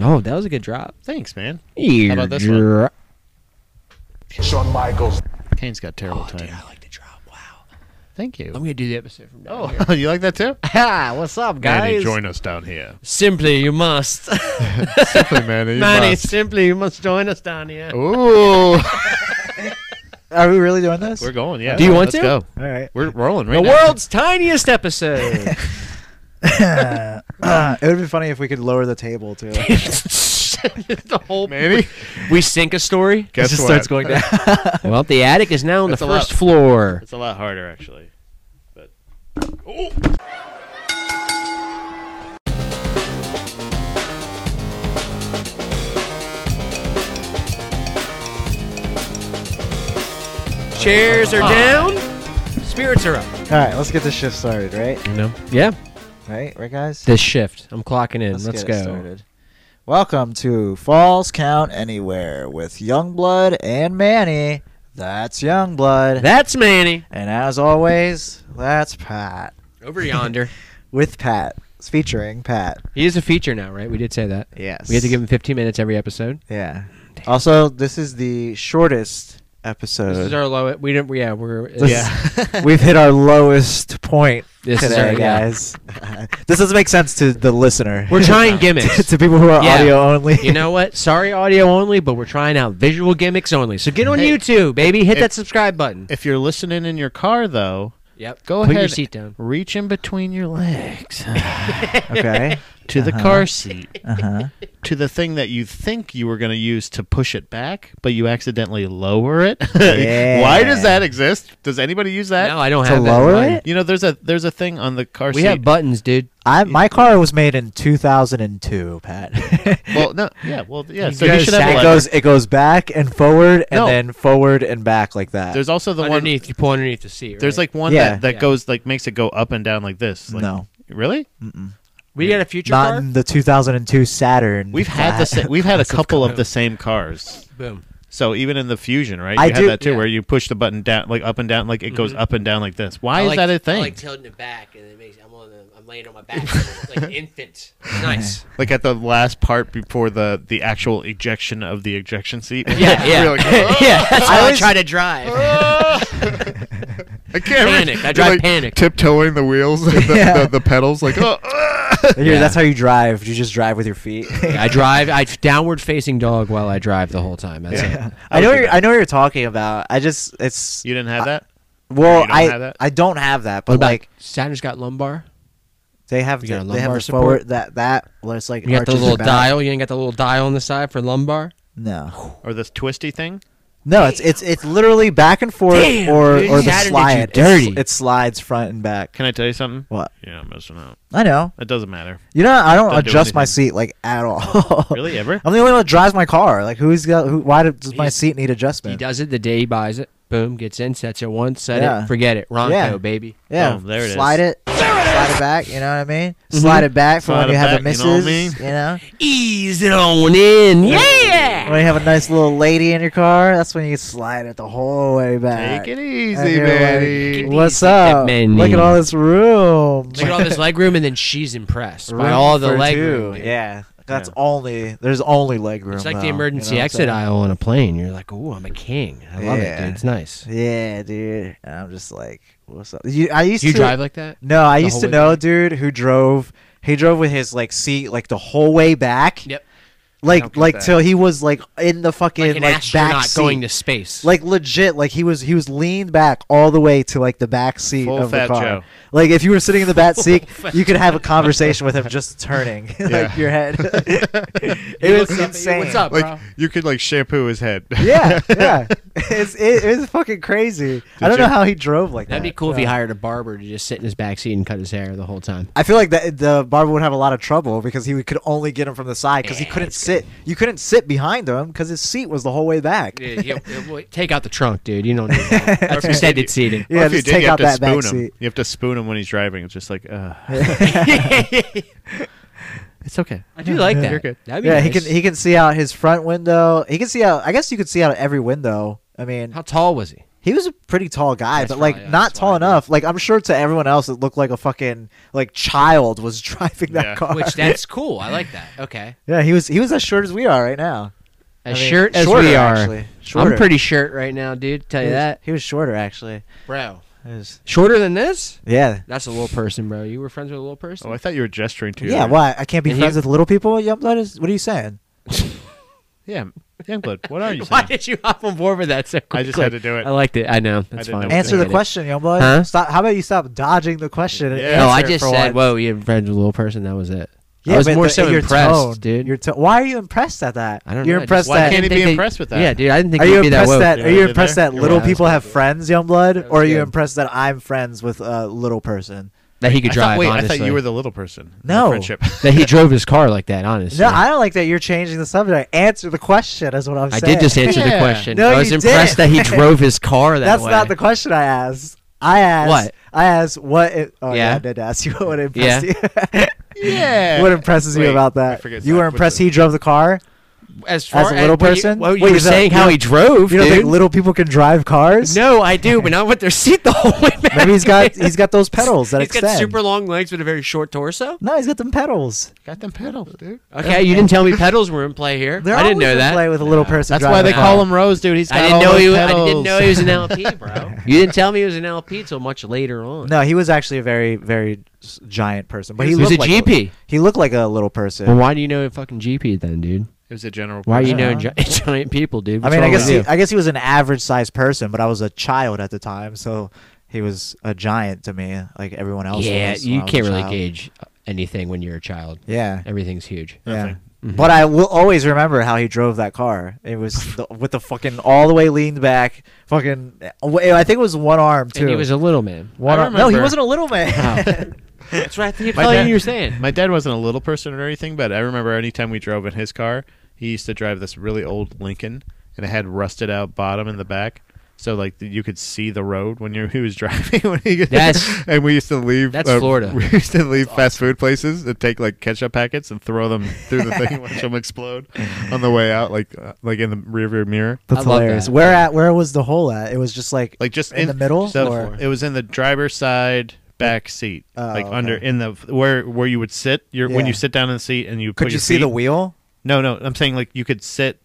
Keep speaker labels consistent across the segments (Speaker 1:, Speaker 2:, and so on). Speaker 1: Oh, that was a good drop.
Speaker 2: Thanks, man.
Speaker 1: How
Speaker 2: about this one?
Speaker 3: Shawn Michaels.
Speaker 2: Kane's got terrible
Speaker 1: Oh, dude,
Speaker 2: timing.
Speaker 1: I like the drop. Wow.
Speaker 2: Thank you.
Speaker 1: I'm gonna do the episode from now.
Speaker 2: Oh, you like that too?
Speaker 1: Ha! What's up,
Speaker 4: Manny,
Speaker 1: guys?
Speaker 4: join us down here.
Speaker 1: Simply, you must.
Speaker 2: Simply, man. You
Speaker 1: Manny,
Speaker 2: must.
Speaker 1: simply, you must join us down here.
Speaker 2: Oh, Ooh,
Speaker 3: Are we really doing this?
Speaker 2: we're going. Yeah.
Speaker 1: Do you want
Speaker 2: Let's
Speaker 1: to?
Speaker 2: go.
Speaker 3: All right.
Speaker 2: We're rolling right
Speaker 1: The
Speaker 2: now.
Speaker 1: world's tiniest episode.
Speaker 3: Uh, it would be funny if we could lower the table too.
Speaker 1: the whole
Speaker 2: Manny,
Speaker 1: we sync a story.
Speaker 2: guess
Speaker 3: it just
Speaker 2: what?
Speaker 3: starts going down.
Speaker 1: Well, the attic is now on
Speaker 2: That's
Speaker 1: the
Speaker 2: a lot.
Speaker 1: first floor.
Speaker 2: It's a lot harder actually. But
Speaker 1: Chairs are down. Spirits are up.
Speaker 3: All right, let's get this shift started, right?
Speaker 1: You know. Yeah.
Speaker 3: Right, right, guys.
Speaker 1: This shift. I'm clocking in. Let's,
Speaker 3: get
Speaker 1: go.
Speaker 3: it started. Welcome to Falls Count Anywhere with Youngblood and Manny. That's Youngblood,
Speaker 1: That's Manny
Speaker 3: and as always, that's Pat
Speaker 1: over yonder.
Speaker 3: with Pat. It's featuring Pat.
Speaker 1: he is a feature now, right? We did say that.
Speaker 3: Yes,
Speaker 1: We had to give him 15 minutes every episode.
Speaker 3: Yeah. Also, this is the shortest episode.
Speaker 1: This is our low. We didn't. Yeah, we're.
Speaker 3: This-
Speaker 2: yeah.
Speaker 3: We've hit our lowest point
Speaker 1: This is
Speaker 3: today,
Speaker 1: our- yeah.
Speaker 3: guys. this doesn't make sense to the listener.
Speaker 1: We're trying
Speaker 3: to,
Speaker 1: gimmicks.
Speaker 3: to people who are
Speaker 1: Yeah.
Speaker 3: audio only.
Speaker 1: you know what? Sorry, audio only, but we're trying out visual gimmicks only. So get on
Speaker 2: Hey.
Speaker 1: YouTube, baby. Hit
Speaker 2: Hey.
Speaker 1: that subscribe button.
Speaker 2: if you're listening in your car, though,
Speaker 1: Yep.
Speaker 2: go
Speaker 1: Put
Speaker 2: ahead.
Speaker 1: your seat down.
Speaker 2: Reach in between your legs
Speaker 3: okay.
Speaker 2: to the
Speaker 3: Uh-huh.
Speaker 2: car seat
Speaker 3: Uh huh.
Speaker 2: to the thing that you think you were going to use to push it back, but you accidentally lower it.
Speaker 3: Yeah.
Speaker 2: Why does that exist? Does anybody use that?
Speaker 1: No, I don't
Speaker 3: To
Speaker 1: have that
Speaker 3: lower
Speaker 1: button.
Speaker 3: it?
Speaker 2: You know, there's a there's a thing on the car
Speaker 1: We
Speaker 2: seat.
Speaker 1: have buttons, dude.
Speaker 3: I my car was made in 2002, Pat.
Speaker 2: well, no, yeah, well, yeah.
Speaker 1: You
Speaker 2: So you
Speaker 1: guys
Speaker 2: should have. a
Speaker 3: it
Speaker 2: lever.
Speaker 3: goes it goes back and forward and
Speaker 2: No.
Speaker 3: then forward and back like that.
Speaker 2: There's also the one.
Speaker 1: underneath, you pull underneath the seat.
Speaker 2: There's like one
Speaker 3: Yeah.
Speaker 2: that, that
Speaker 1: Yeah.
Speaker 2: goes like makes it go up and down like this. Like,
Speaker 3: no,
Speaker 2: really?
Speaker 3: Mm-mm.
Speaker 1: we got a future
Speaker 3: not
Speaker 1: car.
Speaker 3: in the 2002 Saturn.
Speaker 2: We've had the
Speaker 3: Pat.
Speaker 2: sa- we've had a
Speaker 1: That's a
Speaker 2: couple
Speaker 1: car.
Speaker 2: of the same cars.
Speaker 1: Boom.
Speaker 2: So even in the Fusion, right? You
Speaker 3: I
Speaker 2: had
Speaker 3: do-
Speaker 2: that too,
Speaker 1: yeah.
Speaker 2: where you push the button down, like up and down, like it goes
Speaker 1: Mhm.
Speaker 2: up and down like this. Why is that a thing? Like,
Speaker 1: tilting it back, and it makes I'm on the, I'm laying on my back like an infant. Nice.
Speaker 2: at the last part before the the actual ejection of the ejection seat.
Speaker 1: Yeah, yeah,
Speaker 2: You're like, "Oh,
Speaker 1: yeah. That's how I,
Speaker 3: always-
Speaker 1: try to drive.
Speaker 2: I can't reach."
Speaker 1: Panic. I
Speaker 2: You're,
Speaker 1: drive panic.
Speaker 2: Tiptoeing the wheels, the,
Speaker 3: Yeah.
Speaker 2: the, the pedals, like oh. ah."
Speaker 3: Here,
Speaker 1: Yeah.
Speaker 3: That's how you drive. You just drive with your feet.
Speaker 1: I drive. I downward facing dog while I drive the whole time. That's
Speaker 2: Yeah.
Speaker 1: it.
Speaker 3: I
Speaker 2: would
Speaker 3: know.
Speaker 2: do
Speaker 3: You're,
Speaker 2: that.
Speaker 3: I know what you're talking about. I just it's
Speaker 2: You didn't have that.
Speaker 3: well.
Speaker 2: you don't
Speaker 3: I
Speaker 2: have that?
Speaker 3: I don't have that,
Speaker 1: What
Speaker 3: but
Speaker 1: about
Speaker 3: like
Speaker 1: Saturn's got lumbar?
Speaker 3: they have
Speaker 1: You got
Speaker 3: the,
Speaker 1: a
Speaker 3: they have
Speaker 1: lumbar
Speaker 3: the
Speaker 1: support?
Speaker 3: forward that that where it's like
Speaker 1: You got the
Speaker 3: arches
Speaker 1: little
Speaker 3: back.
Speaker 1: dial. You ain't got the little dial on the side for lumbar.
Speaker 3: No,
Speaker 2: or this twisty thing.
Speaker 3: no. It's it's it's literally back and forth
Speaker 1: Damn,
Speaker 3: or
Speaker 1: dude.
Speaker 3: or
Speaker 1: Saturn
Speaker 3: the
Speaker 1: did you
Speaker 3: slide. It's-
Speaker 1: dirty.
Speaker 3: It, slides front and back.
Speaker 2: Can I tell you something?
Speaker 3: What?
Speaker 2: You're not messing up.
Speaker 3: I know.
Speaker 2: It doesn't matter.
Speaker 3: You know, I don't,
Speaker 2: Don't do
Speaker 3: adjust my
Speaker 2: anything.
Speaker 3: seat like at all.
Speaker 2: Really, ever?
Speaker 3: I'm the only one that drives my car. Like, who's got? Who, why does my
Speaker 1: He's-
Speaker 3: seat need adjustment?
Speaker 1: He does it the day he buys it. Boom, gets in, sets it once, set
Speaker 3: Yeah.
Speaker 1: it, forget it. Ronco,
Speaker 3: Yeah.
Speaker 1: baby.
Speaker 3: Yeah,
Speaker 2: Boom, Oh, there it is.
Speaker 3: slide it, slide it back. You know what I mean?
Speaker 1: Mm-hmm.
Speaker 3: Slide it back for
Speaker 2: Slide
Speaker 3: when you
Speaker 2: it
Speaker 3: have a
Speaker 2: back, you know what I
Speaker 3: missus.
Speaker 2: mean?
Speaker 3: You know,
Speaker 1: Ease it on in, yeah.
Speaker 3: when you have a nice little lady in your car, that's when you slide it the whole way back.
Speaker 2: Take it
Speaker 3: And
Speaker 2: easy,
Speaker 3: you're like,
Speaker 2: baby.
Speaker 3: What's
Speaker 1: easy,
Speaker 3: up?
Speaker 1: Manny."
Speaker 3: Look at all this room.
Speaker 1: Look at all this leg room, and then she's impressed by
Speaker 3: Room
Speaker 1: all the
Speaker 3: for
Speaker 1: leg
Speaker 3: two.
Speaker 1: room. dude.
Speaker 3: Yeah, that's
Speaker 2: Yeah.
Speaker 3: only there's only leg room.
Speaker 1: It's like
Speaker 3: though,
Speaker 1: the
Speaker 3: you know
Speaker 1: emergency
Speaker 3: what I'm
Speaker 1: exit
Speaker 3: saying?
Speaker 1: aisle on a plane. You're like, oh, I'm a king. I love it,
Speaker 3: Yeah.
Speaker 1: dude. It's nice.
Speaker 3: Yeah, dude. And I'm just like, what's up? You, I used
Speaker 1: Do you
Speaker 3: to
Speaker 1: drive like that?
Speaker 3: No, I
Speaker 1: the
Speaker 3: used
Speaker 1: whole
Speaker 3: to
Speaker 1: way
Speaker 3: know a dude who drove. He drove with his like seat like the whole way back.
Speaker 1: Yep.
Speaker 2: Don't
Speaker 3: Like
Speaker 2: get
Speaker 3: like
Speaker 2: that.
Speaker 3: till he was like in the
Speaker 1: Like
Speaker 3: fucking
Speaker 1: an
Speaker 3: like, back
Speaker 1: astronaut
Speaker 3: seat.
Speaker 1: going to space.
Speaker 3: like legit, like he was he was leaned back all the way to like the back seat
Speaker 2: Full
Speaker 3: of the
Speaker 2: Fat
Speaker 3: car.
Speaker 2: Joe.
Speaker 3: Like if you were sitting in the back seat,
Speaker 1: Fat
Speaker 3: you could have a conversation with him just turning
Speaker 2: Yeah.
Speaker 3: like your head.
Speaker 1: He
Speaker 3: it
Speaker 1: looks
Speaker 3: was
Speaker 1: up,
Speaker 3: insane.
Speaker 1: What's up, bro?
Speaker 2: Like you could like shampoo his head.
Speaker 3: Yeah, yeah. it's it, it was fucking crazy. I don't
Speaker 2: you-
Speaker 3: know how he drove like
Speaker 1: That'd
Speaker 3: that. uh,
Speaker 1: be cool if he
Speaker 3: Yeah.
Speaker 1: hired a barber to just sit in his back seat and cut his hair the whole time.
Speaker 3: I feel like that the barber would have a lot of trouble because he would- could only get him from the side because he
Speaker 1: Yeah,
Speaker 3: couldn't
Speaker 1: it's
Speaker 3: sit. You couldn't sit behind him because his seat was the whole way back.
Speaker 1: Yeah, yeah, yeah, take out the trunk, dude. You don't need that. That's extended seating.
Speaker 2: Or
Speaker 3: Yeah,
Speaker 2: if you
Speaker 3: just
Speaker 2: did,
Speaker 3: take
Speaker 2: you
Speaker 3: out
Speaker 2: have to
Speaker 3: that back
Speaker 2: spoon him.
Speaker 3: seat.
Speaker 2: You have to spoon him when he's driving. It's just like, uh, it's okay.
Speaker 1: I do like that.
Speaker 2: You're good.
Speaker 1: That'd be
Speaker 3: yeah, he
Speaker 1: nice.
Speaker 3: can he can see out his front window. He can see out. I guess you could see out every window. I mean,
Speaker 1: How tall was he?
Speaker 3: He was a pretty tall guy,
Speaker 2: That's
Speaker 3: but like
Speaker 2: probably-
Speaker 3: not
Speaker 2: that's
Speaker 3: tall
Speaker 2: why.
Speaker 3: enough. Like I'm sure to everyone else, it looked like a fucking like child was driving that
Speaker 2: Yeah.
Speaker 3: car.
Speaker 5: Which that's cool. I like that. Okay.
Speaker 3: yeah, he was he was as short as we are right now. I
Speaker 1: As
Speaker 3: mean,
Speaker 1: short as
Speaker 3: shorter,
Speaker 1: we are.
Speaker 3: actually. Shorter.
Speaker 1: I'm pretty short right now, dude. Tell
Speaker 3: He
Speaker 1: you
Speaker 3: was,
Speaker 1: that.
Speaker 3: he was shorter actually.
Speaker 5: Bro.
Speaker 3: It was-
Speaker 1: Shorter than this?
Speaker 3: yeah,
Speaker 1: That's a little person, bro. You were friends with a little person.
Speaker 2: Oh, I thought you were gesturing to.
Speaker 3: yeah.
Speaker 2: your-
Speaker 3: Why I can't be
Speaker 1: And he-
Speaker 3: friends with little people? Young blood is. What are you saying?
Speaker 2: Yeah, Youngblood. What are you
Speaker 1: Why
Speaker 2: saying?
Speaker 1: did you hop on board with that so quickly?
Speaker 2: I just had to do it.
Speaker 1: I liked it. I know. That's
Speaker 2: didn't
Speaker 1: fine.
Speaker 2: know.
Speaker 3: Answer the
Speaker 1: I get it.
Speaker 3: question, young blood.
Speaker 1: Huh?
Speaker 3: Stop. How about you stop dodging the question? and
Speaker 2: Yeah.
Speaker 3: answer
Speaker 1: No, I
Speaker 3: it
Speaker 1: just
Speaker 3: for
Speaker 1: said,
Speaker 3: once?
Speaker 1: "Whoa, you had friends with a little person." That was it.
Speaker 3: Yeah,
Speaker 1: I was
Speaker 3: but
Speaker 1: more
Speaker 3: the-
Speaker 1: so
Speaker 3: your
Speaker 1: impressed,
Speaker 3: tone,
Speaker 1: dude.
Speaker 3: Your to- why are you impressed at that?
Speaker 1: I don't
Speaker 3: You're
Speaker 1: know, I just-
Speaker 3: impressed
Speaker 1: Why
Speaker 2: can't
Speaker 3: at
Speaker 2: he
Speaker 1: didn't
Speaker 2: be
Speaker 1: think they-
Speaker 2: impressed with that?
Speaker 1: Yeah, dude. I didn't think
Speaker 3: Are
Speaker 1: you'd
Speaker 3: you
Speaker 1: be that
Speaker 3: impressed
Speaker 1: woke.
Speaker 3: that?
Speaker 2: Yeah,
Speaker 3: Are you
Speaker 2: they're
Speaker 3: impressed
Speaker 2: there.
Speaker 3: that
Speaker 2: You're
Speaker 3: little
Speaker 1: right.
Speaker 3: people have friends, Youngblood,
Speaker 1: was
Speaker 3: or are you
Speaker 1: good.
Speaker 3: impressed that I'm friends with a little person?
Speaker 1: that he could
Speaker 2: I
Speaker 1: drive.
Speaker 2: thought, wait,
Speaker 1: honestly,
Speaker 2: I thought you were the little person. in the
Speaker 3: No.
Speaker 2: friendship.
Speaker 1: that he drove his car like that. Honestly,
Speaker 3: No, I don't like that. You're changing the subject. Answer the question. Is what I'm
Speaker 1: I
Speaker 3: saying.
Speaker 1: did just answer the
Speaker 2: Yeah.
Speaker 1: question.
Speaker 3: No,
Speaker 1: I was
Speaker 3: you
Speaker 1: impressed
Speaker 3: didn't.
Speaker 1: that he drove his car that
Speaker 3: That's
Speaker 1: way.
Speaker 3: not the question I asked. I asked.
Speaker 1: What?
Speaker 3: I asked what. It, oh yeah.
Speaker 1: Yeah.
Speaker 3: I did ask you what impressed you.
Speaker 2: yeah.
Speaker 3: what impresses you
Speaker 2: Wait,
Speaker 3: about
Speaker 2: I
Speaker 3: that?
Speaker 2: forget
Speaker 3: You were
Speaker 2: exact- what's
Speaker 3: impressed
Speaker 2: the-
Speaker 3: he drove the car.
Speaker 1: as far
Speaker 3: a little
Speaker 1: what you-
Speaker 3: person?
Speaker 1: What you,
Speaker 3: Wait,
Speaker 1: were
Speaker 3: is that-
Speaker 1: saying
Speaker 3: you
Speaker 1: how
Speaker 3: don't-
Speaker 1: he drove,
Speaker 3: You don't
Speaker 1: dude.
Speaker 3: think little people can drive cars?
Speaker 1: no, I do, but not with their seat the whole way. Back.
Speaker 3: Maybe he's got he's got those pedals that
Speaker 5: He's
Speaker 3: extend.
Speaker 5: got super long legs with a very short torso.
Speaker 3: no, he's got them pedals.
Speaker 2: Got them pedals, dude.
Speaker 1: Okay, you didn't tell me pedals were in play here.
Speaker 3: They're
Speaker 1: I didn't
Speaker 3: always
Speaker 1: know
Speaker 3: in
Speaker 1: that.
Speaker 3: Play with a little person.
Speaker 2: That's why
Speaker 3: driving
Speaker 2: they
Speaker 3: a car.
Speaker 2: call him Rose, dude. He's got
Speaker 1: I
Speaker 2: all
Speaker 1: didn't know
Speaker 2: those
Speaker 1: he.
Speaker 2: Pedals.
Speaker 1: I didn't know he was an LP, bro. you didn't tell me he was an LP till much later on.
Speaker 3: No, he was actually a very, very s- giant person. But he,
Speaker 1: he was a
Speaker 3: looked like
Speaker 1: GP.
Speaker 3: he looked like a little
Speaker 1: Well,
Speaker 3: person.
Speaker 1: why do you know fucking GP then, dude?
Speaker 2: It was a general.
Speaker 1: Why are you
Speaker 3: I
Speaker 2: person.
Speaker 1: knowing
Speaker 3: know.
Speaker 1: gi- giant people, dude?
Speaker 3: I
Speaker 1: What's
Speaker 3: mean, I
Speaker 1: wrong
Speaker 3: guess
Speaker 1: with
Speaker 3: he,
Speaker 1: you?
Speaker 3: I guess he was an average sized person, but I was a child at the time, so he was a giant to me, like everyone else.
Speaker 1: yeah,
Speaker 3: was when I
Speaker 1: you
Speaker 3: was a
Speaker 1: can't really
Speaker 3: child.
Speaker 1: gauge anything when you're a child.
Speaker 3: Yeah,
Speaker 1: Everything's huge.
Speaker 3: yeah.
Speaker 2: Nothing.
Speaker 1: Mm-hmm.
Speaker 3: But I will always remember how he drove that car. It was the, with the fucking all the way leaned back, fucking. eh, I think it was one arm too.
Speaker 1: And he was a Oh. little man.
Speaker 3: one
Speaker 2: I
Speaker 3: arm. No, he
Speaker 2: remember.
Speaker 3: wasn't a little man.
Speaker 5: That's what I think
Speaker 2: My
Speaker 1: Oh,
Speaker 2: dad-
Speaker 1: you were saying.
Speaker 2: My dad wasn't a little person or anything, but I remember anytime we drove in his car, he used to drive this really old Lincoln, and it had rusted out bottom in the back. So like th- you could see the road when you he was driving when he
Speaker 1: That's-
Speaker 2: and we used to leave um,
Speaker 1: that's Florida.
Speaker 2: we used to leave fast food places and take like ketchup packets and throw them through the thing and watch them explode on the way out like uh, like in the rearview mirror
Speaker 3: That's
Speaker 1: I love
Speaker 3: hilarious.
Speaker 1: that.
Speaker 3: Where at? Where was the hole at? It was just like
Speaker 2: like just
Speaker 3: in, the middle.
Speaker 2: so
Speaker 3: or?
Speaker 2: it was in the driver's side back seat
Speaker 3: Oh,
Speaker 2: like
Speaker 3: okay.
Speaker 2: under in the where where you would sit your when
Speaker 3: Yeah.
Speaker 2: you sit down in the seat and you
Speaker 3: Could
Speaker 2: put
Speaker 3: you
Speaker 2: your
Speaker 3: see
Speaker 2: feet-
Speaker 3: the wheel?
Speaker 2: no no i'm saying like you could sit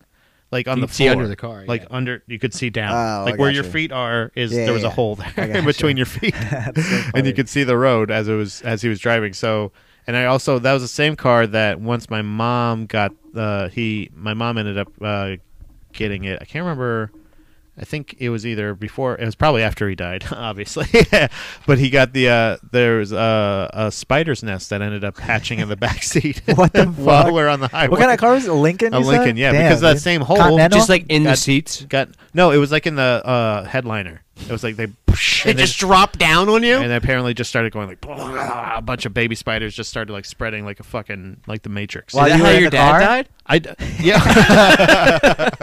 Speaker 2: like on
Speaker 1: You
Speaker 2: the
Speaker 1: could see
Speaker 2: floor
Speaker 1: under the car,
Speaker 2: like
Speaker 1: yeah.
Speaker 2: under you could see down
Speaker 3: Oh,
Speaker 2: like
Speaker 3: I
Speaker 2: where
Speaker 3: got
Speaker 2: your
Speaker 3: you.
Speaker 2: feet are is
Speaker 3: Yeah,
Speaker 2: there was
Speaker 3: yeah,
Speaker 2: a hole
Speaker 3: I
Speaker 2: there
Speaker 3: got
Speaker 2: in between
Speaker 3: you.
Speaker 2: your feet
Speaker 3: That's so
Speaker 2: and
Speaker 3: funny.
Speaker 2: you could see the road as it was as he was driving so and i also that was the same car that once my mom got uh he my mom ended up uh getting it i can't remember I think it was either before it was probably after he died, obviously. but he got the uh there was a, a spider's nest that ended up hatching in the back seat.
Speaker 3: What the
Speaker 2: while
Speaker 3: fuck?
Speaker 2: we're on the highway.
Speaker 3: What kind of car was it? A Lincoln?
Speaker 2: A
Speaker 3: you said?
Speaker 2: Lincoln, yeah,
Speaker 3: Damn,
Speaker 2: because that
Speaker 3: dude.
Speaker 2: same hole
Speaker 3: Continental?
Speaker 1: Just like in the
Speaker 2: That's-
Speaker 1: seats.
Speaker 2: got no, it was like in the uh headliner. It was like they
Speaker 5: They
Speaker 2: and they-
Speaker 5: just drop down on you.
Speaker 2: and they apparently just started going like a bunch of baby spiders just started like spreading like a fucking like the Matrix.
Speaker 3: While
Speaker 1: Is that
Speaker 3: you
Speaker 1: how
Speaker 3: were in
Speaker 1: your
Speaker 3: the
Speaker 1: dad
Speaker 3: car?
Speaker 1: died?
Speaker 2: I d- yeah.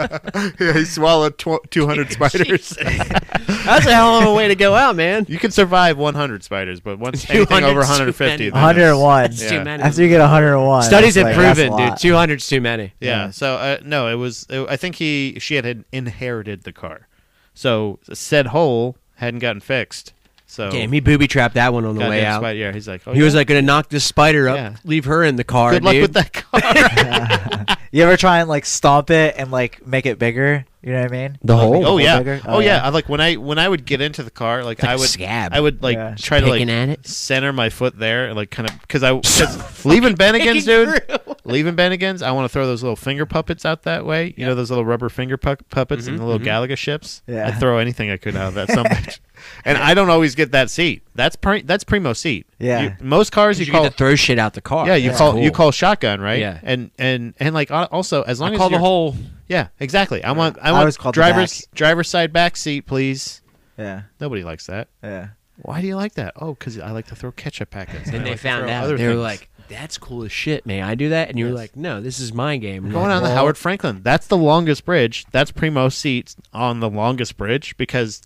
Speaker 2: yeah, he swallowed tw- two hundred spiders.
Speaker 1: That's a hell of a way to go out, man.
Speaker 2: You can survive 100 spiders, but once anything
Speaker 5: 200
Speaker 2: over
Speaker 5: is too
Speaker 2: 150,
Speaker 5: many.
Speaker 2: then it's-
Speaker 3: 101.
Speaker 5: That's
Speaker 2: Yeah.
Speaker 5: too many.
Speaker 3: After you get 101.
Speaker 1: Studies
Speaker 3: that's
Speaker 1: have
Speaker 3: like-
Speaker 1: proven, dude.
Speaker 3: that's a lot.
Speaker 1: 200's too many.
Speaker 2: Yeah.
Speaker 3: Yeah.
Speaker 2: So uh, no, it was. It, I think he she had, had inherited the car, so said hole hadn't gotten fixed. So
Speaker 1: Damn, he booby trapped that one on the
Speaker 2: goddamn
Speaker 1: way out.
Speaker 2: spider- yeah, he's like, oh,
Speaker 1: He was
Speaker 2: yeah?
Speaker 1: like going to knock this spider up,
Speaker 2: Yeah.
Speaker 1: leave her in the car.
Speaker 2: good luck
Speaker 1: dude.
Speaker 2: with that car.
Speaker 3: You ever try and like stomp it and like make it bigger? You know what I mean?
Speaker 1: The
Speaker 3: Like,
Speaker 1: hole?
Speaker 3: make it
Speaker 2: oh yeah,
Speaker 3: bigger?
Speaker 2: oh yeah. I like when I when I would get into the car, like,
Speaker 1: Like
Speaker 2: I
Speaker 1: a
Speaker 2: would
Speaker 1: scab.
Speaker 2: I would like
Speaker 3: Yeah.
Speaker 2: try to like
Speaker 1: Picking at it.
Speaker 2: center my foot there and like kind of because I cause leaving Bennigan's, dude. leaving Bennigan's, I want to throw those little finger puppets out that way. You know those little rubber finger pu- puppets
Speaker 1: Mm-hmm,
Speaker 2: and the little Galaga ships.
Speaker 3: Yeah.
Speaker 2: I'd throw anything I could out of that so much. and I don't always get that seat. That's pri- that's primo seat.
Speaker 3: Yeah.
Speaker 2: You- most cars you,
Speaker 1: You
Speaker 2: call
Speaker 1: get to throw shit out the car.
Speaker 2: yeah you
Speaker 1: That's
Speaker 2: call
Speaker 1: cool.
Speaker 2: you call shotgun right
Speaker 1: Yeah.
Speaker 2: and and and like al- also as long
Speaker 1: I
Speaker 2: as
Speaker 1: call the
Speaker 2: you're-
Speaker 1: whole.
Speaker 2: yeah exactly I want I
Speaker 3: I
Speaker 2: want
Speaker 3: always call the
Speaker 2: driver's driver's side back seat please.
Speaker 3: Yeah.
Speaker 2: Nobody likes that.
Speaker 3: Yeah.
Speaker 2: Why do you like that? Oh, because I like to throw ketchup packets.
Speaker 5: and
Speaker 2: I
Speaker 5: they
Speaker 2: like to
Speaker 5: found
Speaker 2: throw
Speaker 5: out.
Speaker 2: other
Speaker 1: They were
Speaker 2: things.
Speaker 1: like, "That's cool as shit, man. I do that," and you were like, "No, this is my game." And I'm
Speaker 2: Going
Speaker 1: like,
Speaker 2: on the
Speaker 1: "Well,
Speaker 2: Howard Franklin. That's the longest bridge. That's primo seats on the longest bridge because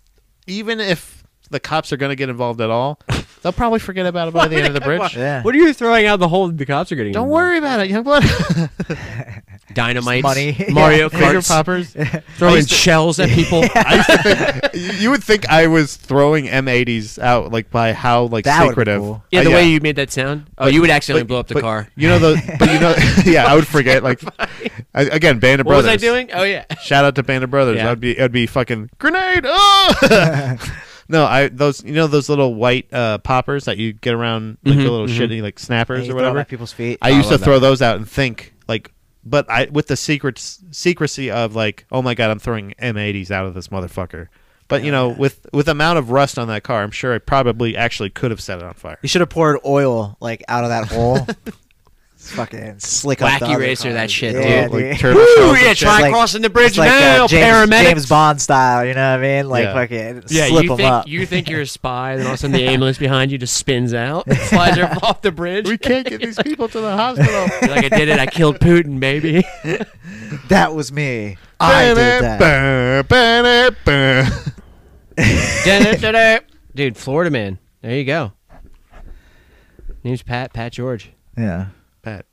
Speaker 2: even if the cops are going to get involved at all, they'll probably forget about it by the end of the bridge.
Speaker 3: Yeah.
Speaker 1: What are you throwing out the hole? that The cops are getting.
Speaker 2: Don't
Speaker 1: involved?
Speaker 2: worry about it, young blood.
Speaker 1: dynamite,
Speaker 3: money.
Speaker 1: Mario
Speaker 3: Yeah.
Speaker 2: Finger
Speaker 1: Kart,
Speaker 2: poppers.
Speaker 1: throwing shells at people.
Speaker 2: I used to think you- you would think I was throwing M80s out like by how like
Speaker 3: That would've been
Speaker 2: secretive.
Speaker 3: cool.
Speaker 1: Yeah, the
Speaker 2: Uh,
Speaker 1: way you made that sound. Oh, you would accidentally
Speaker 2: But-
Speaker 1: blow up the
Speaker 2: but
Speaker 1: car.
Speaker 2: You know the, but you know, yeah, I would forget. Like I, again, Band of
Speaker 1: What
Speaker 2: Brothers.
Speaker 1: was I doing? Oh yeah.
Speaker 2: Shout out to Band of Brothers.
Speaker 1: Yeah.
Speaker 2: I'd be, I'd be fucking grenade. Oh! no, I those, you know, those little white uh, poppers that you get around, like the
Speaker 1: Mhm,
Speaker 2: little
Speaker 1: mhm.
Speaker 2: shitty like snappers
Speaker 3: You
Speaker 2: or
Speaker 3: throw them
Speaker 2: whatever.
Speaker 3: at people's feet.
Speaker 2: I
Speaker 1: Oh, I
Speaker 2: used to
Speaker 1: love
Speaker 2: throw
Speaker 1: that.
Speaker 2: those out and think like, but I with the secret secrecy of like, oh my god, I'm throwing M80s out of this motherfucker. But you know, with with the amount of rust on that car, I'm sure I probably actually could have set it on fire.
Speaker 3: You should have poured oil like out of that hole. it's fucking slick up the
Speaker 1: Wacky
Speaker 3: other
Speaker 1: racer, that
Speaker 3: cars.
Speaker 1: shit,
Speaker 3: yeah,
Speaker 1: dude.
Speaker 2: Like
Speaker 3: dude.
Speaker 2: turbo shells and
Speaker 1: yeah,
Speaker 2: shit.
Speaker 1: try
Speaker 3: Like-
Speaker 1: crossing the bridge
Speaker 3: It's like
Speaker 1: now,
Speaker 3: uh, James,
Speaker 1: paramedic.
Speaker 3: James Bond style, you know what I mean? Like
Speaker 2: Yeah.
Speaker 3: fucking
Speaker 1: yeah,
Speaker 3: slip
Speaker 1: you
Speaker 3: them
Speaker 1: think
Speaker 3: up.
Speaker 1: you think you're a spy, then all of a sudden the ambulance behind you just spins out, slides her off the bridge.
Speaker 2: We can't get these people to the hospital.
Speaker 1: You're like I did it, I killed Putin, baby.
Speaker 3: that was me. I did that.
Speaker 1: Dude, Florida man. There you go. Name's Pat. Pat George.
Speaker 3: Yeah.
Speaker 2: Pat,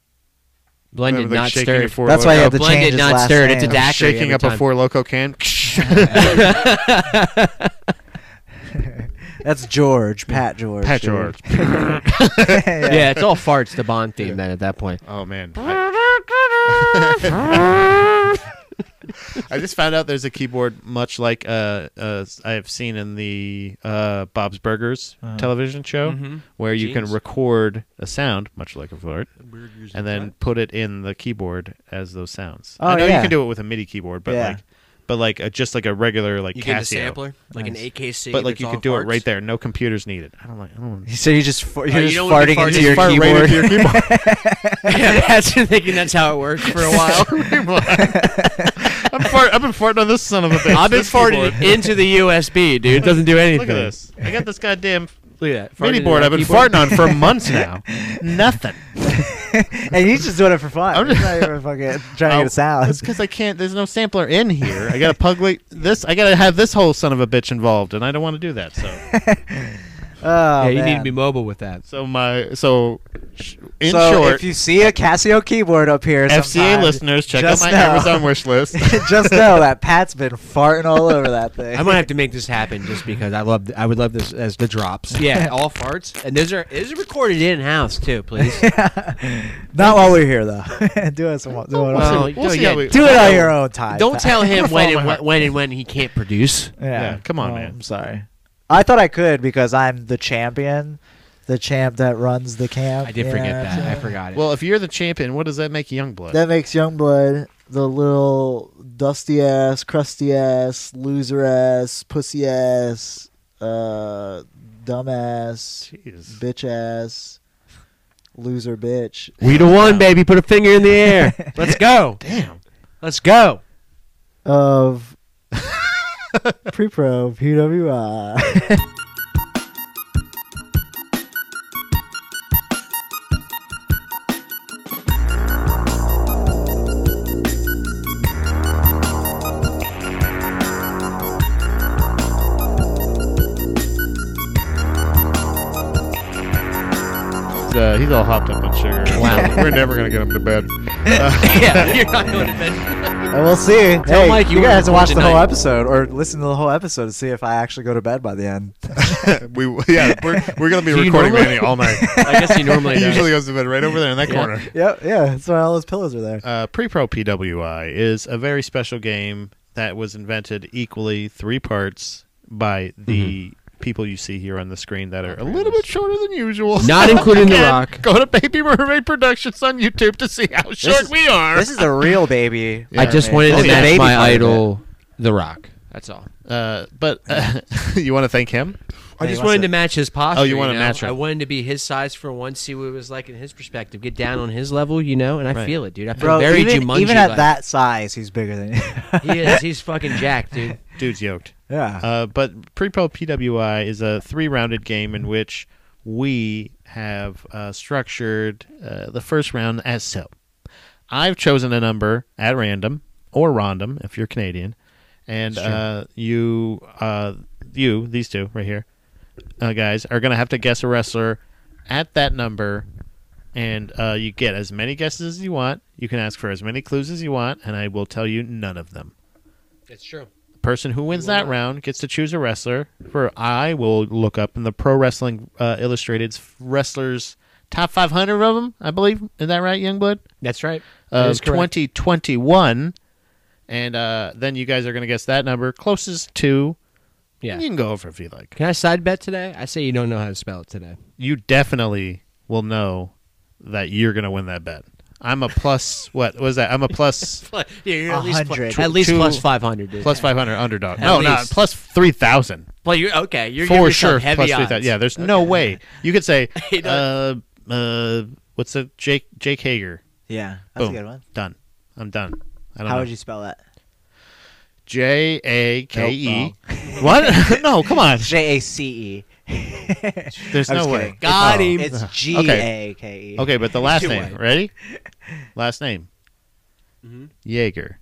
Speaker 1: Blended,
Speaker 2: like,
Speaker 1: not
Speaker 2: shaking your
Speaker 1: stirred.
Speaker 2: four
Speaker 3: That's why
Speaker 2: loco-
Speaker 3: I had to change
Speaker 1: Blended,
Speaker 3: his
Speaker 1: not
Speaker 3: last
Speaker 1: stirred. It's a
Speaker 3: name.
Speaker 1: daiquiri.
Speaker 2: shaking
Speaker 1: every
Speaker 2: up a
Speaker 1: time.
Speaker 2: four loco can.
Speaker 3: That's George, Pat George.
Speaker 2: Pat
Speaker 3: dude.
Speaker 2: George.
Speaker 1: Yeah. it's all farts. The Bond theme. Then at that point.
Speaker 2: Oh man. I, I just found out there's a keyboard much like uh, uh I've seen in the uh Bob's Burgers
Speaker 3: Oh.
Speaker 2: television show
Speaker 3: Mm-hmm.
Speaker 2: where you can
Speaker 1: Genius.
Speaker 2: record a sound much like a fart and then put it in the keyboard as those sounds. I
Speaker 3: Oh,
Speaker 2: know you
Speaker 3: yeah.
Speaker 2: can do it with a MIDI keyboard but
Speaker 3: Yeah.
Speaker 2: like but like a, just like a regular like
Speaker 6: You
Speaker 2: Casio
Speaker 6: get a sampler, like
Speaker 3: Nice.
Speaker 6: an AKC.
Speaker 2: but like
Speaker 6: that's
Speaker 2: you
Speaker 6: all
Speaker 2: could do it
Speaker 6: farts.
Speaker 2: right there. No computers needed. I don't like I don't
Speaker 3: So you just fa-
Speaker 1: Oh,
Speaker 3: you're
Speaker 6: you
Speaker 3: just
Speaker 6: don't wanna be
Speaker 3: farting into
Speaker 6: farting.
Speaker 3: your
Speaker 2: Fart right
Speaker 3: keyboard.
Speaker 2: into your keyboard.
Speaker 1: yeah, that's thinking that's how it works for a while.
Speaker 2: I'm fart, I've been farting on this son of a bitch.
Speaker 1: I've been
Speaker 2: This keyboard.
Speaker 1: farting into the USB, dude. It doesn't do anything.
Speaker 2: Look at this. I got this goddamn
Speaker 1: Look at that.
Speaker 2: mini board I've been farting on for months now. Nothing.
Speaker 3: and you just doing it for fun.
Speaker 2: I'm
Speaker 3: I'm
Speaker 2: just-
Speaker 3: just not even fucking trying
Speaker 1: Oh.
Speaker 3: to get a
Speaker 2: It's
Speaker 3: sound.
Speaker 2: because I can't. There's no sampler in here. I gotta pugly this. I gotta have this whole son of a bitch involved, and I don't want to do that. So,
Speaker 3: Oh,
Speaker 1: Yeah, you need
Speaker 3: man.
Speaker 1: to be mobile with that.
Speaker 2: so my so sh- in
Speaker 3: so
Speaker 2: short,
Speaker 3: if you see a Casio keyboard up here,
Speaker 2: FCA
Speaker 3: sometime,
Speaker 2: listeners, check out
Speaker 3: just
Speaker 2: my
Speaker 3: know.
Speaker 2: Amazon wish list.
Speaker 3: just know that Pat's been farting all over that thing.
Speaker 1: I might have to make this happen just because I love. I would love this as the drops. Yeah, all farts, and those are those are recorded in house too. Please.
Speaker 3: Not while we're here, though. do it some, do it, on-
Speaker 1: Well,
Speaker 2: we'll see
Speaker 1: yeah,
Speaker 2: how we-
Speaker 3: do it on your own time.
Speaker 1: Don't
Speaker 3: Pat.
Speaker 1: tell him
Speaker 2: follow
Speaker 1: when
Speaker 2: my
Speaker 1: and
Speaker 2: heart.
Speaker 1: when, when and when he can't produce.
Speaker 3: Yeah,
Speaker 2: Yeah, come on,
Speaker 3: Oh,
Speaker 2: man.
Speaker 3: I'm sorry. I thought I could because I'm the champion, the champ that runs the camp.
Speaker 1: I did
Speaker 3: you know
Speaker 1: forget
Speaker 3: what I'm
Speaker 1: that. I
Speaker 3: saying?
Speaker 1: forgot it.
Speaker 2: well, if you're the champion, what does that make Youngblood?
Speaker 3: That makes Youngblood the little dusty ass, crusty ass, loser ass, pussy ass, uh, dumb ass,
Speaker 2: Jeez.
Speaker 3: bitch ass, loser bitch.
Speaker 1: we the one, baby. Put a finger in the air. Let's go.
Speaker 2: Damn.
Speaker 1: Let's go.
Speaker 3: of pre-pro PWI.
Speaker 2: He's, uh, he's all hopped up on sugar.
Speaker 1: Wow.
Speaker 2: we're never gonna get him to bed.
Speaker 1: yeah, you're not going to bed.
Speaker 3: and we'll see.
Speaker 1: Tell
Speaker 3: hey,
Speaker 1: Mike you
Speaker 3: you
Speaker 1: wanna
Speaker 3: guys
Speaker 1: record
Speaker 3: watch the whole
Speaker 1: tonight.
Speaker 3: episode or listen to the whole episode to see if I actually go to bed by the end.
Speaker 2: we yeah, we're, we're gonna be
Speaker 1: Do you
Speaker 2: recording
Speaker 1: normally-
Speaker 2: Manny all night.
Speaker 1: I guess he normally
Speaker 2: He
Speaker 1: does.
Speaker 2: usually goes to bed right over there in that
Speaker 1: Yeah.
Speaker 2: corner.
Speaker 3: Yep, yeah, that's why all those pillows are there.
Speaker 2: Uh, Pre Pro PWI is a very special game that was invented equally three parts by the people you see here on the screen that are a little bit shorter than usual.
Speaker 1: Not including The
Speaker 2: Again,
Speaker 1: Rock.
Speaker 2: Go to Baby Mermaid Productions on YouTube to see how short
Speaker 3: is-
Speaker 2: we are.
Speaker 3: This is the real baby.
Speaker 2: Yeah.
Speaker 1: I just wanted
Speaker 2: Oh,
Speaker 1: to
Speaker 2: yeah.
Speaker 1: match
Speaker 3: Baby
Speaker 1: my
Speaker 3: part of
Speaker 1: idol, The Rock. That's all.
Speaker 2: uh, but uh, you want to thank him?
Speaker 1: I
Speaker 3: Yeah, he
Speaker 1: just
Speaker 3: wants
Speaker 1: wanted
Speaker 3: to-
Speaker 1: to match his posture.
Speaker 2: Oh, you wanna
Speaker 1: know?
Speaker 2: match him.
Speaker 1: I wanted to be his size for once, see what it was like in his perspective, get down on his level, you know. And I
Speaker 2: Right.
Speaker 1: feel it, dude. I feel
Speaker 3: Bro,
Speaker 1: very
Speaker 3: even,
Speaker 1: Jumanji.
Speaker 3: even at that size, he's bigger than you.
Speaker 1: he is. He's fucking jacked, dude.
Speaker 2: Dude's yoked.
Speaker 3: yeah.
Speaker 2: Uh, but Pre-Pro PWI is a three-rounded game in which we have uh, structured uh, the first round as so. I've chosen a number at random or random if you're Canadian, and uh, you, uh, you, these two right here, uh, guys are gonna have to guess a wrestler at that number and uh, you get as many guesses as you want. You can ask for as many clues as you want, and I will tell you none of them.
Speaker 7: It's true.
Speaker 2: The person who wins
Speaker 7: will
Speaker 2: that
Speaker 7: not.
Speaker 2: round gets to choose a wrestler. For I will look up in the Pro Wrestling uh, Illustrated's wrestlers top 500 of them. I believe is that right, Youngblood?
Speaker 1: That's right. Uh, That
Speaker 2: Of
Speaker 1: is correct.
Speaker 2: 2021, and uh, then you guys are gonna guess that number closest to.
Speaker 1: Yeah.
Speaker 2: You can go over if you like.
Speaker 1: Can I side bet today? I say you don't know how to spell it today.
Speaker 2: you definitely will know that you're going to win that bet. I'm a plus. what was that? I'm a plus
Speaker 7: But yeah, you're at least
Speaker 3: hundred.
Speaker 7: playing.
Speaker 1: At least
Speaker 2: two-
Speaker 1: plus five hundred, dude.
Speaker 2: plus 500 underdog. no, no,
Speaker 1: least.
Speaker 2: plus 3,000
Speaker 7: Well, you're okay. You're
Speaker 2: for
Speaker 7: giving
Speaker 2: sure.
Speaker 7: yourself
Speaker 2: Plus
Speaker 7: Heavy odds.
Speaker 2: 3,000. Yeah, there's no way you could say.
Speaker 7: You
Speaker 2: uh, uh, what's the Jake Jake Hager?
Speaker 3: Yeah, that's
Speaker 2: Boom.
Speaker 3: a good one.
Speaker 2: Done. I'm done. I don't
Speaker 3: How
Speaker 2: know.
Speaker 3: would you spell that?
Speaker 2: J A K E.
Speaker 3: Nope,
Speaker 2: What? no, come on.
Speaker 3: J A C E.
Speaker 2: There's
Speaker 3: I'm
Speaker 2: no
Speaker 3: just
Speaker 2: way.
Speaker 3: kidding.
Speaker 1: Got him.
Speaker 3: It's G
Speaker 2: Okay.
Speaker 3: A K E.
Speaker 2: Okay, but the last
Speaker 7: You're
Speaker 2: name.
Speaker 7: right.
Speaker 2: Ready? Last name.
Speaker 7: Mhm.
Speaker 2: Jaeger.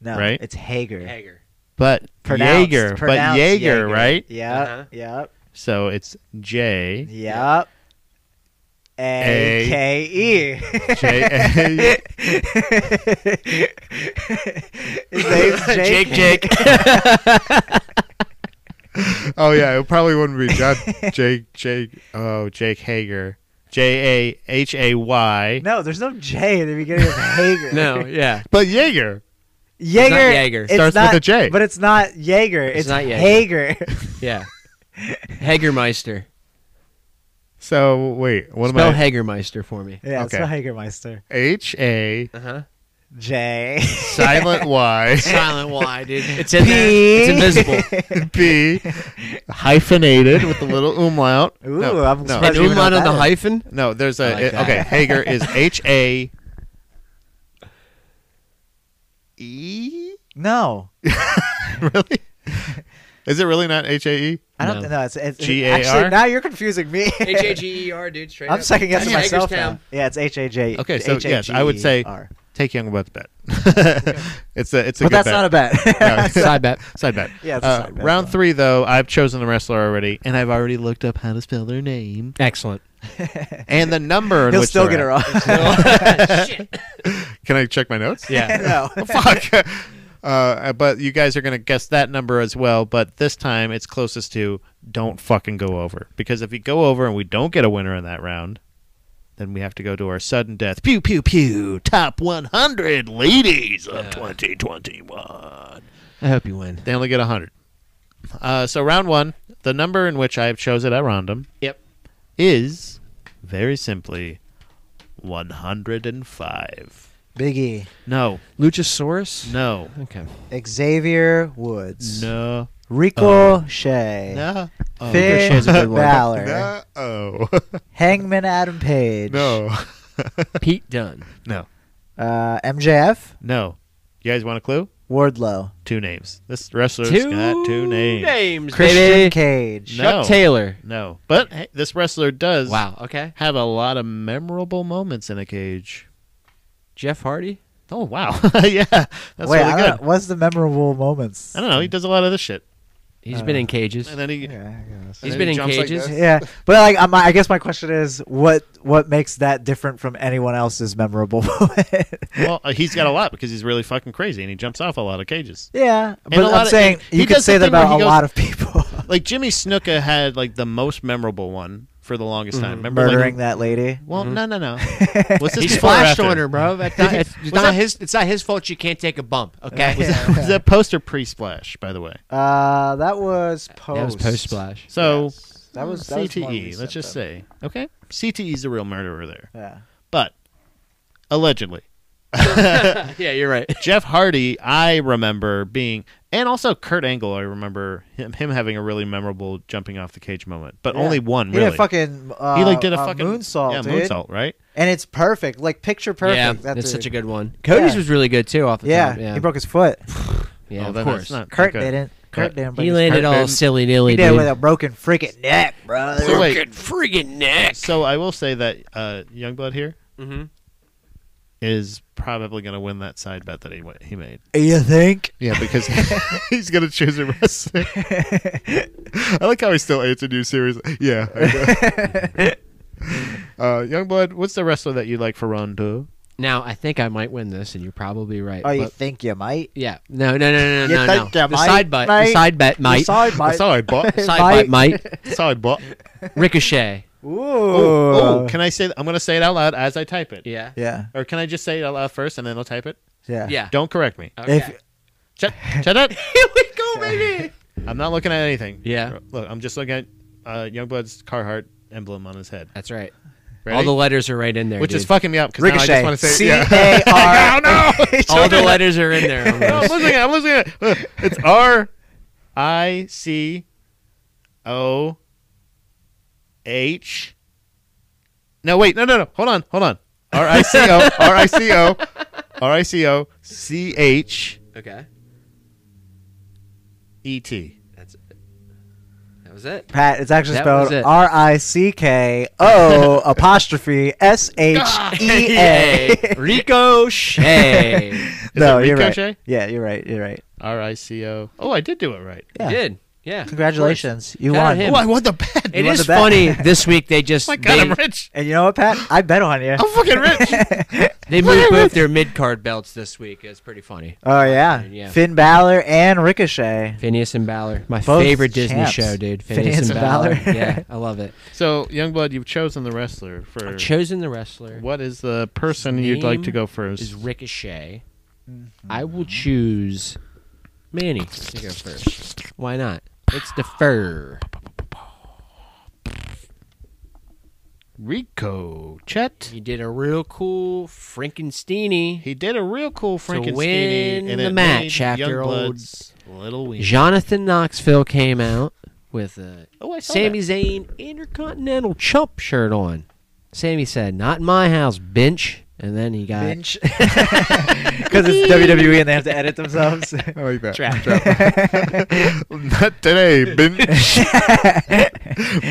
Speaker 3: No,
Speaker 2: Right?
Speaker 3: it's Hager.
Speaker 7: Hager.
Speaker 2: but
Speaker 3: Pronounced-
Speaker 2: Jaeger, but
Speaker 3: pronounced
Speaker 2: Jaeger, right?
Speaker 3: Yep.
Speaker 7: Uh-huh.
Speaker 3: Yep.
Speaker 2: So it's J
Speaker 3: Yep. A K E.
Speaker 2: J A.
Speaker 3: His name's Jake.
Speaker 7: Jake.
Speaker 2: Oh yeah, it probably wouldn't be John Jake Jake. Oh, Jake Hager. J A H A Y.
Speaker 3: No, there's no J in the beginning of Hager.
Speaker 1: No, yeah.
Speaker 2: But Jaeger.
Speaker 3: Jaeger.
Speaker 1: not Jaeger.
Speaker 3: it's
Speaker 2: Starts with
Speaker 3: not-
Speaker 2: a J.
Speaker 3: But it's not Jaeger. It's,
Speaker 1: not
Speaker 3: Hager.
Speaker 1: Yeah. Hagermeister.
Speaker 2: So wait, what
Speaker 1: Spell
Speaker 2: am I?
Speaker 1: Hagermeister for me.
Speaker 3: yeah, it's
Speaker 2: Okay.
Speaker 3: not Hagermeister.
Speaker 2: H A
Speaker 7: Uh huh.
Speaker 3: J.
Speaker 2: silent Y
Speaker 7: Silent Y, dude.
Speaker 1: It's in there. It's invisible.
Speaker 2: B hyphenated with a little umlaut.
Speaker 3: Ooh,
Speaker 2: no,
Speaker 3: I'm
Speaker 2: no,
Speaker 1: An
Speaker 3: surprised you even know
Speaker 1: umlaut on the
Speaker 3: that.
Speaker 1: hyphen.
Speaker 2: no. There's a
Speaker 1: I like
Speaker 2: it-
Speaker 1: that.
Speaker 2: okay. Hager is H A E.
Speaker 3: No,
Speaker 2: really? Is it really not H A E?
Speaker 3: I don't
Speaker 1: No.
Speaker 3: know. It's, it's
Speaker 2: G-A-R?
Speaker 3: Actually, now you're confusing me.
Speaker 7: H A G E R, dude. Straight
Speaker 3: I'm
Speaker 7: up.
Speaker 3: second guessing
Speaker 7: That's
Speaker 3: myself
Speaker 7: Hagerstown.
Speaker 3: now. Yeah, it's H A J.
Speaker 2: Okay, so yes, I would say-
Speaker 3: H-A-G-E-R.
Speaker 2: Take Young about the bet. it's a it's a
Speaker 3: but
Speaker 2: good bet.
Speaker 3: that's not a bet.
Speaker 1: Side bet.
Speaker 2: side bet.
Speaker 3: Yeah, it's a
Speaker 2: Uh,
Speaker 3: side bet,
Speaker 2: round
Speaker 3: though.
Speaker 2: three though, I've chosen the wrestler already, and I've already looked up how to spell their name
Speaker 1: Excellent.
Speaker 2: and the number. in
Speaker 3: He'll
Speaker 2: which
Speaker 3: still
Speaker 2: they're
Speaker 3: get it
Speaker 2: at.
Speaker 3: wrong.
Speaker 7: Shit.
Speaker 2: Can I check my notes?
Speaker 1: Yeah.
Speaker 3: no.
Speaker 2: Fuck. Uh, but you guys are gonna guess that number as well. But this time, it's closest to don't fucking go over because if you go over and we don't get a winner in that round, then we have to go to our sudden death. Pew pew pew. Top 100 ladies of 2021.
Speaker 1: I hope you win.
Speaker 2: They only get 100. Uh, so round one, the number in which I have chosen at random.
Speaker 7: Yep.
Speaker 2: Is very simply 105.
Speaker 3: Biggie,
Speaker 2: No,
Speaker 1: Luchasaurus.
Speaker 2: no,
Speaker 1: Okay.
Speaker 3: Xavier Woods,
Speaker 2: no.
Speaker 3: Ricochet,
Speaker 2: No.
Speaker 3: Finn
Speaker 1: Ricochet's Oh, a good one.
Speaker 3: Balor,
Speaker 2: Oh.
Speaker 3: Hangman Adam Page,
Speaker 1: Pete Dunn.
Speaker 2: no.
Speaker 3: uh, MJF,
Speaker 2: No. You guys want a clue?
Speaker 3: Wardlow,
Speaker 2: Two names. This wrestler's got two names.
Speaker 7: Names.
Speaker 3: Christian
Speaker 1: Baby.
Speaker 3: Cage,
Speaker 2: No.
Speaker 1: Chuck Taylor.
Speaker 2: No. But hey, this wrestler does
Speaker 1: Wow. Okay.
Speaker 2: have a lot of memorable moments in a cage.
Speaker 1: Jeff Hardy.
Speaker 2: Oh, wow. yeah. That's really
Speaker 3: Wait, I
Speaker 2: good.
Speaker 3: don't, what's the memorable moments?
Speaker 2: I don't know. He does a lot of this shit.
Speaker 1: He's
Speaker 3: Uh,
Speaker 1: been in cages.
Speaker 2: And then he.
Speaker 3: Yeah, I guess.
Speaker 1: He's
Speaker 2: and
Speaker 1: been
Speaker 2: he
Speaker 1: in
Speaker 2: jumps like
Speaker 1: cages.
Speaker 2: this.
Speaker 3: yeah, but like, I'm, I guess my question is, what what makes that different from anyone else's memorable moment?
Speaker 2: well, uh, he's got a lot because he's really fucking crazy and he jumps off a lot of cages.
Speaker 3: yeah,
Speaker 2: a
Speaker 3: but
Speaker 2: lot
Speaker 3: I'm
Speaker 2: of-
Speaker 3: saying
Speaker 2: he
Speaker 3: you
Speaker 2: does
Speaker 3: could say
Speaker 2: the
Speaker 3: that
Speaker 2: thing where
Speaker 3: about a
Speaker 2: he goes-
Speaker 3: lot of people
Speaker 2: Like Jimmy Snuka had like the most memorable one for the longest time. Remember like,
Speaker 3: Mm-hmm. murdering Mm-hmm. that lady.
Speaker 2: Well, no, no, no. What's this
Speaker 1: He's
Speaker 2: before or
Speaker 1: flashed
Speaker 2: after?
Speaker 1: on her, bro. That's not, it's,
Speaker 2: Was
Speaker 1: not
Speaker 2: that-
Speaker 1: his. It's not his fault. You can't take a bump. Okay.
Speaker 2: Was that, was that post or pre-splash, by the way?
Speaker 3: Uh, that was post.
Speaker 1: That was post splash.
Speaker 2: So
Speaker 3: That was that was more
Speaker 2: CTE.
Speaker 3: recent,
Speaker 2: let's just
Speaker 3: though.
Speaker 2: say, okay, CTE's the real murderer there,
Speaker 3: Yeah.
Speaker 2: but allegedly,
Speaker 1: yeah, you're right.
Speaker 2: Jeff Hardy, I remember being, and also Kurt Angle, I remember him, him having a really memorable jumping off the cage moment, but
Speaker 3: Yeah.
Speaker 2: only one
Speaker 3: He
Speaker 2: really.
Speaker 3: did a fucking. Uh,
Speaker 2: he like did a
Speaker 3: uh,
Speaker 2: fucking
Speaker 3: moonsault,
Speaker 2: yeah,
Speaker 3: dude.
Speaker 2: moonsault, right?
Speaker 3: and it's perfect, like picture perfect.
Speaker 1: yeah,
Speaker 3: that
Speaker 1: that's
Speaker 3: dude.
Speaker 1: such a good one. Cody's
Speaker 3: Yeah.
Speaker 1: was really good too. Off the
Speaker 3: Yeah,
Speaker 1: top. Yeah,
Speaker 3: he broke his foot.
Speaker 1: yeah,
Speaker 2: Oh,
Speaker 1: of
Speaker 2: then that's
Speaker 1: course.
Speaker 2: not
Speaker 3: Kurt
Speaker 2: okay.
Speaker 3: didn't. Kurt didn't. break
Speaker 1: He
Speaker 3: his
Speaker 1: landed all
Speaker 2: Perfect.
Speaker 1: silly
Speaker 3: foot.
Speaker 1: nilly.
Speaker 3: He did
Speaker 1: dude.
Speaker 3: with a broken freaking neck, bro.
Speaker 2: So wait.
Speaker 7: friggin' neck.
Speaker 2: So I will say that uh, Youngblood here
Speaker 7: Mm-hmm.
Speaker 2: is probably going to win that side bet that he wa- he made.
Speaker 3: You think?
Speaker 2: Yeah, because he's gonna choose a wrestler. I like how he still answered you seriously. Yeah. I know. Uh, Youngblood, what's the wrestler that you like for round two?
Speaker 1: Now I think I might win this, and you're probably right.
Speaker 3: Oh, you
Speaker 1: but-
Speaker 3: think you might?
Speaker 1: yeah. No, no, no, no,
Speaker 3: You
Speaker 1: no, no.
Speaker 3: think you
Speaker 1: The
Speaker 3: might,
Speaker 1: side bet. The
Speaker 3: mate?
Speaker 1: side bet might.
Speaker 3: Side bite.
Speaker 2: Side butt.
Speaker 1: Side bet might.
Speaker 2: Side butt.
Speaker 1: Ricochet.
Speaker 3: Ooh.
Speaker 2: Oh, can I say? I'm gonna say it out loud as I type it.
Speaker 1: Uh, Yeah.
Speaker 3: Yeah.
Speaker 2: Or can I just say it out loud first and then I'll type it?
Speaker 3: Yeah.
Speaker 1: Yeah.
Speaker 2: Don't correct me.
Speaker 1: Okay.
Speaker 3: If-
Speaker 2: Shut, shut up.
Speaker 1: Here we go, baby.
Speaker 2: I'm not looking at anything.
Speaker 1: Yeah.
Speaker 2: Look, I'm just looking at uh, Youngblood's Carhartt emblem on his head.
Speaker 1: That's right. All
Speaker 2: Ready?
Speaker 1: the letters are right in there.
Speaker 2: Which is
Speaker 1: dude.
Speaker 2: fucking me up because I just
Speaker 3: Ricochet.
Speaker 2: want to say
Speaker 3: C
Speaker 2: yeah.
Speaker 3: A R. E.
Speaker 1: All the letters are in there.
Speaker 2: No, I'm
Speaker 1: almost.
Speaker 2: losing it. I'm losing it. Look, It's R I C O H. No, wait. No, no, no. Hold on. Hold on. R I C O R I C O R I C O C H
Speaker 8: Okay.
Speaker 2: E T.
Speaker 8: That's it. That was it.
Speaker 3: Pat, it's actually
Speaker 1: That was
Speaker 3: spelled
Speaker 1: it.
Speaker 3: R I C K O apostrophe S H E A.
Speaker 1: Ricochet.
Speaker 3: No,
Speaker 2: it
Speaker 3: you're right.
Speaker 2: Ricochet?
Speaker 3: Yeah, you're right. You're right.
Speaker 2: R I C O. Oh, I did do it right.
Speaker 1: You
Speaker 3: Yeah.
Speaker 1: Did. Yeah.
Speaker 3: Congratulations, you
Speaker 1: Shout out
Speaker 3: won.
Speaker 1: him.
Speaker 2: Oh, I won the bet.
Speaker 1: It
Speaker 3: won
Speaker 1: is
Speaker 3: the bet.
Speaker 1: funny. This week they just
Speaker 2: Oh my God,
Speaker 1: they,
Speaker 2: I'm rich.
Speaker 3: And you know what, Pat? I bet on you.
Speaker 2: I'm fucking rich.
Speaker 1: Oh. they moved both their mid card belts this week. It's pretty funny.
Speaker 3: Oh yeah.
Speaker 1: Yeah.
Speaker 3: Finn Balor and Ricochet.
Speaker 1: Phineas and Balor, my
Speaker 3: Both
Speaker 1: favorite Disney
Speaker 3: champs.
Speaker 1: show, dude.
Speaker 3: Phineas and Balor.
Speaker 1: yeah, I love it.
Speaker 2: so, Youngblood, you've chosen the wrestler for.
Speaker 1: Chosen the wrestler
Speaker 2: what is the person you'd like to
Speaker 1: name
Speaker 2: go first?
Speaker 1: is Ricochet. I will choose Manny to go first. Why not? Let's defer.
Speaker 2: Rico Chet.
Speaker 1: He did a real cool Frankensteiny.
Speaker 2: He did a real cool Frankenstein
Speaker 1: win
Speaker 2: and
Speaker 1: the
Speaker 2: it
Speaker 1: match
Speaker 2: made
Speaker 1: after
Speaker 2: Youngblood's little win.
Speaker 1: Jonathan Knoxville came out with a
Speaker 2: Oh, I saw
Speaker 1: Sami Zayn Intercontinental Chump shirt on. Sammy said, "Not in my house, bench." And then he got
Speaker 3: Because it's WWE and they have to edit themselves.
Speaker 2: I
Speaker 1: Oh,
Speaker 2: like that. Not today,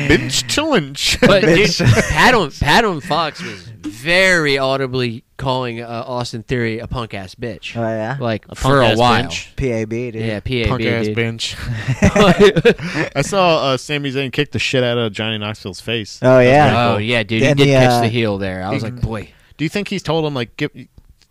Speaker 2: bench. bench challenge.
Speaker 1: But dude,
Speaker 3: Bitch.
Speaker 1: Pat on Pat on Fox was very audibly calling uh, Austin Theory a punk ass bitch,
Speaker 3: Oh yeah.
Speaker 1: like for a
Speaker 2: punk-ass
Speaker 1: while.
Speaker 2: bitch.
Speaker 3: PAB, dude.
Speaker 1: Yeah, PAB.
Speaker 2: Punk ass
Speaker 1: dude.
Speaker 2: bench. I saw uh, Sami Zayn kick the shit out of Johnny Knoxville's face.
Speaker 3: Oh yeah.
Speaker 1: oh yeah, dude, he
Speaker 3: Then
Speaker 1: did
Speaker 3: the,
Speaker 1: catch
Speaker 3: uh, Mm-hmm.
Speaker 1: the heel there. I was like, boy,
Speaker 2: Do you think he's told him like, give,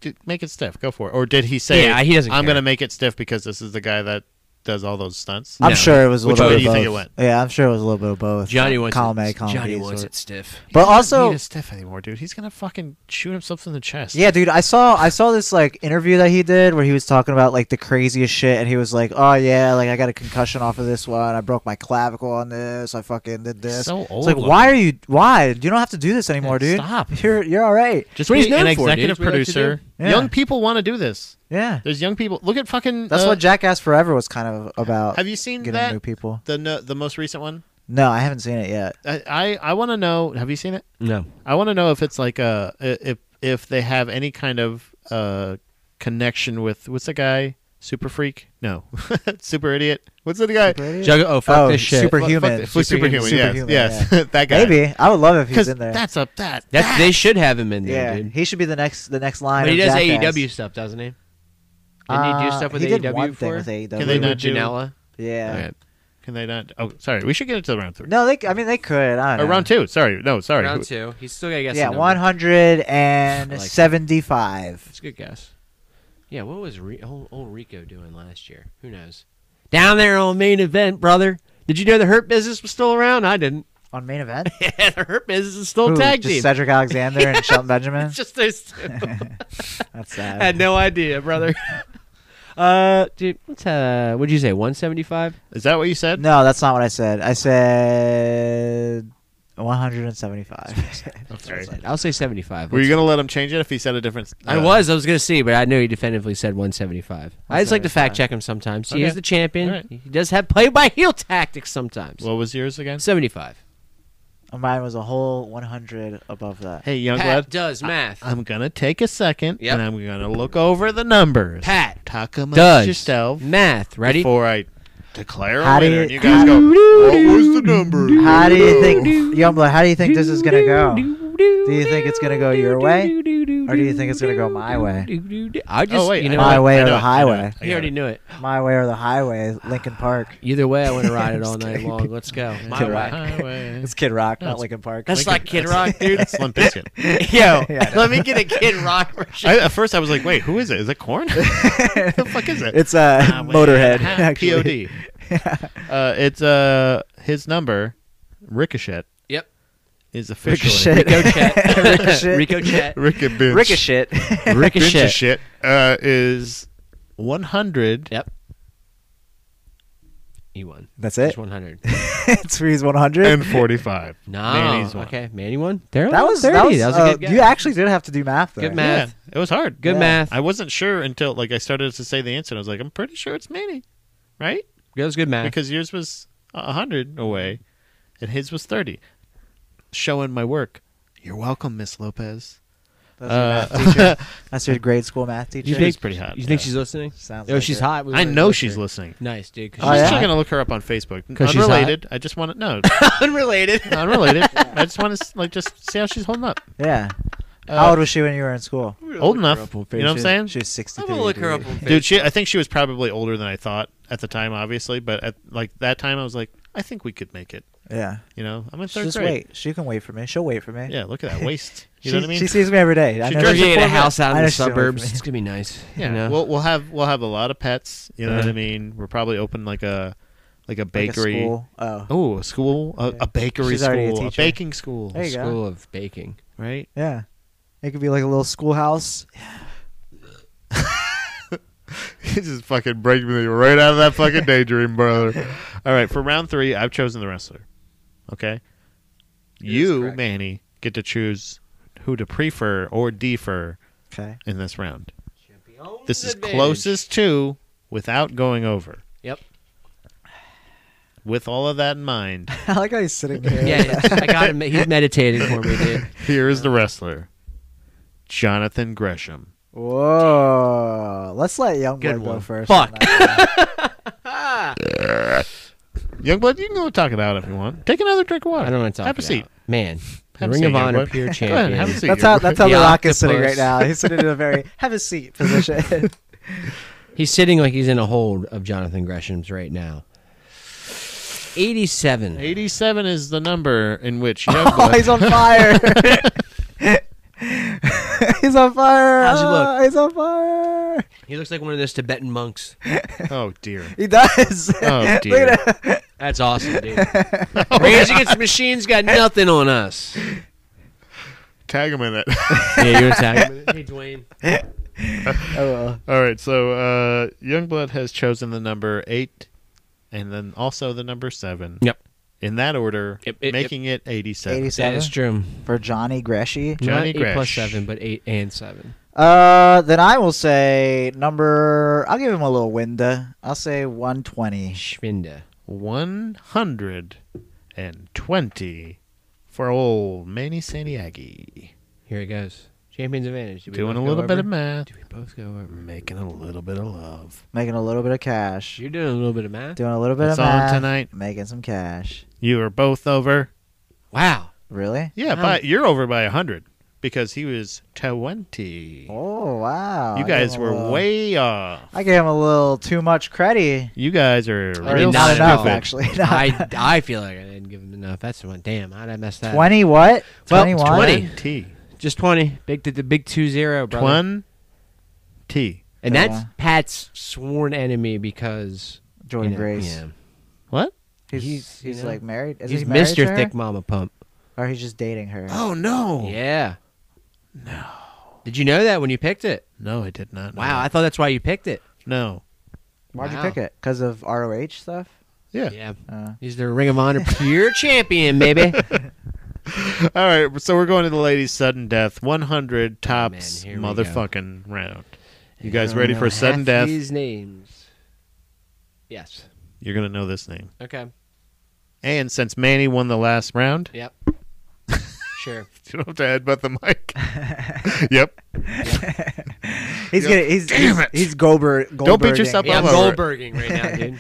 Speaker 2: d- make it stiff, go for it, or did he say,
Speaker 1: Yeah, he doesn't
Speaker 2: I'm
Speaker 1: care.
Speaker 2: gonna make it stiff because this is the guy that does all those stunts.
Speaker 3: I'm
Speaker 1: No.
Speaker 3: sure it was a
Speaker 2: Which
Speaker 3: little
Speaker 2: way
Speaker 3: bit
Speaker 2: do you
Speaker 3: of both.
Speaker 2: think it went?
Speaker 3: Yeah, I'm sure it was a little bit of both.
Speaker 1: Johnny wants
Speaker 3: column A,
Speaker 1: it.
Speaker 3: column
Speaker 1: Johnny
Speaker 3: B,
Speaker 1: wants
Speaker 3: sort
Speaker 1: it stiff.
Speaker 3: of. But
Speaker 2: He
Speaker 3: also,
Speaker 2: doesn't stiff anymore, dude. He's gonna fucking shoot himself in the chest.
Speaker 3: yeah, dude, I saw I saw this like interview that he did where he was talking about like the craziest shit, and he was like, "Oh yeah, like I got a concussion off of this one. I broke my clavicle on this. I fucking did this."
Speaker 2: So
Speaker 3: it's
Speaker 2: old
Speaker 3: like,
Speaker 2: looking.
Speaker 3: why are you? Why you don't have to do this anymore,
Speaker 2: Yeah,
Speaker 3: dude?
Speaker 2: stop.
Speaker 3: You're you're all right.
Speaker 2: Just
Speaker 1: What
Speaker 2: be
Speaker 1: he's known
Speaker 2: an
Speaker 1: for, dude.
Speaker 2: executive
Speaker 1: It's what he likes to
Speaker 2: producer.
Speaker 3: do.
Speaker 2: Young
Speaker 3: Yeah.
Speaker 2: people want to do this.
Speaker 3: Yeah,
Speaker 2: There's young people. Look at fucking.
Speaker 3: that's
Speaker 2: uh,
Speaker 3: what Jackass Forever was kind of about.
Speaker 2: Have you seen
Speaker 3: getting
Speaker 2: that?
Speaker 3: new people?
Speaker 2: The no, the most recent one.
Speaker 3: No, I haven't seen it yet.
Speaker 2: I I, I want to know. Have you seen it?
Speaker 1: No,
Speaker 2: I want to know if it's like uh if if they have any kind of uh connection with what's the guy Super Freak? No, Super Idiot. What's the guy?
Speaker 3: Brady?
Speaker 1: Jugga- oh fuck
Speaker 3: Oh,
Speaker 1: this shit.
Speaker 3: super-
Speaker 2: Fuck- fuck
Speaker 3: Superhuman.
Speaker 2: the- Superhuman.
Speaker 3: Superhuman.
Speaker 2: Yes,
Speaker 3: Superhuman,
Speaker 2: yes, that guy.
Speaker 3: Maybe I would love if he's
Speaker 2: because
Speaker 3: in there.
Speaker 2: that's a that
Speaker 1: That's they should have him in there,
Speaker 3: yeah,
Speaker 1: dude.
Speaker 3: he should be the next the next line.
Speaker 1: But he
Speaker 3: of
Speaker 1: does
Speaker 2: E
Speaker 3: Jackass.
Speaker 1: AEW stuff, doesn't he? Didn't he do
Speaker 3: Uh,
Speaker 1: stuff with E
Speaker 3: he
Speaker 1: AEW
Speaker 3: did one thing
Speaker 1: before?
Speaker 3: with E AEW.
Speaker 2: Can they
Speaker 1: with
Speaker 2: not do-
Speaker 1: Janela?
Speaker 3: Yeah.
Speaker 2: Okay. Can they not? Oh, sorry. We should get into the round three.
Speaker 3: No, they. I mean, they could. I
Speaker 2: Or
Speaker 3: don't know.
Speaker 2: Uh, round two. Sorry. No. Sorry.
Speaker 1: Round two. He's still gotta guess. the
Speaker 3: Yeah,
Speaker 1: number.
Speaker 3: one hundred and seventy-five.
Speaker 1: It's a good guess. Yeah, what was Re- old, old Rico doing last year? Who knows? Down there on main event, brother. Did you know the Hurt Business was still around? I didn't.
Speaker 3: On main event,
Speaker 1: Yeah, the Hurt Business is still
Speaker 3: Ooh,
Speaker 1: a tag
Speaker 3: just
Speaker 1: team.
Speaker 3: Cedric Alexander and Shelton Benjamin.
Speaker 1: It's just those two.
Speaker 3: That's
Speaker 1: I had
Speaker 3: sad.
Speaker 1: no idea, brother. uh, dude, what's uh? What'd you say? One seventy-five?
Speaker 2: Is that what you said?
Speaker 3: No, that's not what I said. I said one hundred and seventy-five.
Speaker 2: Sorry.
Speaker 1: I'll say seventy-five.
Speaker 2: Were you gonna let him change it if he said a different?
Speaker 1: I
Speaker 2: uh,
Speaker 1: was. I was gonna see, but I know he definitively said 175. I just like to fact check him sometimes. He
Speaker 2: Okay.
Speaker 1: is the champion.
Speaker 2: All right.
Speaker 1: He does have play by heel tactics sometimes.
Speaker 2: What was yours again?
Speaker 1: 75.
Speaker 3: Mine was a whole one hundred above that.
Speaker 2: Hey, young
Speaker 1: Pat
Speaker 2: lad,
Speaker 1: does math.
Speaker 2: I'm gonna take a second
Speaker 1: Yep.
Speaker 2: and I'm gonna look over the numbers.
Speaker 1: Pat
Speaker 2: talk amongst
Speaker 1: does
Speaker 2: yourself
Speaker 1: math. Ready?
Speaker 2: before I declare
Speaker 3: How
Speaker 2: a
Speaker 3: do
Speaker 2: winner.
Speaker 3: you-
Speaker 2: and you guys go. What was the number?
Speaker 3: How do you think, Youngblood? How do you think this is gonna go? Do you think it's gonna go your way,
Speaker 1: or do
Speaker 3: you think it's gonna go my way?
Speaker 1: I just,
Speaker 2: oh wait,
Speaker 1: you
Speaker 2: I
Speaker 1: know,
Speaker 2: know
Speaker 1: what?
Speaker 2: it. I
Speaker 3: Highway or
Speaker 2: know
Speaker 3: the
Speaker 2: it. I know
Speaker 3: highway?
Speaker 2: it. I
Speaker 1: you
Speaker 2: got
Speaker 1: already
Speaker 2: it.
Speaker 1: knew it.
Speaker 3: My way or the highway, Lincoln Park.
Speaker 1: Either way, I want to ride it
Speaker 3: I'm
Speaker 1: all
Speaker 3: just
Speaker 1: night
Speaker 3: kidding.
Speaker 1: long. Let's go.
Speaker 2: My
Speaker 3: Kid
Speaker 2: way.
Speaker 3: Rock.
Speaker 2: Highway.
Speaker 3: It's Kid Rock,
Speaker 2: No,
Speaker 3: not
Speaker 2: it's-
Speaker 3: Lincoln Park.
Speaker 1: That's not Kid Rock, dude.
Speaker 2: That's Limp Bizkit.
Speaker 1: Yo,
Speaker 3: Yeah.
Speaker 1: let me get a Kid Rock version.
Speaker 2: I, at first, I was like, "Wait, who is it? Is it Corn? the fuck is it?"
Speaker 3: It's uh,
Speaker 2: Highway.
Speaker 3: Motorhead.
Speaker 2: Ah,
Speaker 3: actually.
Speaker 2: POD. Uh, it's uh his number, Ricochet.
Speaker 1: Yep.
Speaker 2: Is officially
Speaker 3: Ricochet.
Speaker 1: Ricochet.
Speaker 3: Ricochet.
Speaker 1: Ricochet.
Speaker 2: Ricochet.
Speaker 3: Ricochet.
Speaker 1: Ricochet.
Speaker 2: Ricochet uh, is one hundred.
Speaker 1: Yep. He won.
Speaker 3: That's
Speaker 2: Eh.
Speaker 1: It's
Speaker 3: it.
Speaker 1: 100.
Speaker 3: it's for his 100.
Speaker 2: and 45.
Speaker 1: No.
Speaker 2: Manny's won.
Speaker 1: Okay, Manny won. There
Speaker 3: that was
Speaker 1: 30.
Speaker 3: that was,
Speaker 1: a
Speaker 3: uh,
Speaker 1: good guess.
Speaker 3: you actually did have to do math there.
Speaker 1: Good Math.
Speaker 2: Yeah, it was hard.
Speaker 1: Good
Speaker 3: Yeah.
Speaker 1: math.
Speaker 2: I wasn't sure until like I started to say the answer. and I was like, I'm pretty sure it's Manny, right?
Speaker 1: That was good math.
Speaker 2: Because yours was a hundred away, and his was thirty. Showing my work. You're welcome, Miss Lopez.
Speaker 3: That's your
Speaker 2: Uh,
Speaker 3: math teacher. That's your grade school math teacher.
Speaker 1: you
Speaker 2: She was
Speaker 1: think
Speaker 2: pretty hot,
Speaker 1: You think
Speaker 2: yeah.
Speaker 1: she's listening?
Speaker 3: Sounds
Speaker 1: Oh,
Speaker 3: like
Speaker 1: she's
Speaker 3: her.
Speaker 1: hot. We
Speaker 2: I
Speaker 1: wanna
Speaker 2: know
Speaker 1: look
Speaker 2: she's
Speaker 1: her.
Speaker 2: listening.
Speaker 1: Nice, dude. 'cause
Speaker 3: Oh,
Speaker 2: She's
Speaker 1: she's
Speaker 3: yeah?
Speaker 2: still gonna look her up on Facebook.
Speaker 1: 'Cause she's
Speaker 2: Unrelated. I just want to no
Speaker 1: unrelated.
Speaker 2: unrelated. I just want to like just see how she's holding up.
Speaker 3: Yeah.
Speaker 2: Uh,
Speaker 3: How old was she when you were in school?
Speaker 2: Old enough.
Speaker 1: on
Speaker 2: You know what I'm saying?
Speaker 3: She was 63.
Speaker 1: I'm gonna look her up
Speaker 3: dude.
Speaker 1: on Facebook.
Speaker 2: Dude, she, I think she was probably older than I thought at the time, obviously. But at like that time, I was like, I think we could make it.
Speaker 3: Yeah.
Speaker 2: You know, I'm in
Speaker 3: She's
Speaker 2: third
Speaker 3: Just
Speaker 2: grade.
Speaker 3: wait. She can wait for me. She'll wait for me.
Speaker 2: Yeah, look at that waist. You
Speaker 3: she,
Speaker 2: know what I mean?
Speaker 3: She sees me every day. I
Speaker 2: She
Speaker 3: know
Speaker 2: drives
Speaker 1: We're
Speaker 2: you
Speaker 3: she-
Speaker 1: getting a
Speaker 2: Before
Speaker 1: house out
Speaker 3: I
Speaker 1: in the
Speaker 3: just don't
Speaker 1: suburbs.
Speaker 3: remember.
Speaker 1: It's gonna be nice.
Speaker 2: yeah,
Speaker 1: you know?
Speaker 2: we'll we'll have we'll have a lot of pets. You know what
Speaker 1: Yeah.
Speaker 2: I mean? We're probably open like a like a
Speaker 3: like a
Speaker 2: bakery.
Speaker 3: school. Oh.
Speaker 2: Oh, a school, a,
Speaker 3: Yeah.
Speaker 2: a bakery
Speaker 3: She's already a
Speaker 2: school, a,
Speaker 3: teacher.
Speaker 2: baking school,
Speaker 3: There you go.
Speaker 1: School of baking.
Speaker 2: right?
Speaker 3: Yeah. It could be like a little schoolhouse.
Speaker 2: you just fucking breaking me right out of that fucking daydream, brother. All right, for round three, I've chosen the wrestler. Okay, you,
Speaker 1: correct.
Speaker 2: Manny, get to choose who to prefer or defer
Speaker 3: Okay.
Speaker 2: in this round. This is closest to without going over.
Speaker 1: Yep.
Speaker 2: With all of that in mind,
Speaker 3: I like how he's sitting there.
Speaker 1: Yeah, yeah, I got him. He's meditating for me, dude.
Speaker 2: here is the wrestler, Jonathan Gresham.
Speaker 3: Whoa. Let's let Youngblood
Speaker 1: Good
Speaker 3: go
Speaker 1: one.
Speaker 3: first.
Speaker 1: Fuck.
Speaker 3: on that one.
Speaker 2: Youngblood, you can go talk it out if you want. Take another drink of water.
Speaker 1: I don't want to talk.
Speaker 2: Have a
Speaker 1: it
Speaker 2: seat.
Speaker 1: out. man.
Speaker 2: Have a
Speaker 1: Ring
Speaker 2: seat,
Speaker 1: of
Speaker 2: young
Speaker 1: Honor,
Speaker 2: boy.
Speaker 1: pure
Speaker 2: Go
Speaker 1: champion.
Speaker 2: ahead, have a seat.
Speaker 3: that's how that's how
Speaker 1: The
Speaker 3: the, Rock is sitting right
Speaker 1: octopus.
Speaker 3: now. He's sitting in a very have a seat position.
Speaker 1: He's sitting like he's in a hold of Jonathan Gresham's right now. Eighty-seven.
Speaker 2: 87 is the number in which
Speaker 3: oh,
Speaker 2: Youngblood.
Speaker 3: he's on fire. he's on fire.
Speaker 1: How's he look?
Speaker 3: Oh, he's on fire.
Speaker 1: He looks like one of those Tibetan monks.
Speaker 2: oh, dear.
Speaker 3: He does.
Speaker 2: Oh,
Speaker 3: Look
Speaker 2: dear.
Speaker 3: at him.
Speaker 1: That's awesome, dude. Rage Against the Machine's got nothing on us.
Speaker 2: Tag him in it.
Speaker 1: Yeah, you're attacking. hey, Dwayne.
Speaker 3: Oh, well.
Speaker 2: All right, so uh, Youngblood has chosen the number 8 and then also the number 7.
Speaker 1: Yep.
Speaker 2: In that order,
Speaker 1: Yep, it-
Speaker 2: making it 87.
Speaker 3: 87
Speaker 1: That is true.
Speaker 3: for Johnny Greshey.
Speaker 2: Johnny
Speaker 1: Not eight plus
Speaker 2: Gresh.
Speaker 1: seven, but eight and seven.
Speaker 3: Uh, then I will say number. I'll give him a little window. I'll say 120.
Speaker 1: Schwinda.
Speaker 2: 120 for old Manny Santiago.
Speaker 1: Here it goes. Champions advantage. Did we
Speaker 2: Doing a
Speaker 1: both go
Speaker 2: little bit
Speaker 1: over?
Speaker 2: of math.
Speaker 1: Did we both go over?
Speaker 2: Making a little bit of love.
Speaker 3: Making a little bit of cash.
Speaker 1: You're doing a little bit of math.
Speaker 3: Doing a little bit
Speaker 2: That's
Speaker 3: of
Speaker 2: on
Speaker 3: math.
Speaker 2: tonight.
Speaker 3: Making some cash.
Speaker 2: You are both over.
Speaker 1: Wow.
Speaker 3: Really?
Speaker 2: Yeah,
Speaker 1: Wow.
Speaker 2: by, you're over by 100 because he was 20.
Speaker 3: Oh wow!
Speaker 2: you
Speaker 3: I gave
Speaker 2: guys
Speaker 3: him a
Speaker 2: were
Speaker 3: little-
Speaker 2: way off.
Speaker 3: I gave him a little too much credit.
Speaker 2: You guys are
Speaker 3: Or
Speaker 2: real
Speaker 1: not
Speaker 3: not enough,
Speaker 2: stupid.
Speaker 3: actually.
Speaker 1: I, I feel like I didn't give him enough. That's the one. Damn, how'd I mess that? up?
Speaker 3: Twenty what?
Speaker 1: Well,
Speaker 3: 21?
Speaker 1: 20.
Speaker 2: T.
Speaker 1: Just twenty. Big the, the big two zero, brother.
Speaker 2: Twan T.
Speaker 1: And
Speaker 3: Yeah.
Speaker 1: that's Pat's sworn enemy because you
Speaker 3: Jordan
Speaker 1: know,
Speaker 3: Grace.
Speaker 1: yeah.
Speaker 2: What?
Speaker 3: He's
Speaker 1: He's-
Speaker 3: he's,
Speaker 1: you know,
Speaker 3: like married. Is
Speaker 1: He's
Speaker 3: he married to
Speaker 1: Mr.
Speaker 3: her?
Speaker 1: Thick Mama Pump.
Speaker 3: or he's just dating her?
Speaker 2: Oh no.
Speaker 1: Yeah. No. Did you know that when you picked it?
Speaker 2: No, I did not. know
Speaker 1: Wow, I
Speaker 2: that.
Speaker 1: thought that's why you picked it.
Speaker 2: No.
Speaker 3: Why'd
Speaker 1: wow.
Speaker 3: you pick it? Because of ROH stuff?
Speaker 2: Yeah.
Speaker 1: Yeah.
Speaker 3: Uh,
Speaker 1: He's the Ring of Honor pure champion, baby.
Speaker 2: All right, so we're going to the ladies' sudden death, 100 tops,
Speaker 1: here we go.
Speaker 2: motherfucking round. You guys ready for sudden death?
Speaker 1: These names. Yes.
Speaker 2: You're gonna know this name.
Speaker 1: Okay.
Speaker 2: And since Manny won the last round,
Speaker 1: Yep. sure.
Speaker 2: you don't have to headbutt the mic. yep.
Speaker 3: he's
Speaker 2: Yep.
Speaker 3: gonna he's
Speaker 2: Damn
Speaker 3: he's,
Speaker 2: it.
Speaker 3: he's Goldberg.
Speaker 2: Don't beat
Speaker 3: Goldberging.
Speaker 2: yourself
Speaker 1: Yeah, I'm
Speaker 2: I'm over it.
Speaker 1: Goldberging right now, dude.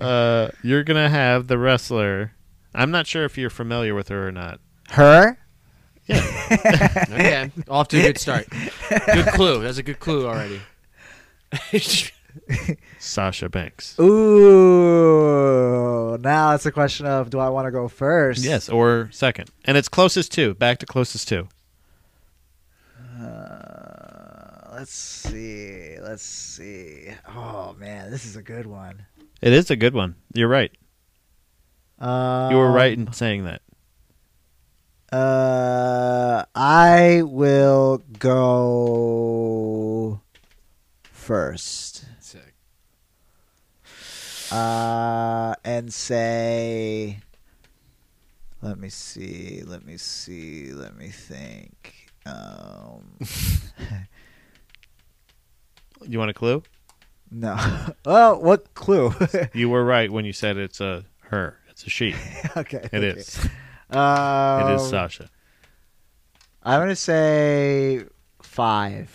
Speaker 2: Uh, you're gonna have the wrestler. I'm not sure if you're familiar with her or not.
Speaker 3: Her?
Speaker 9: Okay, off to a good start. Good clue. That's a good clue already.
Speaker 2: Sasha Banks.
Speaker 3: Ooh, now it's a question of do I want to go first?
Speaker 2: Yes, or second. And it's closest to. Back to closest to.
Speaker 3: Uh, let's see. Let's see. Oh man, this is a good one.
Speaker 2: It is a good one. You're right.
Speaker 3: Uh,
Speaker 2: You were right in saying that.
Speaker 3: Uh, I will go first.
Speaker 9: Sick.
Speaker 3: uh, and say, let me see, let me see, let me think. Um,
Speaker 2: You want a clue?
Speaker 3: no. oh, what clue? okay.
Speaker 2: You were right when you said it's a her. It's a she. It
Speaker 3: okay.
Speaker 2: is. uh,
Speaker 3: Um,
Speaker 2: It is Sasha.
Speaker 3: I'm gonna say five.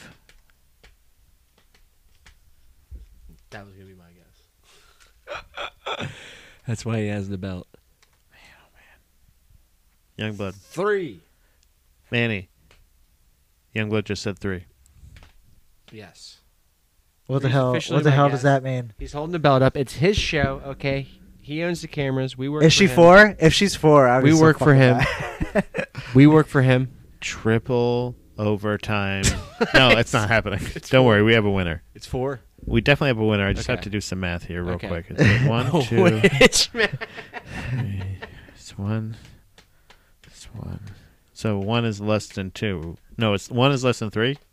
Speaker 9: That was gonna be my guess.
Speaker 1: That's why he has the belt.
Speaker 2: Youngblood.
Speaker 9: Three.
Speaker 2: Manny. Youngblood just said three.
Speaker 9: Yes.
Speaker 3: What the
Speaker 1: He's
Speaker 3: hell?
Speaker 1: officially
Speaker 3: What the
Speaker 1: my
Speaker 3: hell
Speaker 1: guess.
Speaker 3: does that mean?
Speaker 1: He's holding the belt up. It's his show. Okay, he owns the cameras. We work.
Speaker 3: Is
Speaker 1: for
Speaker 3: she
Speaker 1: him.
Speaker 3: four? If she's four, I'd be
Speaker 1: We
Speaker 3: so
Speaker 1: work for
Speaker 3: fucking
Speaker 1: him.
Speaker 3: mad.
Speaker 1: We work for him.
Speaker 2: Triple overtime. no, it's not happening. Don't worry. We have a winner.
Speaker 1: It's four.
Speaker 2: We definitely have a winner. I just
Speaker 1: Okay.
Speaker 2: have to do some math here real
Speaker 1: Okay.
Speaker 2: quick. It's like one, two,
Speaker 1: Which man?
Speaker 2: three. It's one. It's one. So one is less than two. No, it's one is less than three.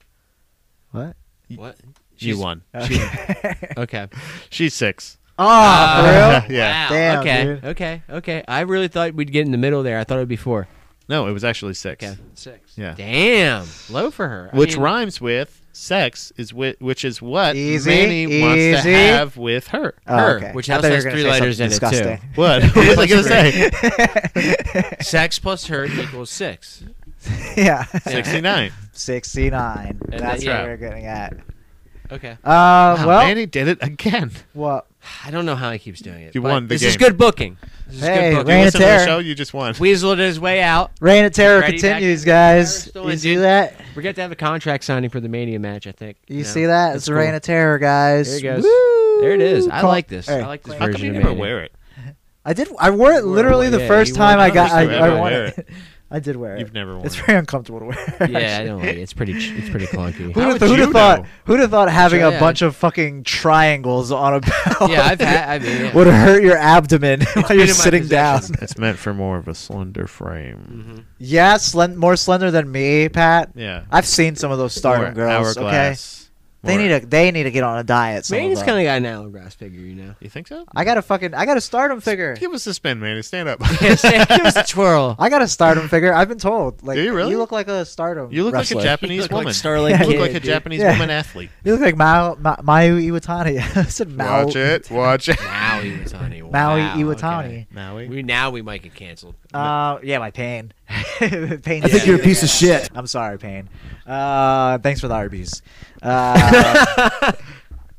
Speaker 3: What?
Speaker 1: What?
Speaker 2: She
Speaker 1: She's-
Speaker 2: won.
Speaker 3: uh,
Speaker 1: Okay.
Speaker 2: She's six.
Speaker 3: Oh,
Speaker 1: Uh,
Speaker 3: for real?
Speaker 2: yeah.
Speaker 9: Wow.
Speaker 3: Damn,
Speaker 1: okay.
Speaker 3: dude.
Speaker 1: Okay. Okay. I really thought we'd get in the middle there. I thought it'd be four.
Speaker 2: No, it was actually six.
Speaker 1: Okay.
Speaker 9: Six.
Speaker 2: Yeah.
Speaker 1: Damn. Low for her. I
Speaker 2: Which
Speaker 1: mean,
Speaker 2: rhymes with sex is wi- which is what
Speaker 3: Easy,
Speaker 2: Manny wants to
Speaker 3: easy.
Speaker 2: have with her.
Speaker 3: Oh,
Speaker 1: Her,
Speaker 3: okay.
Speaker 1: which
Speaker 3: I
Speaker 1: house
Speaker 3: thought you
Speaker 1: has
Speaker 3: were gonna
Speaker 1: three
Speaker 3: say
Speaker 1: letters in
Speaker 3: something
Speaker 1: it, too.
Speaker 3: disgusting.
Speaker 2: What? what was I gonna say?
Speaker 9: Sex plus her equals six.
Speaker 3: yeah.
Speaker 2: Sixty nine.
Speaker 3: Uh, 69.
Speaker 9: And
Speaker 3: That's
Speaker 9: then-
Speaker 3: what we're getting at.
Speaker 9: Okay.
Speaker 3: Uh, well,
Speaker 2: Manny did it again.
Speaker 3: what?
Speaker 1: I don't know how he keeps doing it.
Speaker 2: You
Speaker 1: but
Speaker 2: won the
Speaker 1: this is
Speaker 2: game.
Speaker 1: good booking. This is good
Speaker 3: Hey,
Speaker 2: You
Speaker 3: Ran
Speaker 1: booking.
Speaker 3: Rand- a
Speaker 2: listen to the
Speaker 3: tear.
Speaker 2: show, you just won.
Speaker 1: Weaseled his way out.
Speaker 3: Reign of Terror
Speaker 1: Ready back
Speaker 3: continues,
Speaker 1: in
Speaker 3: guys.
Speaker 1: Terror,
Speaker 3: You
Speaker 1: still
Speaker 3: see that?
Speaker 1: We're going to have a contract signing for the Mania match, I think.
Speaker 3: You
Speaker 1: No,
Speaker 3: see that?
Speaker 1: that's
Speaker 3: It's the Reign of Terror, guys.
Speaker 1: There it goes.
Speaker 3: Woo!
Speaker 1: There it is. I
Speaker 3: Call-
Speaker 1: like this.
Speaker 3: Hey,
Speaker 1: I like this
Speaker 2: How
Speaker 1: version
Speaker 2: come you
Speaker 1: of
Speaker 2: never
Speaker 1: Mania.
Speaker 2: wear it?
Speaker 3: I did. I wore it
Speaker 1: You wore it
Speaker 3: literally
Speaker 1: one-
Speaker 3: the
Speaker 1: yeah,
Speaker 3: first
Speaker 1: you wore
Speaker 3: time
Speaker 1: it.
Speaker 3: I got.
Speaker 2: I don't think
Speaker 3: I, I
Speaker 2: you ever
Speaker 3: wore
Speaker 2: wear
Speaker 3: it. I did wear it.
Speaker 2: You've never worn
Speaker 3: It's
Speaker 2: it.
Speaker 3: very uncomfortable to wear.
Speaker 1: Yeah, I don't like it. It's pretty ch- it's pretty clunky.
Speaker 2: How
Speaker 3: Who'd
Speaker 2: would
Speaker 3: have
Speaker 2: you
Speaker 3: thought?
Speaker 2: know?
Speaker 3: Who'd have thought having
Speaker 1: Sure,
Speaker 3: a
Speaker 1: yeah.
Speaker 3: bunch of fucking triangles on a belt?
Speaker 1: yeah, I've had I mean, yeah.
Speaker 3: would hurt your abdomen while
Speaker 1: been
Speaker 3: you're
Speaker 1: in my
Speaker 3: sitting down.
Speaker 1: possession.
Speaker 2: It's meant for more of a slender frame.
Speaker 9: Mm-hmm.
Speaker 3: Yeah, slen- more slender than me, Pat.
Speaker 2: Yeah.
Speaker 3: I've seen some of those stardom
Speaker 2: More
Speaker 3: Mm-hmm. girls. Okay,
Speaker 2: hourglass.
Speaker 3: they
Speaker 2: More-
Speaker 3: need to they need to get on a diet. Some
Speaker 1: Manny's
Speaker 3: of
Speaker 1: kind
Speaker 3: them.
Speaker 1: of got an hourglass figure, you know.
Speaker 2: You think so?
Speaker 3: I got a fucking I got a stardom figure.
Speaker 2: Give us a spin, Manny. Stand up.
Speaker 1: Give us a twirl.
Speaker 3: I got a stardom figure. I've been told. Like
Speaker 2: Do you really?
Speaker 3: look like a stardom.
Speaker 2: You look
Speaker 3: wrestler.
Speaker 2: like a Japanese
Speaker 1: look like
Speaker 2: woman.
Speaker 1: Starlight
Speaker 2: you look
Speaker 1: Kid,
Speaker 2: like a
Speaker 1: dude.
Speaker 2: Japanese
Speaker 3: Yeah.
Speaker 2: woman athlete.
Speaker 3: You look like Mao, Ma- Mayu Iwatani. I said Mao,
Speaker 2: Watch it. Watch it.
Speaker 9: Maui Iwatani.
Speaker 3: Maui
Speaker 9: Wow,
Speaker 3: Iwatani.
Speaker 9: okay.
Speaker 2: Maui.
Speaker 9: We now we might get canceled.
Speaker 3: Uh, yeah, my pain. pain.
Speaker 9: I think you're a
Speaker 3: piece of shit. I'm sorry, pain. Uh, thanks for the Arby's. Uh,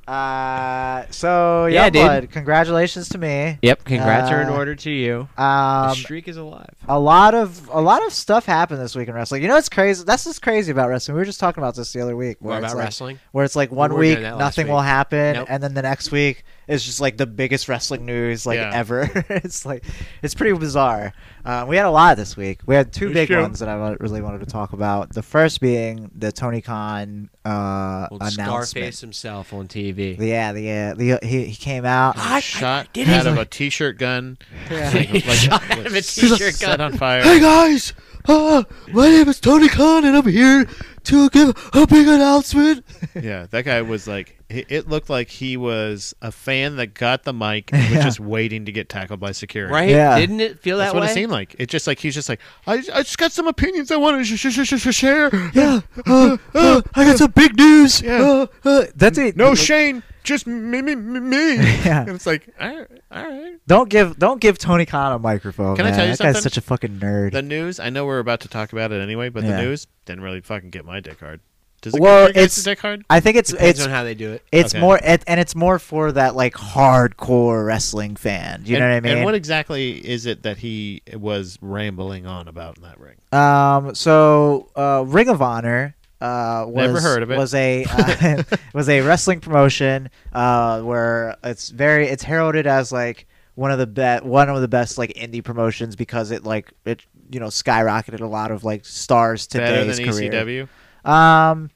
Speaker 3: uh, so
Speaker 1: Yeah,
Speaker 3: yeah,
Speaker 1: dude.
Speaker 3: bud, congratulations to me.
Speaker 1: Yep, congrats are in
Speaker 3: Uh,
Speaker 1: order to you. The
Speaker 3: Um,
Speaker 1: streak is alive.
Speaker 3: a lot of a lot of stuff happened this week in wrestling. You know what's crazy? That's what's crazy about wrestling. We were just talking about this the other week.
Speaker 9: What
Speaker 3: where it's
Speaker 9: about
Speaker 3: like-
Speaker 9: wrestling?
Speaker 3: where it's like one
Speaker 9: We were
Speaker 3: week
Speaker 9: doing that last
Speaker 3: nothing
Speaker 9: week.
Speaker 3: will happen
Speaker 9: Nope.
Speaker 3: and then the next week is just like the biggest wrestling news like
Speaker 2: Yeah.
Speaker 3: ever it's like it's pretty bizarre uh, we had a lot this week we had two
Speaker 2: It's
Speaker 3: big
Speaker 2: true.
Speaker 3: ones that i wa- really wanted to talk about the first being the tony khan uh,
Speaker 9: Old
Speaker 3: announcement
Speaker 9: Scarface himself on TV.
Speaker 3: yeah the, uh, the he, he came out
Speaker 2: shot
Speaker 1: did
Speaker 2: out
Speaker 1: his,
Speaker 2: of
Speaker 1: like-
Speaker 2: a t-shirt gun.
Speaker 3: Yeah.
Speaker 2: Like, like,
Speaker 1: Shot out of a t-shirt
Speaker 2: set
Speaker 1: gun.
Speaker 2: on fire.
Speaker 10: Hey guys, uh, my name is Tony Khan, and I'm here to give a big announcement.
Speaker 2: Yeah, that guy was like. It it looked like he was a fan that got the mic and was
Speaker 3: Yeah.
Speaker 2: just waiting to get tackled by security.
Speaker 1: Right?
Speaker 3: Yeah.
Speaker 1: Didn't it feel
Speaker 2: That's
Speaker 1: that
Speaker 2: what
Speaker 1: way?
Speaker 2: it seemed like. It just like he's just like I, I just got some opinions I want to sh- sh- sh- sh- share.
Speaker 10: Yeah, uh, uh, I got some big news.
Speaker 2: Yeah.
Speaker 10: Uh, uh,
Speaker 3: that's it
Speaker 2: No, Shane, just me, me, me. me.
Speaker 3: Yeah.
Speaker 2: And it's like, all right, all right.
Speaker 3: don't give don't give tony khan a microphone
Speaker 2: Can I
Speaker 3: man.
Speaker 2: tell you
Speaker 3: that
Speaker 2: something?
Speaker 3: guy's such a fucking nerd
Speaker 2: The news. I know we're about to talk about it anyway, but
Speaker 3: Yeah.
Speaker 2: the news didn't really fucking get my dick hard. Does it
Speaker 3: Well,
Speaker 2: well, it's
Speaker 3: it's-
Speaker 2: a deck card?
Speaker 3: I think it's
Speaker 1: Depends
Speaker 3: it's
Speaker 1: on how they do it.
Speaker 3: it's
Speaker 2: okay.
Speaker 3: more it, and it's more for that like hardcore wrestling fan. You know
Speaker 2: and,
Speaker 3: what I mean?
Speaker 2: And what exactly is it that he was rambling on about in that ring?
Speaker 3: Um, so uh, Ring of Honor uh, was
Speaker 2: Never heard of it.
Speaker 3: was a uh, was a wrestling promotion uh, where it's very it's heralded as like one of the best one of the best like indie promotions because it like it you know skyrocketed a lot of like stars to
Speaker 2: Better
Speaker 3: today's
Speaker 2: than E
Speaker 3: career.
Speaker 2: ECW?
Speaker 3: Um,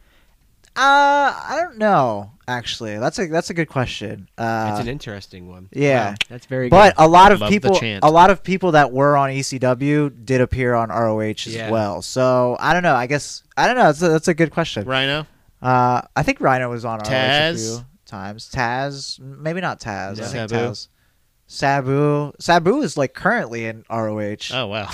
Speaker 3: uh, I don't know actually. That's a that's a good question. Uh,
Speaker 1: It's an interesting one.
Speaker 3: yeah.
Speaker 1: Wow, that's very
Speaker 3: but
Speaker 1: good.
Speaker 3: a lot of
Speaker 2: Love the
Speaker 3: people,
Speaker 2: chant.
Speaker 3: a lot of people that were on ECW did appear on ROH as
Speaker 1: Yeah.
Speaker 3: well. So I don't know. I guess I don't know. That's a, that's a good question.
Speaker 2: Rhino?
Speaker 3: Uh, I think Rhino was on ROH a
Speaker 2: Taz?
Speaker 3: few times. Taz, maybe not Taz.
Speaker 2: No.
Speaker 3: I think
Speaker 2: Sabu.
Speaker 3: Taz. Sabu. Sabu is like currently in ROH
Speaker 2: Oh, wow.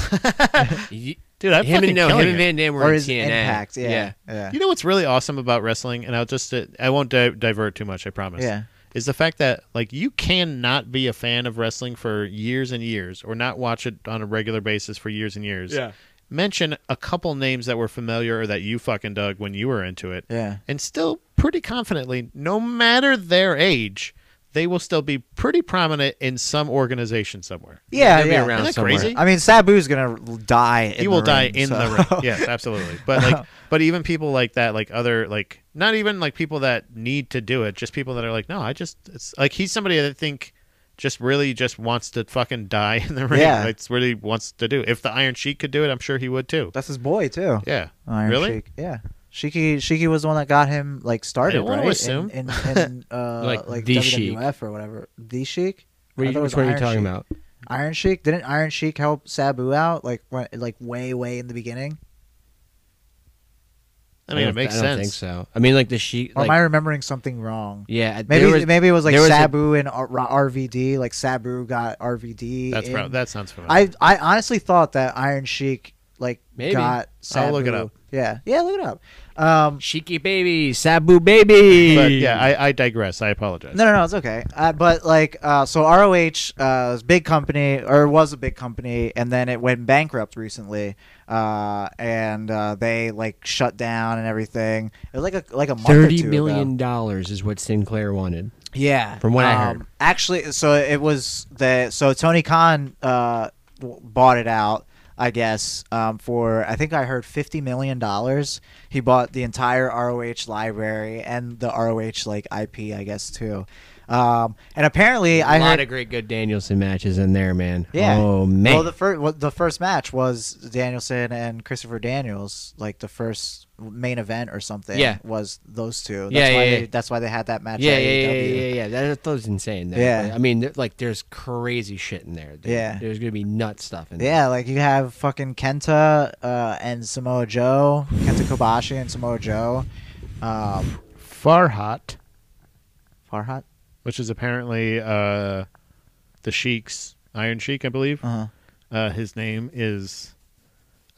Speaker 1: You-
Speaker 2: Dude, I'm
Speaker 1: him
Speaker 2: fucking
Speaker 1: and no,
Speaker 2: killing
Speaker 1: him and
Speaker 2: it.
Speaker 1: Van Dam were
Speaker 3: or
Speaker 1: in
Speaker 3: is
Speaker 1: TNA.
Speaker 3: Impact. Yeah, yeah.
Speaker 2: You know what's really awesome about wrestling, and I'll just uh, I won't di- divert too much, I promise.
Speaker 3: Yeah.
Speaker 2: is the fact that like you cannot be a fan of wrestling for years and years, or not watch it on a regular basis for years and years.
Speaker 1: Yeah.
Speaker 2: mention a couple names that were familiar or that you fucking dug when you were into it,
Speaker 3: Yeah.
Speaker 2: and still pretty confidently, no matter their age, they will still be pretty prominent in some organization somewhere.
Speaker 3: Yeah,
Speaker 1: They'll be
Speaker 3: yeah.
Speaker 1: around
Speaker 2: Isn't that
Speaker 1: somewhere.
Speaker 2: crazy?
Speaker 3: I mean, Sabu's gonna die. In
Speaker 2: he will
Speaker 3: the
Speaker 2: die
Speaker 3: ring,
Speaker 2: in
Speaker 3: so.
Speaker 2: the ring. Yes, absolutely. But like, but even people like that, like other, like not even like people that need to do it, just people that are like, no, I just, it's like he's somebody that I think just really just wants to fucking die in the ring.
Speaker 3: Yeah.
Speaker 2: it's really wants to do. If the Iron Sheik could do it, I'm sure he would too.
Speaker 3: That's his boy too.
Speaker 2: Yeah,
Speaker 3: Iron
Speaker 2: really.
Speaker 3: Sheik. Yeah. Shiki Shiki was the one that got him like started,
Speaker 2: I wanna
Speaker 3: right?
Speaker 2: assume.
Speaker 3: In, in, in, uh, like
Speaker 1: Like,
Speaker 3: like
Speaker 1: the
Speaker 3: WWF or whatever. The Sheik. I
Speaker 1: What are
Speaker 3: thought it
Speaker 1: you,
Speaker 3: was
Speaker 1: which one are you
Speaker 3: Iron
Speaker 1: talking
Speaker 3: Sheik.
Speaker 1: about?
Speaker 3: Iron Sheik didn't Iron Sheik help Sabu out like when, like way way in the beginning?
Speaker 2: I mean,
Speaker 1: don't-
Speaker 2: it makes
Speaker 1: I don't
Speaker 2: sense.
Speaker 1: think so. I mean, like the sheet.
Speaker 3: Or
Speaker 1: Like,
Speaker 3: am I remembering something wrong?
Speaker 1: yeah,
Speaker 3: Maybe
Speaker 1: there was,
Speaker 3: maybe it was like
Speaker 1: there was a-
Speaker 3: Sabu and R- R- RVD. Like Sabu got RVD.
Speaker 2: That's
Speaker 3: in.
Speaker 2: prob- that sounds familiar.
Speaker 3: I I honestly thought that Iron Sheik like
Speaker 1: Maybe.
Speaker 3: got Sabu.
Speaker 2: I'll look it up.
Speaker 3: Yeah, yeah, look it up. Um,
Speaker 1: Shiki baby, Sabu baby.
Speaker 2: but yeah, I, I digress. I apologize.
Speaker 3: No, no, no, it's okay. Uh, but like, uh, so ROH uh, was a big company or was a big company, and then it went bankrupt recently, uh, and uh, they like shut down and everything. It was like a like a month or
Speaker 1: Thirty
Speaker 3: two
Speaker 1: million
Speaker 3: ago.
Speaker 1: dollars is what Sinclair wanted.
Speaker 3: Yeah, um,
Speaker 1: from what I heard.
Speaker 3: Actually, so it was the so Tony Khan uh, w- bought it out. I guess um, for I think I heard fifty million dollars. He bought the entire ROH library and the ROH like IP, I guess too. Um, and apparently, I
Speaker 1: A lot
Speaker 3: heard
Speaker 1: of great good Danielson matches in there, man.
Speaker 3: Yeah.
Speaker 1: Oh man.
Speaker 3: Well, the first well, the first match was Danielson and Christopher Daniels, like the first main event or something.
Speaker 1: Yeah.
Speaker 3: was those two. That's
Speaker 1: Yeah,
Speaker 3: why
Speaker 1: yeah,
Speaker 3: they,
Speaker 1: yeah.
Speaker 3: That's why they had that match.
Speaker 1: yeah,
Speaker 3: at E
Speaker 1: yeah, yeah,
Speaker 3: AEW.
Speaker 1: yeah, yeah. That, that was insane. That,
Speaker 3: Yeah.
Speaker 1: I mean, there- like, there's crazy shit in there. dude.
Speaker 3: Yeah.
Speaker 1: There's gonna be nut stuff in there.
Speaker 3: Yeah, like you have fucking Kenta uh, and Samoa Joe, Kenta Kobashi and Samoa Joe. Um,
Speaker 2: Farhat,
Speaker 3: Farhat.
Speaker 2: which is apparently uh, the Sheik's Iron Sheik, I believe.
Speaker 3: Uh-huh.
Speaker 2: Uh, his name is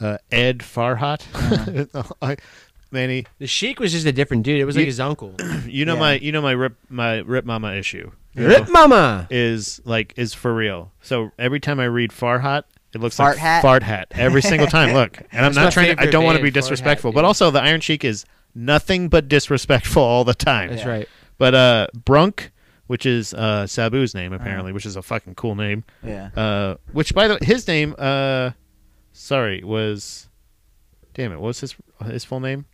Speaker 2: uh, Ed Farhat.
Speaker 3: Uh-huh.
Speaker 2: I- Manny,
Speaker 1: The Sheik was just a different dude. It was like his uncle.
Speaker 2: you know
Speaker 3: Yeah.
Speaker 2: my you know my rip my rip mama issue
Speaker 1: Rip Mama.
Speaker 2: is like is for real. So every time I read Farhat, it looks
Speaker 3: Fart
Speaker 2: like
Speaker 3: hat?
Speaker 2: fart hat every single time. Look, and I'm
Speaker 1: my
Speaker 2: not trying. to I
Speaker 1: favorite
Speaker 2: don't want to
Speaker 1: band,
Speaker 2: be
Speaker 1: Fart Hat,
Speaker 2: disrespectful, but
Speaker 1: dude.
Speaker 2: also the Iron Sheik is nothing but disrespectful all the time.
Speaker 1: That's right.
Speaker 2: But uh, Brunk, which is uh, Sabu's name apparently, which is a fucking cool name.
Speaker 3: Yeah.
Speaker 2: Uh, which by the way, his name, uh, sorry, was, damn it, what was his his full name?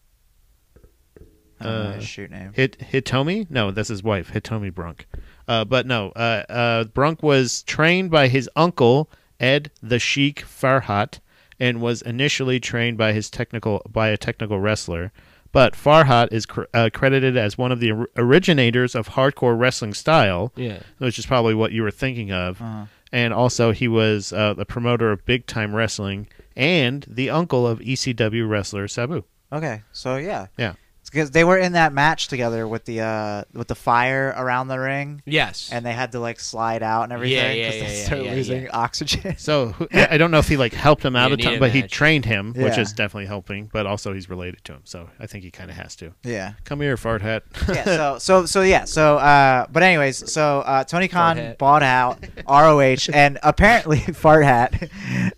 Speaker 3: I don't know
Speaker 2: Uh,
Speaker 3: his shoot name.
Speaker 2: Hit Hitomi? No, that's his wife, Hitomi Brunk. Uh, but no, uh, uh, Brunk was trained by his uncle Ed the Sheik Farhat, and was initially trained by his technical by a technical wrestler. But Farhat is cr- uh, credited as one of the or- originators of hardcore wrestling style,
Speaker 1: Yeah.
Speaker 2: which is probably what you were thinking of.
Speaker 3: Uh-huh.
Speaker 2: And also, he was uh, the promoter of big time wrestling and the uncle of ECW wrestler Sabu.
Speaker 3: Okay, so yeah,
Speaker 2: Yeah.
Speaker 3: because they were in that match together with the uh, with the fire around the ring,
Speaker 1: Yes.
Speaker 3: and they had to like slide out and everything
Speaker 1: Yeah, yeah,
Speaker 3: because they
Speaker 1: yeah, yeah,
Speaker 3: started
Speaker 1: yeah,
Speaker 3: losing
Speaker 1: yeah.
Speaker 3: oxygen.
Speaker 2: So who- I I don't know if he like helped him out
Speaker 1: You
Speaker 2: a
Speaker 1: need
Speaker 2: ton,
Speaker 1: a
Speaker 2: but he
Speaker 1: match.
Speaker 2: trained him, which
Speaker 3: Yeah.
Speaker 2: is definitely helping. But also he's related to him, so I think he kind of has to.
Speaker 3: yeah.
Speaker 2: Come here, fart hat.
Speaker 3: yeah, so so so yeah, so uh, but anyways, so uh, Tony
Speaker 1: Fart
Speaker 3: Khan
Speaker 1: hat.
Speaker 3: bought out ROH, and apparently fart hat,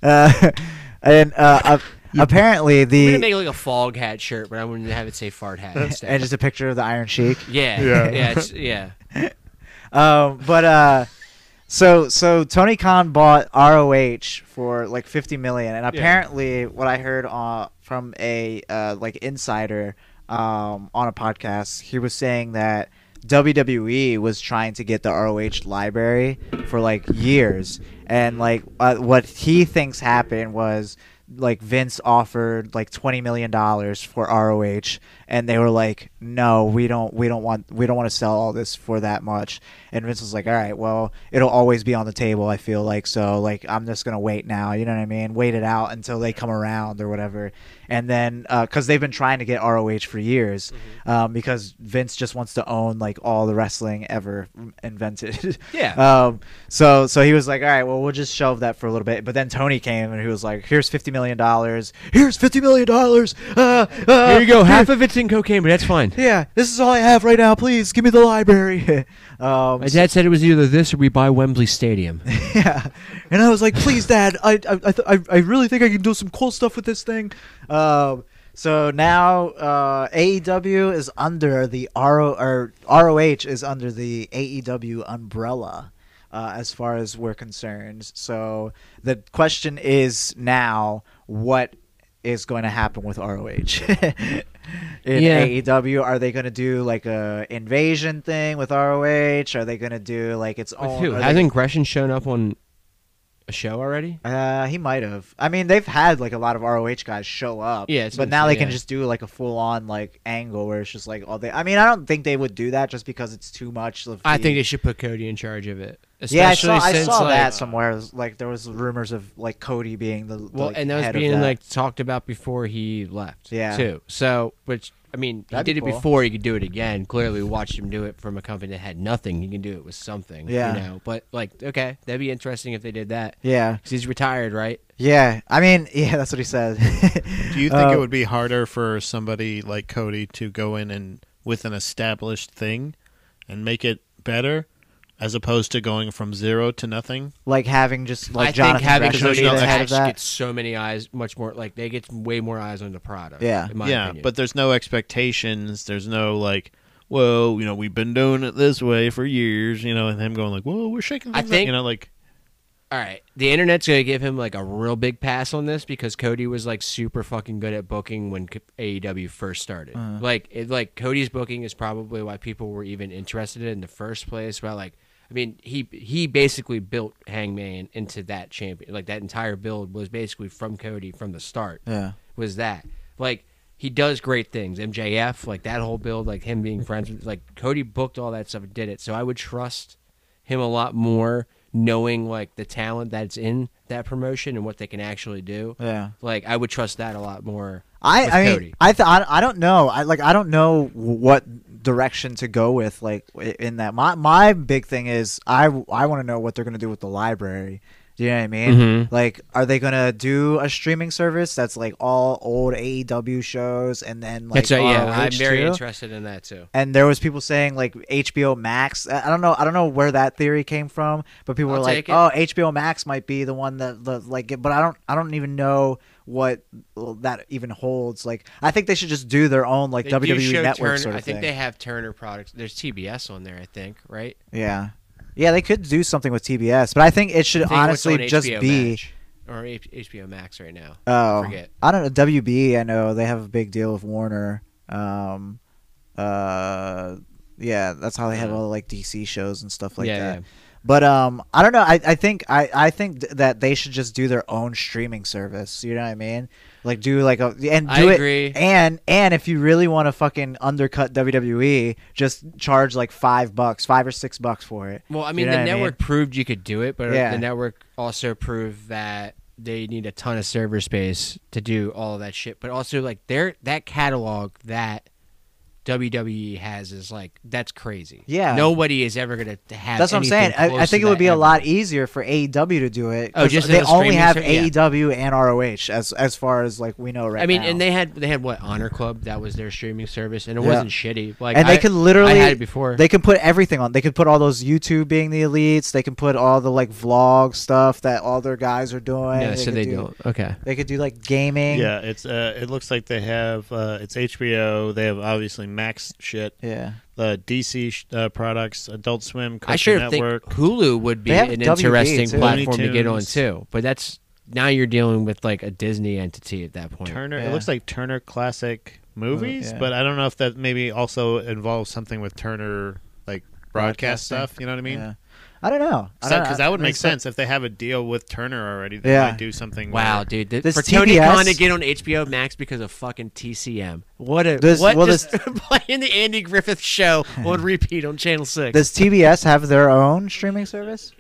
Speaker 3: uh, and uh, uh, Apparently,
Speaker 1: I'm gonna
Speaker 3: the
Speaker 1: make like a fog hat shirt, but I'm gonna have it say fart hat
Speaker 3: and
Speaker 1: instead.
Speaker 3: just a picture of the Iron Sheik.
Speaker 1: yeah,
Speaker 2: Yeah.
Speaker 1: yeah, yeah, it's, yeah.
Speaker 3: Um, but uh, so so Tony Khan bought ROH for like 50 million, and apparently, what I heard uh, from a uh, like insider um, on a podcast, he was saying that WWE was trying to get the ROH library for like years, and like uh, what he thinks happened was like Vince offered like 20 million dollars for ROH and they were like no we don't we don't want we don't want to sell all this for that much and Vince was like all right well it'll always be on the table I feel like so like I'm just going to wait now you know what I mean wait it out until they come around or whatever and then because they've been trying to get ROH for years
Speaker 1: Mm-hmm.
Speaker 3: um, because Vince just wants to own like all the wrestling ever invented
Speaker 1: Yeah.
Speaker 3: Um, so so he was like, all right, well, we'll just shelve that for a little bit. But then Tony came and he was like, here's fifty million dollars. Here's fifty million dollars. Uh, uh,
Speaker 1: There you go. Half of it's in cocaine, but that's fine.
Speaker 3: yeah, this is all I have right now. Please give me the library. um,
Speaker 1: My dad said it was either this or we buy Wembley Stadium.
Speaker 3: yeah, and I was like, please, Dad, I I I, th- I I really think I can do some cool stuff with this thing. Um, so now uh, AEW is under the RO or ROH is under the AEW umbrella. Uh, as far as we're concerned, so the question is now what is going to happen with ROH in
Speaker 1: Yeah.
Speaker 3: AEW? Are they going to do like a invasion thing with ROH? Are they going to do like its
Speaker 1: With
Speaker 3: own?
Speaker 1: who?
Speaker 3: are they-
Speaker 1: Hasn't Gresham shown up on a show already?
Speaker 3: uh, he might have. I mean, they've had like a lot of ROH guys show up.
Speaker 1: Yeah, it's
Speaker 3: but
Speaker 1: been-
Speaker 3: now they can
Speaker 1: yeah.
Speaker 3: just do like a full on like angle where it's just like all they. I mean, I don't think they would do that just because it's too much. Of
Speaker 1: I
Speaker 3: the-
Speaker 1: think they should put Cody in charge of it.
Speaker 3: Yeah, I
Speaker 1: Especially
Speaker 3: saw, I
Speaker 1: since,
Speaker 3: saw
Speaker 1: like,
Speaker 3: that somewhere. It was, Like there was rumors of like Cody being the, the,
Speaker 1: Well,
Speaker 3: like,
Speaker 1: and that was
Speaker 3: head of
Speaker 1: being
Speaker 3: that.
Speaker 1: like talked about before he left.
Speaker 3: Yeah.
Speaker 1: Too. So, which I mean,
Speaker 3: That'd
Speaker 1: he
Speaker 3: be
Speaker 1: did it
Speaker 3: cool.
Speaker 1: before. He could do it again. Clearly, we watched him do it from a company that had nothing. He can do it with something.
Speaker 3: Yeah.
Speaker 1: You know, but like, okay, that'd be interesting if they did that.
Speaker 3: yeah,
Speaker 1: 'Cause he's retired, right?
Speaker 3: yeah. I mean, yeah, that's what he said. Uh,
Speaker 2: Do you think it would be harder for somebody like Cody to go in and with an established thing and make it better as opposed to going from zero to nothing?
Speaker 3: like having just like
Speaker 1: I
Speaker 3: Jonathan
Speaker 1: think having
Speaker 3: Gresham
Speaker 1: Cody
Speaker 3: be the head of
Speaker 1: attached
Speaker 3: that?
Speaker 1: gets so many eyes, much more like they get way more eyes on the product.
Speaker 3: Yeah.
Speaker 1: in my
Speaker 2: yeah,
Speaker 1: opinion.
Speaker 2: but there's no expectations. There's no like, well, you know, we've been doing it this way for years, you know, and him going like, whoa, we're shaking
Speaker 1: I
Speaker 2: things up,"
Speaker 1: think-
Speaker 2: you know, like,
Speaker 1: All right, the internet's gonna give him like a real big pass on this because Cody was like super fucking good at booking when K- AEW first started. Like, it, like Cody's booking is probably why people were even interested in the first place. But like, I mean, he he basically built Hangman into that champion. Like that entire build was basically from Cody from the start.
Speaker 3: Yeah.
Speaker 1: was that like he does great things. MJF, like that whole build, like him being friends with, like Cody booked all that stuff and did it. So I would trust him a lot more knowing like the talent that's in that promotion and what they can actually do.
Speaker 3: Yeah.
Speaker 1: Like I would trust that a lot more.
Speaker 3: I,
Speaker 1: with
Speaker 3: I mean,
Speaker 1: Cody.
Speaker 3: I, th- I I don't know. I like I don't know what direction to go with like i- in that. My my big thing is I I want to know what they're gonna do with the library. Do you know what I mean?
Speaker 1: Mm-hmm.
Speaker 3: Like, are they gonna do a streaming service that's like all old AEW shows and then like
Speaker 1: that's right, yeah,
Speaker 3: ROH
Speaker 1: I'm very
Speaker 3: too?
Speaker 1: interested in that too.
Speaker 3: And there was people saying like HBO Max. I I don't know. I don't know where that theory came from, but people
Speaker 1: I'll
Speaker 3: were like,
Speaker 1: take it.
Speaker 3: "Oh, HBO Max might be the one that the like." But I don't. I don't even know what that even holds. Like, I think they should just do their own like
Speaker 1: They do
Speaker 3: WWE
Speaker 1: show
Speaker 3: E network
Speaker 1: Turner-
Speaker 3: sort of
Speaker 1: I think
Speaker 3: thing.
Speaker 1: they have Turner products. There's TBS on there, I think, right?
Speaker 3: yeah, yeah, they could do something with TBS, but I think it should
Speaker 1: I think what's
Speaker 3: honestly
Speaker 1: on
Speaker 3: just
Speaker 1: HBO
Speaker 3: be.
Speaker 1: Match, or H- HBO Max right now.
Speaker 3: Oh,
Speaker 1: Forget.
Speaker 3: I don't know. WB, I know they have a big deal with Warner. Um, uh, yeah, that's how they have all like DC shows and stuff like
Speaker 1: Yeah,
Speaker 3: that.
Speaker 1: yeah.
Speaker 3: But um, I don't know. I, I think I, I think th- that they should just do their own streaming service. You know what I mean? Like do like a and do
Speaker 1: I
Speaker 3: it.
Speaker 1: agree.
Speaker 3: And and if you really want to fucking undercut WWE, just charge like five bucks, five or six bucks for it.
Speaker 1: Well, I
Speaker 3: You
Speaker 1: mean,
Speaker 3: know
Speaker 1: the
Speaker 3: what
Speaker 1: network proved you could do it, but
Speaker 3: Yeah.
Speaker 1: the network also proved that they need a ton of server space to do all of that shit. But also, like, their that catalog that WWE has is like that's crazy.
Speaker 3: Yeah.
Speaker 1: nobody is ever gonna have.
Speaker 3: That's what I'm saying.
Speaker 1: anything
Speaker 3: I,
Speaker 1: close
Speaker 3: I
Speaker 1: to
Speaker 3: think it would
Speaker 1: that
Speaker 3: be a
Speaker 1: ever.
Speaker 3: lot easier for AEW to do it.
Speaker 1: Oh,
Speaker 3: 'cause
Speaker 1: just in
Speaker 3: they
Speaker 1: a
Speaker 3: only
Speaker 1: streaming
Speaker 3: have
Speaker 1: ser- yeah.
Speaker 3: AEW and ROH as as far as like we know right now.
Speaker 1: I mean, and they had they had what Honor Club that was their streaming service, and it
Speaker 3: Yeah.
Speaker 1: wasn't shitty. Like,
Speaker 3: and
Speaker 1: I-
Speaker 3: they could literally
Speaker 1: I had it before.
Speaker 3: They can put everything on. They could put all those YouTube being the elites. They can put all the like vlog stuff that all their guys are doing.
Speaker 1: no, so
Speaker 3: could
Speaker 1: they
Speaker 3: do,
Speaker 1: don't. Okay,
Speaker 3: They could do like gaming.
Speaker 2: Yeah, it's uh, it looks like they have uh, it's HBO. They have obviously Max shit,
Speaker 3: Yeah.
Speaker 2: uh, DC sh- uh, products, Adult Swim, Cartoon
Speaker 1: I sure
Speaker 2: Network.
Speaker 1: think Hulu would be
Speaker 3: They have
Speaker 1: an
Speaker 3: WB,
Speaker 1: interesting
Speaker 3: too.
Speaker 1: platform
Speaker 2: Looney
Speaker 1: to get on
Speaker 2: Tunes.
Speaker 1: too. But that's now you're dealing with like a Disney entity at that point.
Speaker 2: Turner.
Speaker 3: Oh, Yeah. Oh,
Speaker 2: It looks like Turner Classic Movies,
Speaker 3: yeah.
Speaker 2: but I don't know if that maybe also involves something with Turner like broadcast
Speaker 3: Broadcasting.
Speaker 2: stuff. You know what I mean?
Speaker 3: yeah. I don't know. I don't-
Speaker 2: Because
Speaker 3: I-
Speaker 2: that would
Speaker 3: I
Speaker 2: make
Speaker 3: still-
Speaker 2: sense if they have a deal with Turner already. They
Speaker 3: Yeah.
Speaker 2: might do something.
Speaker 1: Wow,
Speaker 2: where-
Speaker 1: dude! th-
Speaker 3: This
Speaker 1: for Tony
Speaker 3: TBS
Speaker 1: Khan to get on HBO Max because of fucking TCM. What a
Speaker 3: This-
Speaker 1: what
Speaker 3: well,
Speaker 1: just playing the Andy Griffith show on repeat on Channel Six.
Speaker 3: Does TBS have their own streaming service?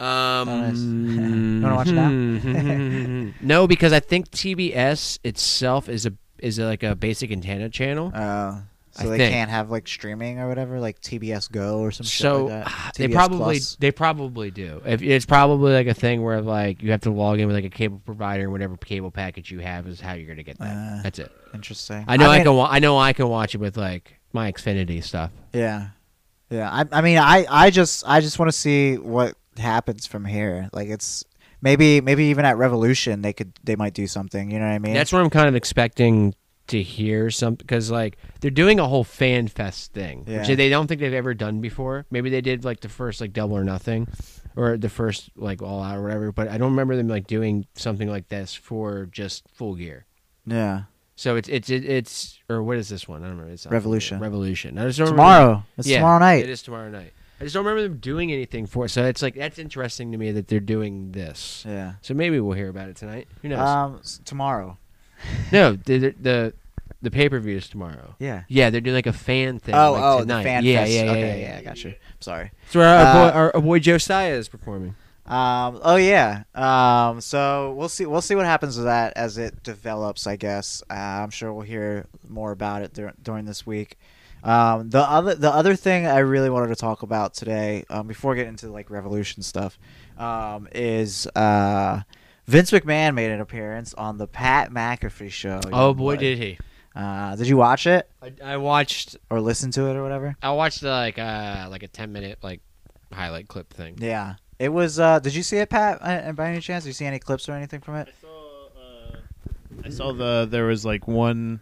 Speaker 1: Um,
Speaker 3: You wanna watch it now?
Speaker 1: hmm. no, because I think TBS itself is a is like a basic antenna channel.
Speaker 3: Uh,
Speaker 1: I
Speaker 3: so they
Speaker 1: think.
Speaker 3: can't have like streaming or whatever, like TBS Go or some
Speaker 1: so ah,
Speaker 3: shit like that.
Speaker 1: they
Speaker 3: TBS
Speaker 1: probably
Speaker 3: Plus.
Speaker 1: they probably do. If, it's probably like a thing where like you have to log in with like a cable provider and whatever cable package you have is how you're gonna get that.
Speaker 3: Uh,
Speaker 1: That's it.
Speaker 3: interesting.
Speaker 1: I know I,
Speaker 3: mean-
Speaker 1: can. Wa- I know I can watch it with like my Xfinity stuff.
Speaker 3: Yeah, yeah. I, I mean, I, I just, I just want to see what happens from here. Like, it's maybe, maybe even at Revolution, they could, they might do something. You know what I mean?
Speaker 1: That's where I'm kind of expecting to hear some because like they're doing a whole fan fest thing,
Speaker 3: Yeah.
Speaker 1: which they don't think they've ever done before. Maybe they did like the first like Double or Nothing, or the first like All Out or whatever. But I don't remember them like doing something like this for just Full Gear.
Speaker 3: yeah.
Speaker 1: So it's it's it, it's or what is this one? I don't remember. It's not Full Gear.
Speaker 3: Revolution.
Speaker 1: Revolution. I just don't Remember,
Speaker 3: Tomorrow. It's
Speaker 1: Yeah,
Speaker 3: tomorrow night.
Speaker 1: It is tomorrow night. I just don't remember them doing anything for it. So it's like that's interesting to me that they're doing this.
Speaker 3: Yeah.
Speaker 1: So maybe we'll hear about it tonight. Who knows?
Speaker 3: Um, s- tomorrow.
Speaker 1: No, the the the, the pay per view is tomorrow.
Speaker 3: Yeah.
Speaker 1: Yeah, they're doing like a fan thing.
Speaker 3: Oh,
Speaker 1: like
Speaker 3: oh,
Speaker 1: tonight.
Speaker 3: the fan
Speaker 1: yeah,
Speaker 3: fest.
Speaker 1: Yeah, yeah,
Speaker 3: okay,
Speaker 1: yeah,
Speaker 3: yeah, I got you. Sorry.
Speaker 1: It's where our,
Speaker 3: Uh,
Speaker 1: boy, our, our boy Josiah is performing.
Speaker 3: Um, oh yeah. Um, so we'll see. We'll see what happens with that as it develops. I guess. Uh, I'm sure we'll hear more about it dur- during this week. Um, the other the other thing I really wanted to talk about today, um, before we get into like revolution stuff, um, is uh, Vince McMahon made an appearance on the Pat McAfee show.
Speaker 1: Oh
Speaker 3: young
Speaker 1: boy, did he!
Speaker 3: uh, did you watch it
Speaker 1: I, I watched
Speaker 3: or listen to it or whatever?
Speaker 1: I watched uh, like uh like a ten minute like highlight clip thing.
Speaker 3: Yeah, it was. Uh, did you see it, Pat? Uh, By any chance, did you see any clips or anything from it?
Speaker 2: I saw, uh, I saw the there was like one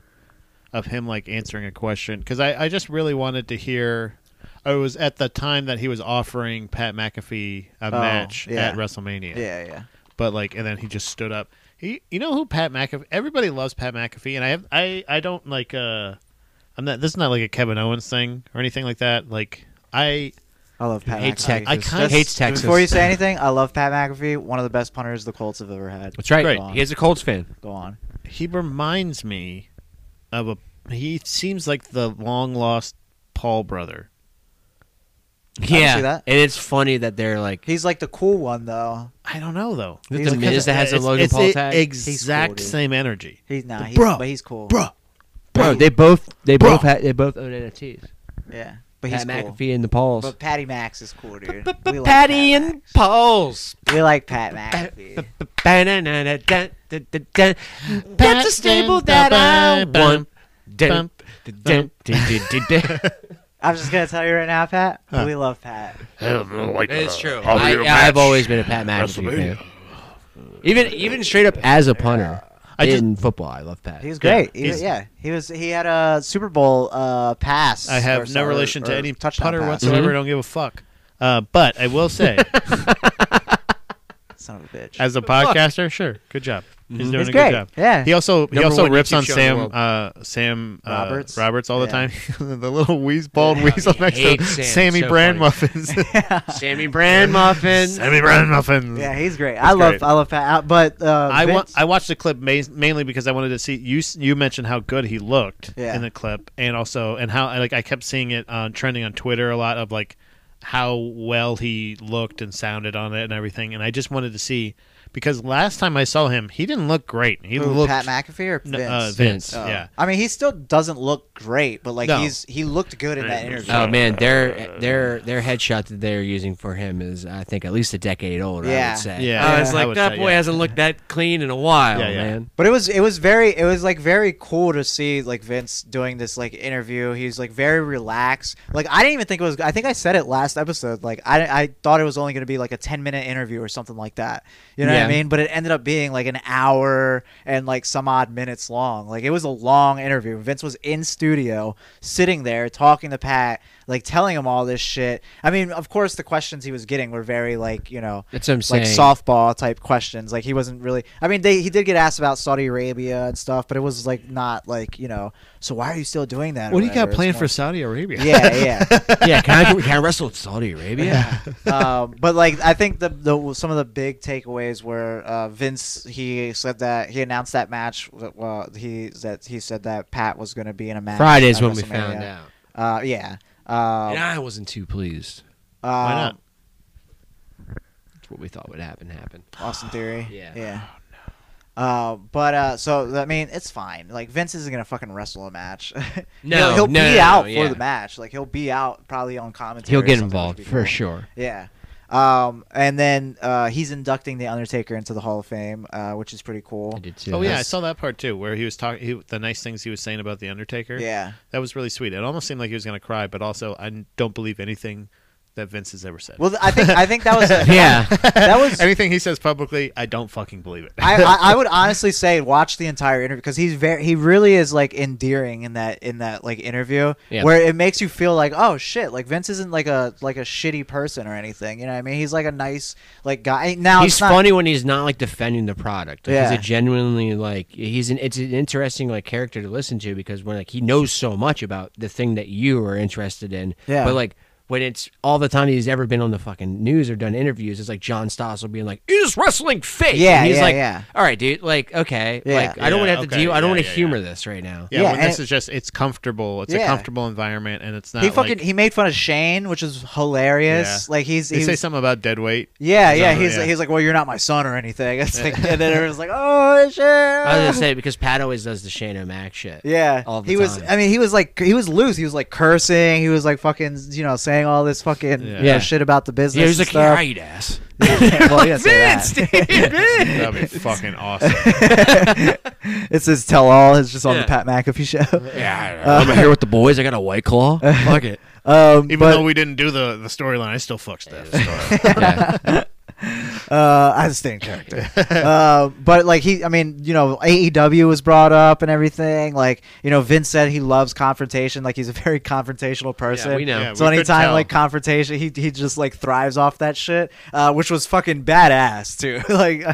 Speaker 2: of him like answering a question because I, I just really wanted to hear. oh, It was at the time that he was offering Pat McAfee a match
Speaker 3: Oh, yeah.
Speaker 2: at WrestleMania.
Speaker 3: Yeah, yeah.
Speaker 2: But like, and then he just stood up. He, you know who Pat McAfee? Everybody loves Pat McAfee, and I have I I don't like uh, I'm not. This is not like a Kevin Owens thing or anything like that. Like I
Speaker 3: I love Pat
Speaker 1: hates
Speaker 3: McAfee.
Speaker 1: Texas.
Speaker 2: I kinda-
Speaker 1: hates Texas.
Speaker 3: Before you say anything, I love Pat McAfee, one of the best punters the Colts have ever had.
Speaker 1: that's right.
Speaker 2: Great.
Speaker 1: He is a Colts fan.
Speaker 3: Go on.
Speaker 2: he reminds me of a he seems like the long lost Paul brother.
Speaker 3: Yeah. see that.
Speaker 1: and it's funny that they're like
Speaker 3: He's like the cool one though.
Speaker 2: I don't know though.
Speaker 1: Is it
Speaker 3: He's
Speaker 1: the
Speaker 3: like-
Speaker 1: Miz that has the
Speaker 2: It's-
Speaker 1: Logan
Speaker 2: it's
Speaker 1: Paul
Speaker 2: the
Speaker 1: tag.
Speaker 2: Exact
Speaker 3: He's cool, dude.
Speaker 2: same energy.
Speaker 3: He's not. He's,
Speaker 2: Bruh.
Speaker 3: but he's cool.
Speaker 2: Bruh.
Speaker 1: bro,
Speaker 2: Bro.
Speaker 1: they both they
Speaker 2: Bro.
Speaker 1: both ha- they both own NFTs.
Speaker 3: Yeah. But he's
Speaker 1: Pat
Speaker 3: cool.
Speaker 1: McAfee and the Pauls.
Speaker 3: But Patty Max is cool, dude. We like
Speaker 1: Patty
Speaker 3: Pat
Speaker 1: and
Speaker 3: Max.
Speaker 1: Pauls.
Speaker 3: we like Pat McAfee.
Speaker 1: That's a staple that I want. It's
Speaker 3: I'm just gonna tell you right now, Pat. We love Pat.
Speaker 1: true. I, have always been a Pat McAfee fan. Even even straight up as a punter
Speaker 2: I just-
Speaker 1: in football, I love Pat.
Speaker 3: He was
Speaker 2: Yeah,
Speaker 3: great. He-
Speaker 2: he's-
Speaker 3: yeah, he was. He had a Super Bowl uh, pass.
Speaker 2: I
Speaker 3: or
Speaker 2: have
Speaker 3: so-
Speaker 2: no relation
Speaker 3: or
Speaker 2: to any
Speaker 3: touchdown
Speaker 2: punter
Speaker 3: pass.
Speaker 1: Mm-hmm.
Speaker 2: whatsoever. I don't give a fuck. Uh, but I will say,
Speaker 3: Son of a bitch.
Speaker 2: as a podcaster, sure, good job. He's doing
Speaker 3: He's
Speaker 2: a
Speaker 3: great.
Speaker 2: good job.
Speaker 3: Yeah.
Speaker 2: He also
Speaker 1: Mm-hmm.
Speaker 2: he
Speaker 1: Number
Speaker 2: also
Speaker 1: one
Speaker 2: rips
Speaker 1: YouTube
Speaker 2: on
Speaker 1: show in the
Speaker 2: Sam
Speaker 1: world.
Speaker 2: uh, Sam uh,
Speaker 3: Roberts?
Speaker 2: Roberts. all the
Speaker 3: Yeah.
Speaker 2: time. the little wheeze bald weasel next to
Speaker 1: hates Sam.
Speaker 2: Sammy
Speaker 1: So
Speaker 2: Brand
Speaker 1: funny.
Speaker 2: muffins.
Speaker 1: Sammy Brand Muffin.
Speaker 2: Sammy Brand muffins.
Speaker 3: Yeah, he's great. I love
Speaker 2: great.
Speaker 3: I love Pat, uh, but uh,
Speaker 2: I, wa-
Speaker 3: Vince-
Speaker 2: I watched the clip ma- mainly because I wanted to see you. s- You mentioned how good he looked
Speaker 3: Yeah.
Speaker 2: in the clip, and also and how like I kept seeing it uh, trending on Twitter a lot of like how well he looked and sounded on it and everything. And I just wanted to see because last time I saw him, he didn't look great. He
Speaker 3: Who,
Speaker 2: looked
Speaker 3: Pat McAfee or Vince?
Speaker 2: N- uh, Vince.
Speaker 1: Vince.
Speaker 3: Oh.
Speaker 2: Yeah.
Speaker 3: I mean, he still doesn't look great, but like
Speaker 2: No.
Speaker 3: he's he looked good in that interview.
Speaker 1: Oh man, their their their headshot that they're using for him is I think at least a decade old. I
Speaker 3: Yeah.
Speaker 1: would say.
Speaker 2: Yeah.
Speaker 1: I was
Speaker 2: Yeah. I
Speaker 1: like
Speaker 2: would
Speaker 1: that
Speaker 2: say,
Speaker 1: boy
Speaker 2: yeah.
Speaker 1: hasn't looked that clean in a while,
Speaker 2: Yeah, yeah.
Speaker 1: man.
Speaker 3: But it was it was very it was like very cool to see like Vince doing this like interview. He was like very relaxed. Like I didn't even think it was. I think I said it last episode. Like I I thought it was only going to be like a ten minute interview or something like that. You know what
Speaker 1: Yeah.
Speaker 3: I mean? But it ended up being like an hour and like some odd minutes long. Like it was a long interview. Vince was in studio sitting there talking to Pat, like telling him all this shit. I mean, of course the questions he was getting were very like you know
Speaker 1: That's what I'm saying.
Speaker 3: like softball type questions. Like he wasn't really. I mean, they, he did get asked about Saudi Arabia and stuff, but it was like not like you know. So why are you still doing that? or
Speaker 2: What do you got
Speaker 3: whatever? It's
Speaker 2: planned
Speaker 3: more-
Speaker 2: for Saudi Arabia?
Speaker 3: Yeah, yeah.
Speaker 1: yeah, can I, can I wrestle with Saudi Arabia?
Speaker 3: um, but like I think the, the some of the big takeaways were uh, Vince. He said that he announced that match. Well, he that he said that Pat was going to be in a match.
Speaker 1: Fridays
Speaker 3: at
Speaker 1: when we
Speaker 3: WrestleMania.
Speaker 1: found out,
Speaker 3: Uh, yeah. Um,
Speaker 1: and I wasn't too pleased.
Speaker 2: Why
Speaker 3: um,
Speaker 2: not?
Speaker 1: That's what we thought would happen. Happened.
Speaker 3: Austin Theory.
Speaker 1: Yeah.
Speaker 3: Yeah. Uh, but uh, so I mean, it's fine. Like Vince isn't gonna fucking wrestle a match.
Speaker 1: No,
Speaker 3: he'll, he'll
Speaker 1: no,
Speaker 3: be
Speaker 1: no, no,
Speaker 3: out
Speaker 1: yeah.
Speaker 3: for the match. Like he'll be out probably on commentary.
Speaker 1: He'll
Speaker 3: or
Speaker 1: get
Speaker 3: something,
Speaker 1: involved
Speaker 3: which would be
Speaker 1: for
Speaker 3: cool.
Speaker 1: sure.
Speaker 3: Yeah. Um, and then uh, he's inducting the Undertaker into the Hall of Fame, uh, which is pretty cool.
Speaker 1: I did too.
Speaker 2: Oh yeah, I saw that part too, where he was talking he, the nice things he was saying about the Undertaker.
Speaker 3: Yeah.
Speaker 2: that was really sweet. It almost seemed like he was going to cry, but also I n- don't believe anything that Vince has ever said.
Speaker 3: Well, th- I think I think that was
Speaker 1: Yeah.
Speaker 3: that was
Speaker 2: anything he says publicly, I don't fucking believe it.
Speaker 3: I, I, I would honestly say watch the entire interview because he's very he really is like endearing in that in that like interview
Speaker 1: Yeah.
Speaker 3: where it makes you feel like oh shit like Vince isn't like a like a shitty person or anything you know what I mean he's like a nice like guy now
Speaker 1: he's
Speaker 3: it's not-
Speaker 1: funny when he's not like defending the product. Like,
Speaker 3: Yeah.
Speaker 1: He's a genuinely like he's an it's an interesting like character to listen to because when like he knows so much about the thing that you are interested in.
Speaker 3: Yeah.
Speaker 1: But like when it's all the time he's ever been on the fucking news or done interviews, it's like John Stossel being like, "Is wrestling fake?"
Speaker 3: Yeah,
Speaker 1: And he's
Speaker 3: yeah,
Speaker 1: like,
Speaker 3: yeah.
Speaker 1: "All right, dude. Like, okay.
Speaker 3: Yeah.
Speaker 1: Like, I don't want to
Speaker 2: Yeah,
Speaker 1: have to
Speaker 2: okay,
Speaker 1: deal. I don't
Speaker 2: yeah,
Speaker 1: want to
Speaker 2: yeah,
Speaker 1: humor this right now."
Speaker 2: yeah,
Speaker 3: Yeah,
Speaker 2: when
Speaker 3: and
Speaker 2: this
Speaker 3: it-
Speaker 2: is just it's comfortable. It's a
Speaker 3: Yeah.
Speaker 2: comfortable environment, and it's not.
Speaker 3: he fucking
Speaker 2: like,
Speaker 3: he made fun of Shane which is hilarious
Speaker 2: Yeah.
Speaker 3: like he's
Speaker 2: they
Speaker 3: he's
Speaker 2: say something about dead weight.
Speaker 3: yeah yeah
Speaker 2: something,
Speaker 3: he's
Speaker 2: yeah.
Speaker 3: he's like well you're not my son or anything it's like, and then everyone's like oh shit
Speaker 1: I was gonna say because Pat always does the Shane O'Mac shit.
Speaker 3: Yeah,
Speaker 1: all the
Speaker 3: he was.
Speaker 1: time.
Speaker 3: I mean, he was like, he was loose. He was like cursing. He was like fucking, you know, saying all this fucking you know,
Speaker 1: Yeah.
Speaker 3: shit about the business.
Speaker 1: Yeah, he was
Speaker 3: and
Speaker 1: like, "Yeah,
Speaker 3: stuff.
Speaker 1: right, ass."
Speaker 3: well, he didn't say that.
Speaker 2: That'd be fucking awesome.
Speaker 3: It's his tell all. It's just on the
Speaker 1: Yeah.
Speaker 3: Pat McAfee show.
Speaker 1: Yeah, I'm here with the boys. I got a white claw. Fuck it.
Speaker 3: Um,
Speaker 2: Even
Speaker 3: but
Speaker 2: though we didn't do the the storyline, I still fucked that story.
Speaker 1: Yeah.
Speaker 3: uh, I stay in character. uh, but like he, I mean, you know, AEW was brought up and everything. Like you know, Vince said he loves confrontation. Like he's a very confrontational person.
Speaker 1: we know.
Speaker 2: Yeah,
Speaker 3: so
Speaker 2: we could
Speaker 3: anytime
Speaker 2: tell.
Speaker 3: like confrontation, he he just like thrives off that shit, uh, which was fucking badass too. like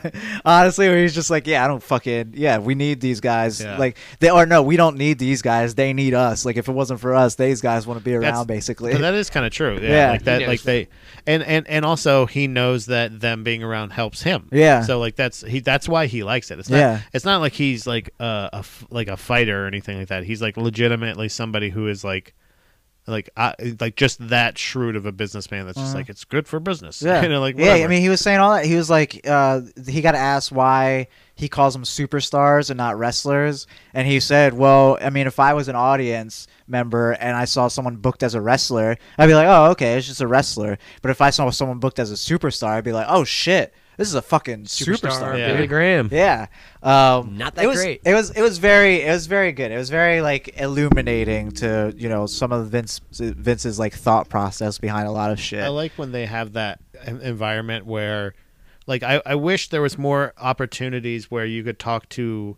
Speaker 3: honestly, where he's just like, yeah, I don't fucking yeah, we need these guys.
Speaker 2: Yeah.
Speaker 3: Like they or no, we don't need these guys. They need us. Like if it wasn't for us, these guys want to be
Speaker 2: That's-
Speaker 3: around basically.
Speaker 2: But that is kind of true. Yeah,
Speaker 3: Yeah.
Speaker 2: like
Speaker 3: He
Speaker 2: that.
Speaker 1: knows.
Speaker 2: Like they, and and and also he knows that them being around helps him.
Speaker 3: Yeah.
Speaker 2: So like that's he. That's why he likes it. It's not.
Speaker 3: Yeah.
Speaker 2: It's not like he's like uh, a f- like a fighter or anything like that. He's like legitimately somebody who is like. Like, I, like just that shrewd of a businessman. That's just like it's good for business.
Speaker 3: Uh-huh. Yeah.
Speaker 2: you know, like
Speaker 3: yeah, I
Speaker 2: whatever.
Speaker 3: mean, he was saying all that. He was like, uh, he got asked why he calls them superstars and not wrestlers, and he said, "Well, I mean, if I was an audience member and I saw someone booked as a wrestler, I'd be like, oh, okay, it's just a wrestler. But if I saw someone booked as a superstar, I'd be like, oh shit, this is a fucking superstar.
Speaker 2: Yeah.
Speaker 1: Billy Graham.
Speaker 3: Yeah. Um,
Speaker 1: Not that
Speaker 3: it was,
Speaker 1: great.
Speaker 3: It was. It was very. It was very good. It was very like illuminating to you know some of Vince Vince's like thought process behind a lot of shit.
Speaker 2: I like when they have that en- environment where, like, I, I wish there was more opportunities where you could talk to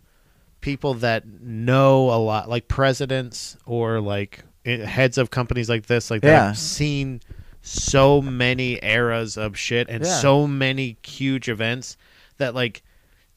Speaker 2: people that know a lot, like presidents or like eh, heads of companies like this, like that
Speaker 3: Yeah.
Speaker 2: have seen so many eras of shit and
Speaker 3: Yeah.
Speaker 2: so many huge events that like.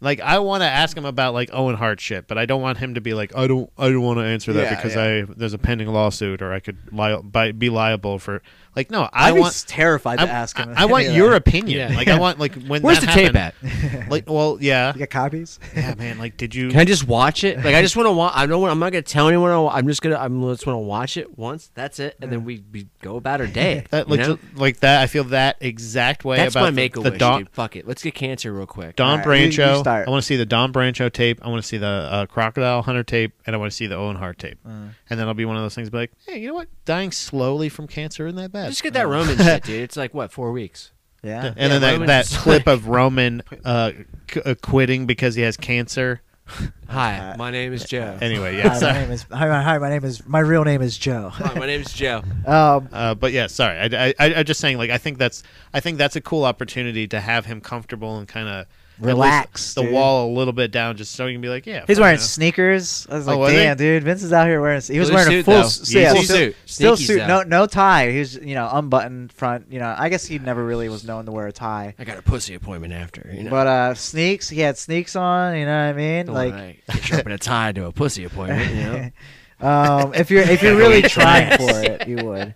Speaker 2: Like I want to ask him about like Owen Hart shit, but I don't want him to be like I don't I don't want to answer that
Speaker 3: Yeah,
Speaker 2: because
Speaker 3: yeah.
Speaker 2: I there's a pending lawsuit or I could li- bi- be liable for Like, no, I
Speaker 3: I'd be
Speaker 2: want.
Speaker 3: terrified
Speaker 2: I,
Speaker 3: to ask him.
Speaker 2: I- I want
Speaker 3: Yeah.
Speaker 2: your opinion.
Speaker 1: Yeah.
Speaker 2: Like, I want like when
Speaker 1: Where's
Speaker 2: that
Speaker 1: the tape
Speaker 2: happened-
Speaker 1: at?
Speaker 2: Like, well, yeah,
Speaker 3: You got copies?
Speaker 2: yeah, man. Like, did you?
Speaker 1: Can I just watch it? Like I just want to watch. I don't. wanna- I'm not gonna tell anyone. I wa- I'm just gonna. I'm just want to watch it once. That's it, and then we, we go about our day.
Speaker 2: That
Speaker 1: you
Speaker 2: like
Speaker 1: know?
Speaker 2: like that. I feel that exact way
Speaker 1: that's
Speaker 2: about
Speaker 1: my
Speaker 2: the-
Speaker 1: make a
Speaker 2: the,
Speaker 1: wish,
Speaker 2: Don,
Speaker 1: dude. Fuck it. Let's get cancer real quick.
Speaker 2: Don
Speaker 3: All right, you- you
Speaker 2: Brancho.
Speaker 3: start.
Speaker 2: I want to see the Don Brancho tape. I want to see the uh, Crocodile Hunter tape, and I want to see the Owen Hart tape. And then I'll be one of those things. Be like, hey, you know what? Dying slowly from cancer isn't that bad. Uh,
Speaker 1: Just get that Roman shit, dude. It's like what four weeks.
Speaker 3: Uh, Yeah.
Speaker 2: and then that,
Speaker 1: Roman's
Speaker 2: that
Speaker 1: just
Speaker 2: clip of Roman uh, c- uh, quitting because he has cancer.
Speaker 1: Hi, my name is Joe.
Speaker 2: Anyway, yeah.
Speaker 3: Hi, my
Speaker 2: sorry.
Speaker 3: name is. Hi, my- hi, my name is. My real name is Joe.
Speaker 1: Hi, my name is Joe.
Speaker 3: Um,
Speaker 2: Uh, but yeah, sorry. I, I, I, I'm just saying. Like, I think that's I think that's a cool opportunity to have him comfortable and kind of
Speaker 3: Relax,
Speaker 2: the
Speaker 3: dude.
Speaker 2: wall a little bit down, just so you can be like, yeah.
Speaker 3: he's
Speaker 2: fuck
Speaker 3: wearing
Speaker 2: yeah.
Speaker 3: sneakers. I was
Speaker 2: Oh,
Speaker 3: like,
Speaker 2: was he?
Speaker 3: damn, dude, Vince is out here wearing. He was
Speaker 1: Blue
Speaker 3: wearing a
Speaker 1: suit,
Speaker 3: full,
Speaker 1: though.
Speaker 3: s- yeah,
Speaker 2: Blue
Speaker 3: still-
Speaker 1: suit.
Speaker 3: still
Speaker 1: Sneakies,
Speaker 3: suit,
Speaker 1: though.
Speaker 3: no, no tie. He was, you know, unbuttoned front. You know, I guess he never really was known to wear a tie.
Speaker 1: I got a pussy appointment after. You know,
Speaker 3: But uh, sneaks, he had sneaks on. You know what I mean?
Speaker 1: Don't
Speaker 3: like,
Speaker 1: wanna get you up in a tie to a pussy appointment. You know,
Speaker 3: um, if you're if you're really trying for it, you would.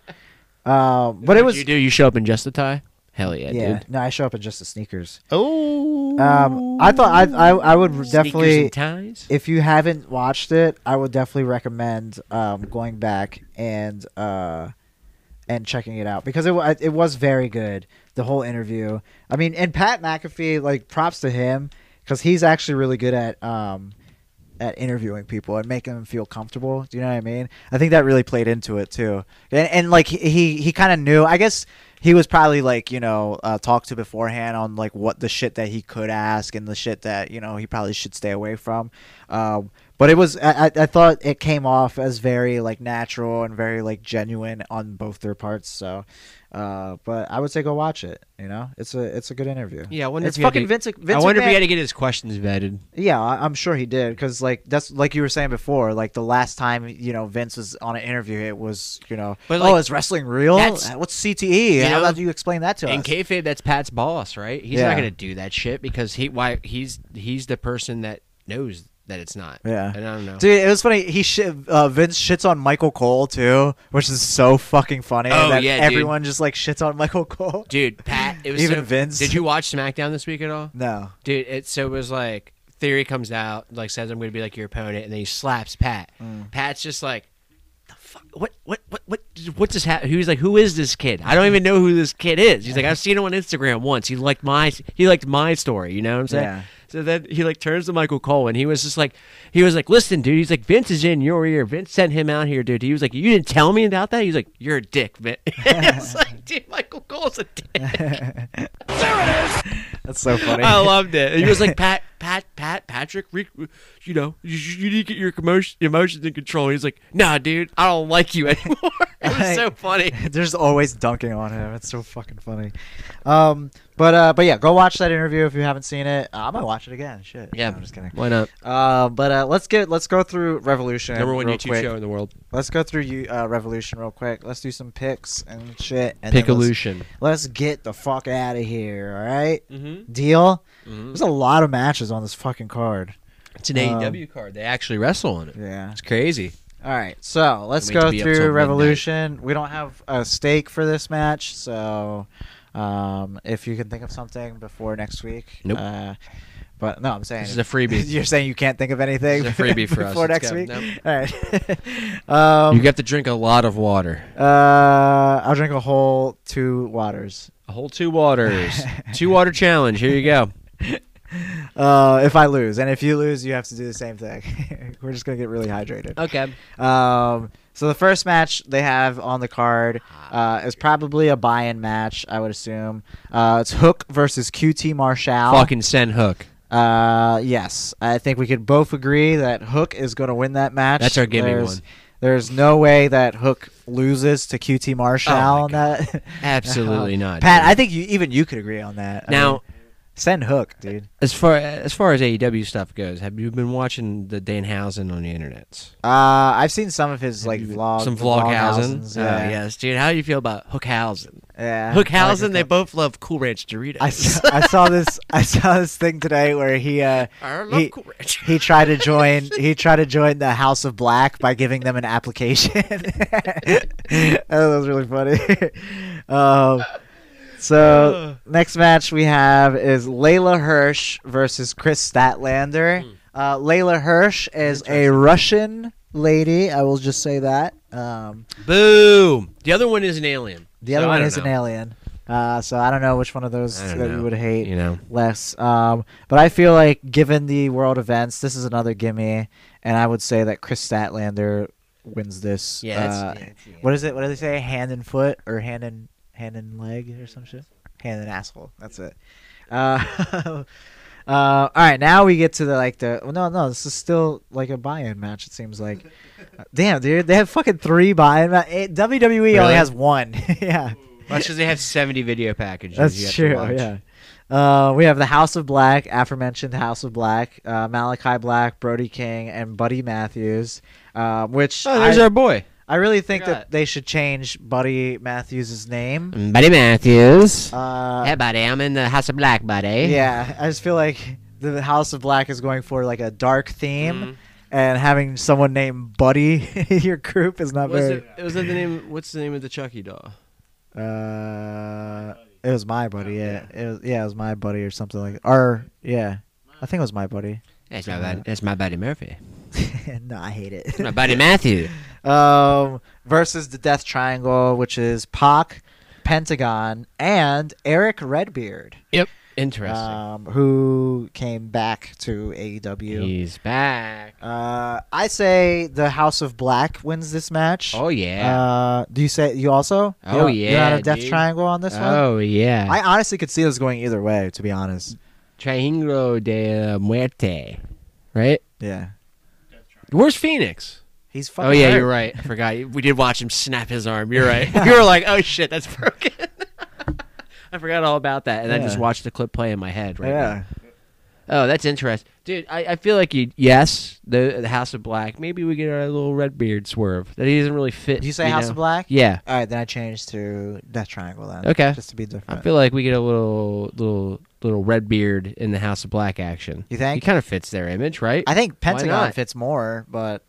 Speaker 3: Um, but it
Speaker 1: What
Speaker 3: was
Speaker 1: you do. You show up in just a tie. Hell yeah,
Speaker 3: yeah.
Speaker 1: dude.
Speaker 3: No, I show up in just the sneakers.
Speaker 2: Oh.
Speaker 3: Um, I thought I I, I would
Speaker 1: Sneakers
Speaker 3: definitely
Speaker 1: and ties.
Speaker 3: if you haven't watched it, I would definitely recommend um, going back and uh, and checking it out because it wa- it was very good. The whole interview. I mean, and Pat McAfee, like props to him because he's actually really good at um, at interviewing people and making them feel comfortable. Do you know what I mean? I think that really played into it too. And, and like he he, he kind of knew. I guess he was probably like you know uh, talked to beforehand on like what the shit that he could ask and the shit that you know he probably should stay away from. Um, but it was I, I I thought it came off as very like natural and very like genuine on both their parts. So, uh, but I would say go watch it. You know, it's a it's a good interview.
Speaker 1: Yeah, I wonder
Speaker 3: it's
Speaker 1: if you had
Speaker 3: fucking
Speaker 1: to-
Speaker 3: Vince. Vince
Speaker 1: I wonder if
Speaker 3: McMahon-
Speaker 1: he had to get his questions vetted.
Speaker 3: yeah, I- I'm sure he did because like that's like you were saying before, like the last time you know Vince was on an interview, it was you know,
Speaker 1: But,
Speaker 3: oh,
Speaker 1: like,
Speaker 3: is wrestling real? Uh,
Speaker 1: that's-
Speaker 3: What's CTE?
Speaker 1: you
Speaker 3: How
Speaker 1: know,
Speaker 3: about you explain that to
Speaker 1: In
Speaker 3: us?
Speaker 1: kayfabe, that's Pat's boss, right? He's
Speaker 3: Yeah.
Speaker 1: not gonna do that shit because he why he's he's the person that knows that it's not.
Speaker 3: Yeah.
Speaker 1: and I don't know.
Speaker 3: Dude, it was funny. He sh- uh, Vince shits on Michael Cole too, which is so fucking funny.
Speaker 1: Oh,
Speaker 3: that
Speaker 1: yeah, dude.
Speaker 3: everyone just like shits on Michael Cole.
Speaker 1: Dude, Pat, it was
Speaker 3: Even
Speaker 1: so-
Speaker 3: Vince.
Speaker 1: Did you watch SmackDown this week at all?
Speaker 3: No,
Speaker 1: Dude, it so it was like Theory comes out, like says I'm gonna be like your opponent, and then he slaps Pat. Pat's just like, the fuck, what, what, what, what, what just happened? He's like, who is this kid? I don't even know who this kid is. He's like, I've seen him on Instagram once. He liked my, he liked my story. You know what I'm saying?
Speaker 3: Yeah.
Speaker 1: So then he like turns to Michael Cole and he was just like, he was like, listen, dude. He's like, Vince is in your ear. Vince sent him out here, dude. He was like, you didn't tell me about that. He's like, you're a dick, Vince. it's like, dude, Michael Cole's a dick.
Speaker 3: that's so funny.
Speaker 1: I loved it. He was like Pat, Pat, Pat, Patrick. Re- you know, you, you need to get your commotion, emotions in control. He's like, Nah, dude, I don't like you anymore. it was so funny.
Speaker 3: There's always dunking on him. It's so fucking funny. Um, but uh, but yeah, go watch that interview if you haven't seen it. Uh, I might watch it again. Shit. No, I'm just kidding.
Speaker 1: Why not?
Speaker 3: Uh, but uh, let's get let's go through Revolution.
Speaker 1: Number one
Speaker 3: real
Speaker 1: YouTube
Speaker 3: quick.
Speaker 1: show in the world,
Speaker 3: Let's go through you uh, Revolution real quick. Let's do some picks and shit. And then let's,
Speaker 1: Pickolution.
Speaker 3: let's get the fuck out of here. All right?
Speaker 11: Mm-hmm.
Speaker 3: deal.
Speaker 1: Mhm.
Speaker 3: There's a lot of matches on this fucking card.
Speaker 1: It's an AEW card. They actually wrestle on it.
Speaker 3: Yeah.
Speaker 1: It's crazy.
Speaker 3: All right. So let's
Speaker 1: Can't wait to
Speaker 3: go
Speaker 1: be up till
Speaker 3: through
Speaker 1: midnight.
Speaker 3: Revolution. We don't have a stake for this match, so um, if you can think of something before next week,
Speaker 1: Nope.
Speaker 3: Uh, but no, I'm saying
Speaker 1: This is a freebie.
Speaker 3: You're saying you can't think of anything.
Speaker 1: This is a freebie for us.
Speaker 3: before
Speaker 1: Let's
Speaker 3: next
Speaker 1: go.
Speaker 3: week.
Speaker 1: Nope.
Speaker 3: All right. um,
Speaker 1: you have to drink a lot of water.
Speaker 3: Uh, I'll drink a whole two waters.
Speaker 1: A whole two waters. two water challenge. Here you go.
Speaker 3: Uh, if I lose, and if you lose, you have to do the same thing. We're just gonna get really hydrated.
Speaker 1: Okay.
Speaker 3: Um, so the first match they have on the card
Speaker 1: Ah,
Speaker 3: uh, is probably a buy-in match, I would assume. Uh, it's Hook versus QT Marshall.
Speaker 1: Fucking send hook.
Speaker 3: Uh, yes, I think we could both agree that Hook is going to win that match.
Speaker 1: That's our gimme
Speaker 3: There's-
Speaker 1: one.
Speaker 3: There's no way that Hook loses to QT Marshall
Speaker 1: Oh my
Speaker 3: on that. Um,
Speaker 1: Absolutely not.
Speaker 3: Pat,
Speaker 1: dude.
Speaker 3: I think you, even you could agree on that. I
Speaker 1: now.
Speaker 3: mean, send Hook, dude.
Speaker 1: As far as far as AEW stuff goes, have you been watching the Danhausen on the internet?
Speaker 3: Uh, I've seen some of his like
Speaker 1: You-
Speaker 3: vlogs,
Speaker 1: some Vloghausens.
Speaker 3: Vloghausens, Yeah,
Speaker 1: Oh, yes, dude. How do you feel about Hookhausen?
Speaker 3: yeah. I
Speaker 1: Hookhausen,
Speaker 3: like
Speaker 1: they
Speaker 3: Hook.
Speaker 1: both love Cool Ranch Doritos.
Speaker 3: I saw, I saw this I saw this thing today where he uh
Speaker 1: I love
Speaker 3: he,
Speaker 1: Cool Ranch.
Speaker 3: he tried to join he tried to join the House of Black by giving them an application. that was really funny. Um, so
Speaker 1: Uh.
Speaker 3: next match we have is Layla Hirsch versus Chris Statlander.
Speaker 1: Hmm.
Speaker 3: Uh, Layla Hirsch is a Russian lady. I will just say that. Um,
Speaker 1: Boom. The other one is an alien.
Speaker 3: the other
Speaker 1: So I
Speaker 3: one
Speaker 1: don't
Speaker 3: is an
Speaker 1: know.
Speaker 3: alien. Uh, so I don't know which one of those
Speaker 1: I
Speaker 3: that
Speaker 1: don't
Speaker 3: you
Speaker 1: know.
Speaker 3: would hate
Speaker 1: You know.
Speaker 3: less. Um, but I feel like given the world events, this is another gimme, and I would say that Chris Statlander wins this.
Speaker 1: Yeah, that's-
Speaker 3: uh,
Speaker 1: yeah, that's- yeah.
Speaker 3: What is it? What do they say? Hand and foot or hand and hand and leg or some shit? Hand and asshole. That's it. Uh, uh, all right, now we get to the like the well, no no this is still like a buy-in match. It seems like, damn dude, they have fucking three buy-in. Ma- eh, WWE only
Speaker 1: Really?
Speaker 3: has one. yeah.
Speaker 1: Much as they have 70 video packages. you
Speaker 3: That's
Speaker 1: have
Speaker 3: true.
Speaker 1: To watch.
Speaker 3: Yeah. Uh, we have the House of Black, aforementioned House of Black, uh, Malachi Black, Brody King, and Buddy Matthews. Uh, which
Speaker 1: Oh, there's
Speaker 3: I,
Speaker 1: our boy.
Speaker 3: I really think that
Speaker 1: forgot.
Speaker 3: they should change Buddy Matthews' name.
Speaker 1: Buddy Matthews.
Speaker 3: Uh,
Speaker 1: hey, buddy. I'm in the House of Black, buddy.
Speaker 3: yeah, I just feel like the House of Black is going for like a dark theme,
Speaker 1: Mm-hmm.
Speaker 3: and having someone named Buddy in your group is not
Speaker 1: Was
Speaker 3: very.
Speaker 1: it, was that the name? What's the name of the Chucky doll?
Speaker 3: Uh, it was my buddy.
Speaker 1: Oh,
Speaker 3: Yeah, it was yeah, it was my buddy or something like. Or yeah, I think it was my buddy.
Speaker 1: That's my buddy. That's my buddy Murphy.
Speaker 3: no, I hate
Speaker 1: That's my
Speaker 3: it.
Speaker 1: buddy Matthew.
Speaker 3: um, versus the Death Triangle, which is Pac, Pentagon, and Eric Redbeard,
Speaker 1: Interesting.
Speaker 3: um, who came back to AEW.
Speaker 1: He's back.
Speaker 3: Uh, I say the House of Black wins this match.
Speaker 1: Oh yeah.
Speaker 3: Uh, do you say you also?
Speaker 1: Oh,
Speaker 3: You're- You're not
Speaker 1: yeah,
Speaker 3: a Death
Speaker 1: dude.
Speaker 3: Triangle on this one.
Speaker 1: oh yeah.
Speaker 3: I honestly could see this going either way, to be honest.
Speaker 1: Trianglo de Muerte. Right.
Speaker 3: Yeah.
Speaker 1: Where's Phoenix?
Speaker 3: He's
Speaker 1: Oh
Speaker 3: fucking
Speaker 1: yeah,
Speaker 3: hurt.
Speaker 1: you're right. I forgot. We did watch him snap his arm. You're right. you were like, oh shit, that's broken. I forgot all about that, and I just
Speaker 3: Yeah.
Speaker 1: watched the clip play in my head. Right. now.
Speaker 3: Yeah.
Speaker 1: Oh, that's interesting, dude. I, I feel like you. Yes, the, the House of Black. Maybe we get our little red beard swerve that he doesn't really fit.
Speaker 3: Did you say House
Speaker 1: know?
Speaker 3: of Black?
Speaker 1: Yeah.
Speaker 3: All right, then I changed to Death Triangle then.
Speaker 1: Okay.
Speaker 3: Just to be
Speaker 1: I
Speaker 3: different.
Speaker 1: feel like we get a little little little red beard in the House of Black action.
Speaker 3: You think?
Speaker 1: He kind of fits their image, right?
Speaker 3: I think
Speaker 1: Why
Speaker 3: Pentagon
Speaker 1: not?
Speaker 3: fits more, but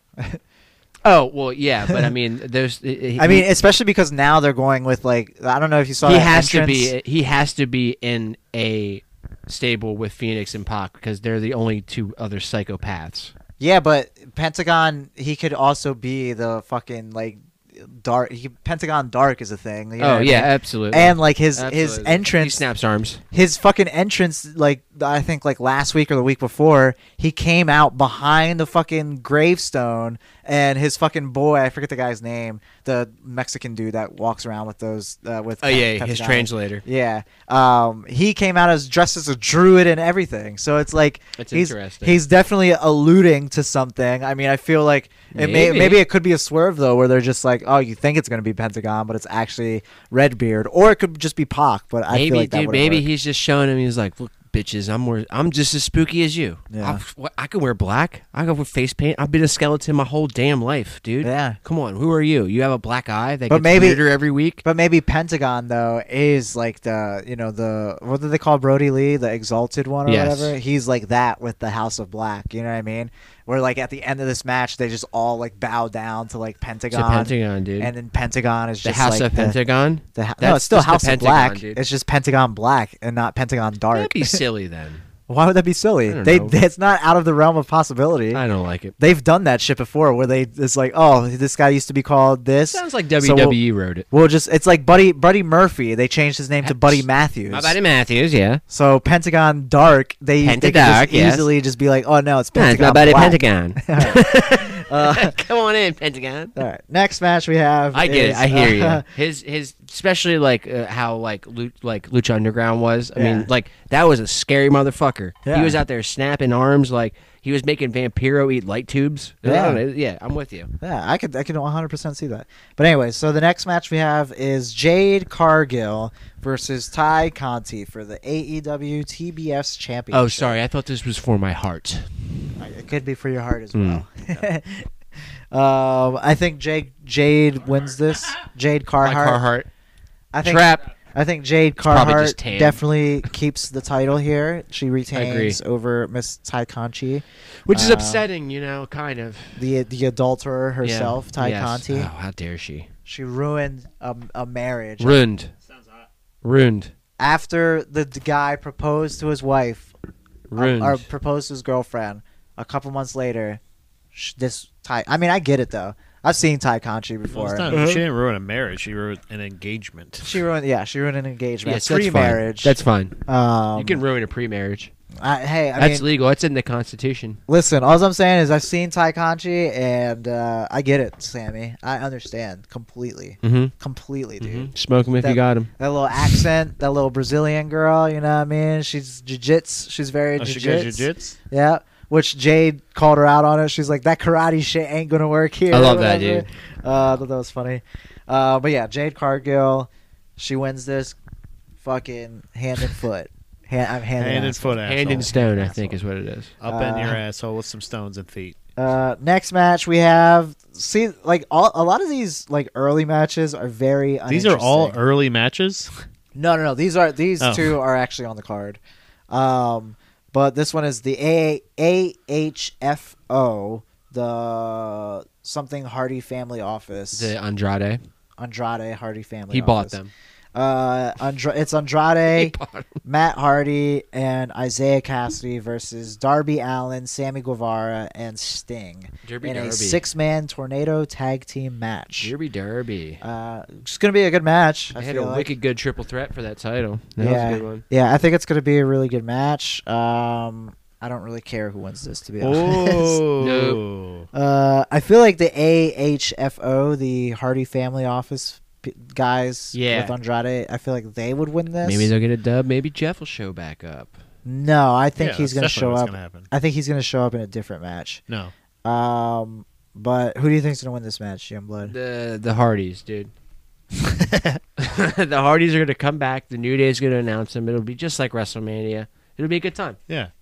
Speaker 1: oh well, yeah, but I mean, there's. he-
Speaker 3: I mean, especially because now they're going with like I don't know if you saw.
Speaker 1: he
Speaker 3: that
Speaker 1: has
Speaker 3: entrance.
Speaker 1: to be he has to be in a stable with Phoenix and Pac because they're the only two other psychopaths.
Speaker 3: Yeah, but Pentagon, he could also be the fucking like dark. He, Pentagon Dark is a thing. you know what
Speaker 1: oh
Speaker 3: I
Speaker 1: yeah,
Speaker 3: mean?
Speaker 1: absolutely.
Speaker 3: And like his his
Speaker 1: Absolutely. he
Speaker 3: entrance,
Speaker 1: snaps arms.
Speaker 3: his fucking entrance, like I think like last week or the week before, he came out behind the fucking gravestone, and his fucking boy, I forget the guy's name, the Mexican dude that walks around with those uh, with
Speaker 1: Oh
Speaker 3: Pe-
Speaker 1: yeah, his
Speaker 3: Pentagon.
Speaker 1: translator.
Speaker 3: Yeah, um, he came out as dressed as a druid and everything. So it's like
Speaker 1: That's
Speaker 3: he's
Speaker 1: interesting.
Speaker 3: he's definitely alluding to something. I mean, I feel like it may,
Speaker 1: Maybe.
Speaker 3: maybe it could be a swerve though, where they're just like, oh, you think it's gonna be Pentagon, but it's actually Redbeard, or it could just be Pac. But I
Speaker 1: maybe
Speaker 3: feel like that
Speaker 1: dude,
Speaker 3: would've
Speaker 1: maybe
Speaker 3: worked.
Speaker 1: he's just showing him. He's like, look, bitches, I'm more, I'm just as spooky as you.
Speaker 3: Yeah.
Speaker 1: I'll- what- I can wear black. I go with face paint. I've been a skeleton my whole damn life, dude.
Speaker 3: Yeah.
Speaker 1: Come on, who are you? You have a black eye that
Speaker 3: But
Speaker 1: gets
Speaker 3: maybe-
Speaker 1: weirder every week.
Speaker 3: But maybe Pentagon though is like the you know the what do they call Brody Lee the Exalted One or
Speaker 1: Yes.
Speaker 3: whatever. He's like that with the House of Black. You know what I mean? Where like at the end of this match, they just all like bow down to like
Speaker 1: It's a
Speaker 3: Pentagon,
Speaker 1: Pentagon, dude.
Speaker 3: and then Pentagon is
Speaker 1: the
Speaker 3: just
Speaker 1: House of
Speaker 3: like the,
Speaker 1: Pentagon.
Speaker 3: the hou- no,
Speaker 1: That's
Speaker 3: it's still
Speaker 1: just the
Speaker 3: House of
Speaker 1: Pentagon,
Speaker 3: Black.
Speaker 1: dude.
Speaker 3: It's just Pentagon Black and not Pentagon Dark.
Speaker 1: That'd be silly then.
Speaker 3: Why would that be silly?
Speaker 1: I don't
Speaker 3: They
Speaker 1: know.
Speaker 3: it's not out of the realm of possibility.
Speaker 1: I don't like it.
Speaker 3: They've done that shit before, where they it's like, oh, this guy used to be called this.
Speaker 1: Sounds like
Speaker 3: so we'll-
Speaker 1: WWE wrote it.
Speaker 3: Well, just it's like Buddy Buddy Murphy. They changed his name to Buddy Matthews.
Speaker 1: My buddy Matthews, yeah.
Speaker 3: So Pentagon Dark. They, they
Speaker 1: Pentadark,
Speaker 3: could just
Speaker 1: yes.
Speaker 3: easily just be like, oh no, it's
Speaker 1: Nah,
Speaker 3: Pentagon.
Speaker 1: it's my buddy
Speaker 3: Black.
Speaker 1: Pentagon.
Speaker 3: Uh,
Speaker 1: Come on in, Pentagon.
Speaker 3: all right. Next match we have.
Speaker 1: I get
Speaker 3: is,
Speaker 1: it. I hear
Speaker 3: uh,
Speaker 1: you. His his especially like uh, how like Lu- like Lucha Underground was. I
Speaker 3: Yeah.
Speaker 1: mean, like that was a scary motherfucker.
Speaker 3: Yeah.
Speaker 1: He was out there snapping arms like he was making Vampiro eat light tubes. I
Speaker 3: Yeah.
Speaker 1: don't know. yeah I'm with you.
Speaker 3: Yeah, I could I could 100% see that. But anyway, so the next match we have is Jade Cargill versus Ty Conti for the E AEW TBS Championship.
Speaker 1: Oh, sorry. I thought this was for my heart.
Speaker 3: It could be for your heart as
Speaker 1: Mm.
Speaker 3: well. um, I think Jade Jade wins this. Jade
Speaker 1: My
Speaker 3: Carhart.
Speaker 1: Carhartt
Speaker 3: I think
Speaker 1: trap.
Speaker 3: I think Jade
Speaker 1: probably just
Speaker 3: Carhart
Speaker 1: tan.
Speaker 3: definitely keeps the title here. She
Speaker 1: agree.
Speaker 3: retains over Miss Tai Conchi,
Speaker 1: Which is
Speaker 3: Uh,
Speaker 1: upsetting, you know, kind of.
Speaker 3: the the adulterer herself,
Speaker 1: yeah.
Speaker 3: Ty
Speaker 1: Yes. Ah.
Speaker 3: Conti.
Speaker 1: Oh, how dare she?
Speaker 3: She ruined a, a marriage.
Speaker 1: Ruined. Ruined.
Speaker 3: after the d- guy proposed to his wife
Speaker 1: Ruined.
Speaker 3: or proposed to his girlfriend a couple months later sh- this Ty I mean I get it though I've seen Ty Conchi
Speaker 2: Well,
Speaker 3: before
Speaker 2: it's not- She didn't ruin a marriage. She ruined an engagement.
Speaker 3: she ruined yeah she ruined an engagement
Speaker 1: yes, that's fine.
Speaker 3: pre-marriage
Speaker 1: That's fine.
Speaker 3: um,
Speaker 1: you can ruin a pre-marriage.
Speaker 3: I, hey I
Speaker 1: that's
Speaker 3: mean
Speaker 1: legal. That's in the Constitution.
Speaker 3: listen all I'm saying is I've seen Ty Conchi and uh, I get it Sammy I understand completely
Speaker 1: Mm-hmm.
Speaker 3: completely dude
Speaker 1: Smoke them if
Speaker 3: That-
Speaker 1: you got them.
Speaker 3: that little accent that little Brazilian girl you know what I mean she's jiu-jitsu she's very
Speaker 2: Oh, she goes
Speaker 3: jiu-jitsu
Speaker 2: jiu-jitsu.
Speaker 3: Yeah. Which Jade called her out on it. She's like, that karate shit ain't gonna work here.
Speaker 1: I love
Speaker 3: or
Speaker 1: that,
Speaker 3: whatever.
Speaker 1: dude.
Speaker 3: Uh, I thought that was funny. Uh, but yeah, Jade Cargill, she wins this fucking hand and foot. Hand, I'm hand,
Speaker 2: Hand
Speaker 3: and
Speaker 2: and
Speaker 3: foot.
Speaker 2: foot asshole.
Speaker 1: Hand in stone, I
Speaker 3: Asshole.
Speaker 1: think, is what it is.
Speaker 2: Up in your
Speaker 3: Uh,
Speaker 2: asshole with some stones and feet.
Speaker 3: Uh, next match we have. See, like all, a lot of these like early matches are very.
Speaker 2: These are all
Speaker 3: uninteresting.
Speaker 2: early matches.
Speaker 3: No, no, no. These are these
Speaker 2: Oh.
Speaker 3: two are actually on the card. Um, but this one is the A A H F O, the something Hardy Family Office.
Speaker 1: The Andrade.
Speaker 3: Andrade Hardy Family.
Speaker 1: He bought
Speaker 3: Office.
Speaker 1: them.
Speaker 3: Uh, Andra- it's Andrade, Matt Hardy, and Isaiah Cassidy versus Darby Allen, Sammy Guevara, and Sting
Speaker 1: Derby
Speaker 3: in
Speaker 1: Derby.
Speaker 3: a six-man tornado tag team match.
Speaker 1: Derby Derby.
Speaker 3: Uh, it's gonna be a good match. I
Speaker 1: they had a
Speaker 3: feel like.
Speaker 1: wicked good triple threat for that title. That was a good one.
Speaker 3: Yeah, I think it's going to be a really good match. Um, I don't really care who wins this, to be honest.
Speaker 2: Oh,
Speaker 3: Uh, I feel like the AHFO, the Hardy Family Office p- guys
Speaker 1: Yeah.
Speaker 3: with Andrade, I feel like they would win this.
Speaker 1: Maybe they'll get a dub. Maybe Jeff will show back up.
Speaker 3: no, I think
Speaker 2: Yeah, that's
Speaker 3: he's going to
Speaker 2: definitely
Speaker 3: show
Speaker 2: what's
Speaker 3: up.
Speaker 2: gonna happen.
Speaker 3: I think he's going to show up in a different match.
Speaker 2: No,
Speaker 3: Um, but who do you think's going to win this match, Youngblood?
Speaker 1: The the Hardys, dude. the Hardys are gonna come back. The New Day's gonna announce them. It'll be just like WrestleMania. It'll be a good time.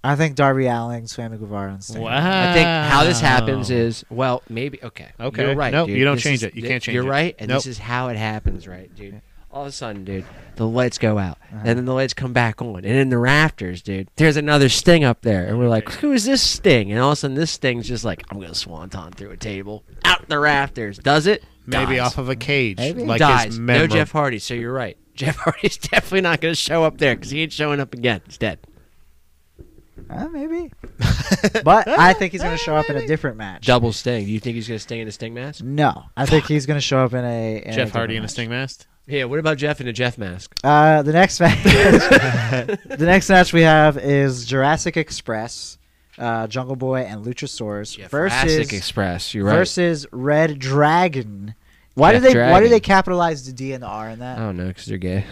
Speaker 3: I think Darby Allen, Sammy Guevara, and Sting.
Speaker 1: I think how this happens
Speaker 2: Wow.
Speaker 1: is well, maybe okay.
Speaker 2: Oh. Okay.
Speaker 1: You're right.
Speaker 2: Nope,
Speaker 1: dude.
Speaker 2: you don't
Speaker 1: This
Speaker 2: change
Speaker 1: is-
Speaker 2: it. You
Speaker 1: thi-
Speaker 2: can't change
Speaker 1: You're
Speaker 2: it.
Speaker 1: right, and
Speaker 2: Nope.
Speaker 1: this is how it happens, right, dude? All of a sudden, dude, the lights go out,
Speaker 2: Uh-huh.
Speaker 1: and then the lights come back on, and in the rafters, dude, there's another sting up there, and we're like, who is this sting? And all of a sudden, this sting's just like, I'm gonna swanton through a table out the rafters. Does it?
Speaker 2: maybe
Speaker 1: Dies.
Speaker 2: off of a cage,
Speaker 3: Maybe.
Speaker 2: like
Speaker 1: dies.
Speaker 2: his
Speaker 1: no
Speaker 2: memor-
Speaker 1: Jeff Hardy. So you're right. Jeff Hardy's definitely not going to show up there because he ain't showing up again. He's dead.
Speaker 3: Uh, maybe. but I think he's going to show up in a different match.
Speaker 1: Double Sting. Do you think he's going to stay in the Sting mask?
Speaker 3: No, I think he's going to show up in a in
Speaker 2: Jeff Hardy in a
Speaker 3: different match.
Speaker 2: sting mask.
Speaker 1: Yeah. What about Jeff in a Jeff mask?
Speaker 3: Uh, the next match, the next match we have is Jurassic Express, uh, Jungle Boy and Luchasaurus
Speaker 1: Jurassic
Speaker 3: versus
Speaker 1: Express. You're right.
Speaker 3: versus Red Dragon. Why
Speaker 1: Jeff
Speaker 3: do they Why do
Speaker 1: Dragon.
Speaker 3: they capitalize the D and the R in
Speaker 1: I
Speaker 3: that?
Speaker 1: don't know because they're gay.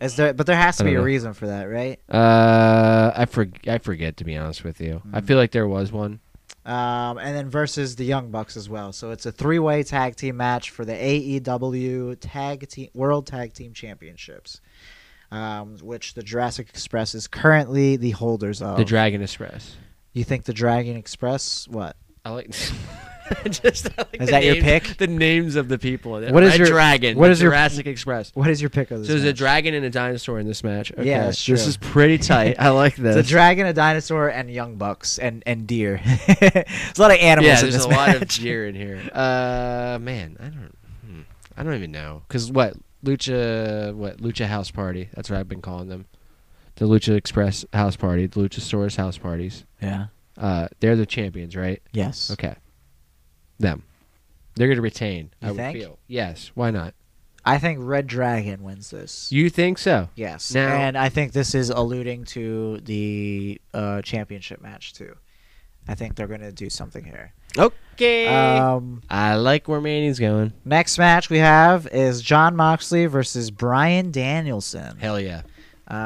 Speaker 3: Is there? But there has to
Speaker 1: I
Speaker 3: be
Speaker 1: don't
Speaker 3: a
Speaker 1: know.
Speaker 3: reason for that, right?
Speaker 1: Uh, I for, I forget to be honest with you. I feel like there was one.
Speaker 3: Um, and then versus the Young Bucks as well. So it's a three way tag team match for the AEW Tag Team World Tag Team Championships, um, which the Jurassic Express is currently the holders of.
Speaker 1: The Dragon Express.
Speaker 3: You think the Dragon Express? What?
Speaker 1: I like. Just, I like the
Speaker 3: Is that your
Speaker 1: names-
Speaker 3: pick?
Speaker 1: The names of the people. in it.
Speaker 3: What is
Speaker 1: Red
Speaker 3: your-
Speaker 1: dragon?
Speaker 3: what
Speaker 1: the
Speaker 3: is your-
Speaker 1: Jurassic Express?
Speaker 3: What is your pick of this?
Speaker 1: So there's a
Speaker 3: match?
Speaker 1: dragon and a dinosaur in this match. Okay.
Speaker 3: that's
Speaker 1: This
Speaker 3: true.
Speaker 1: is pretty tight. I like this.
Speaker 3: It's a dragon, a dinosaur, and young bucks, and and deer. There's a lot of animals.
Speaker 1: Yeah,
Speaker 3: in
Speaker 1: there's
Speaker 3: this
Speaker 1: a lot of
Speaker 3: match.
Speaker 1: gear in here. Uh, man, I don't, hmm, I don't even know. Cause what lucha, what lucha house party? That's what I've been calling them. The Lucha Express house party, the Luchasaurus house parties.
Speaker 3: Yeah.
Speaker 1: Uh, they're the champions, right?
Speaker 3: Yes.
Speaker 1: Okay, them. They're gonna retain.
Speaker 3: You
Speaker 1: I would
Speaker 3: think?
Speaker 1: feel. Yes. Why not?
Speaker 3: I think Red Dragon wins this.
Speaker 1: You think so?
Speaker 3: yes.
Speaker 1: Now-
Speaker 3: and I think this is alluding to the uh, championship match too. I think they're gonna do something here.
Speaker 1: Okay.
Speaker 3: Um,
Speaker 1: Uh, I like where Manny's going.
Speaker 3: next match we have is John Moxley versus Brian Danielson.
Speaker 1: Hell yeah.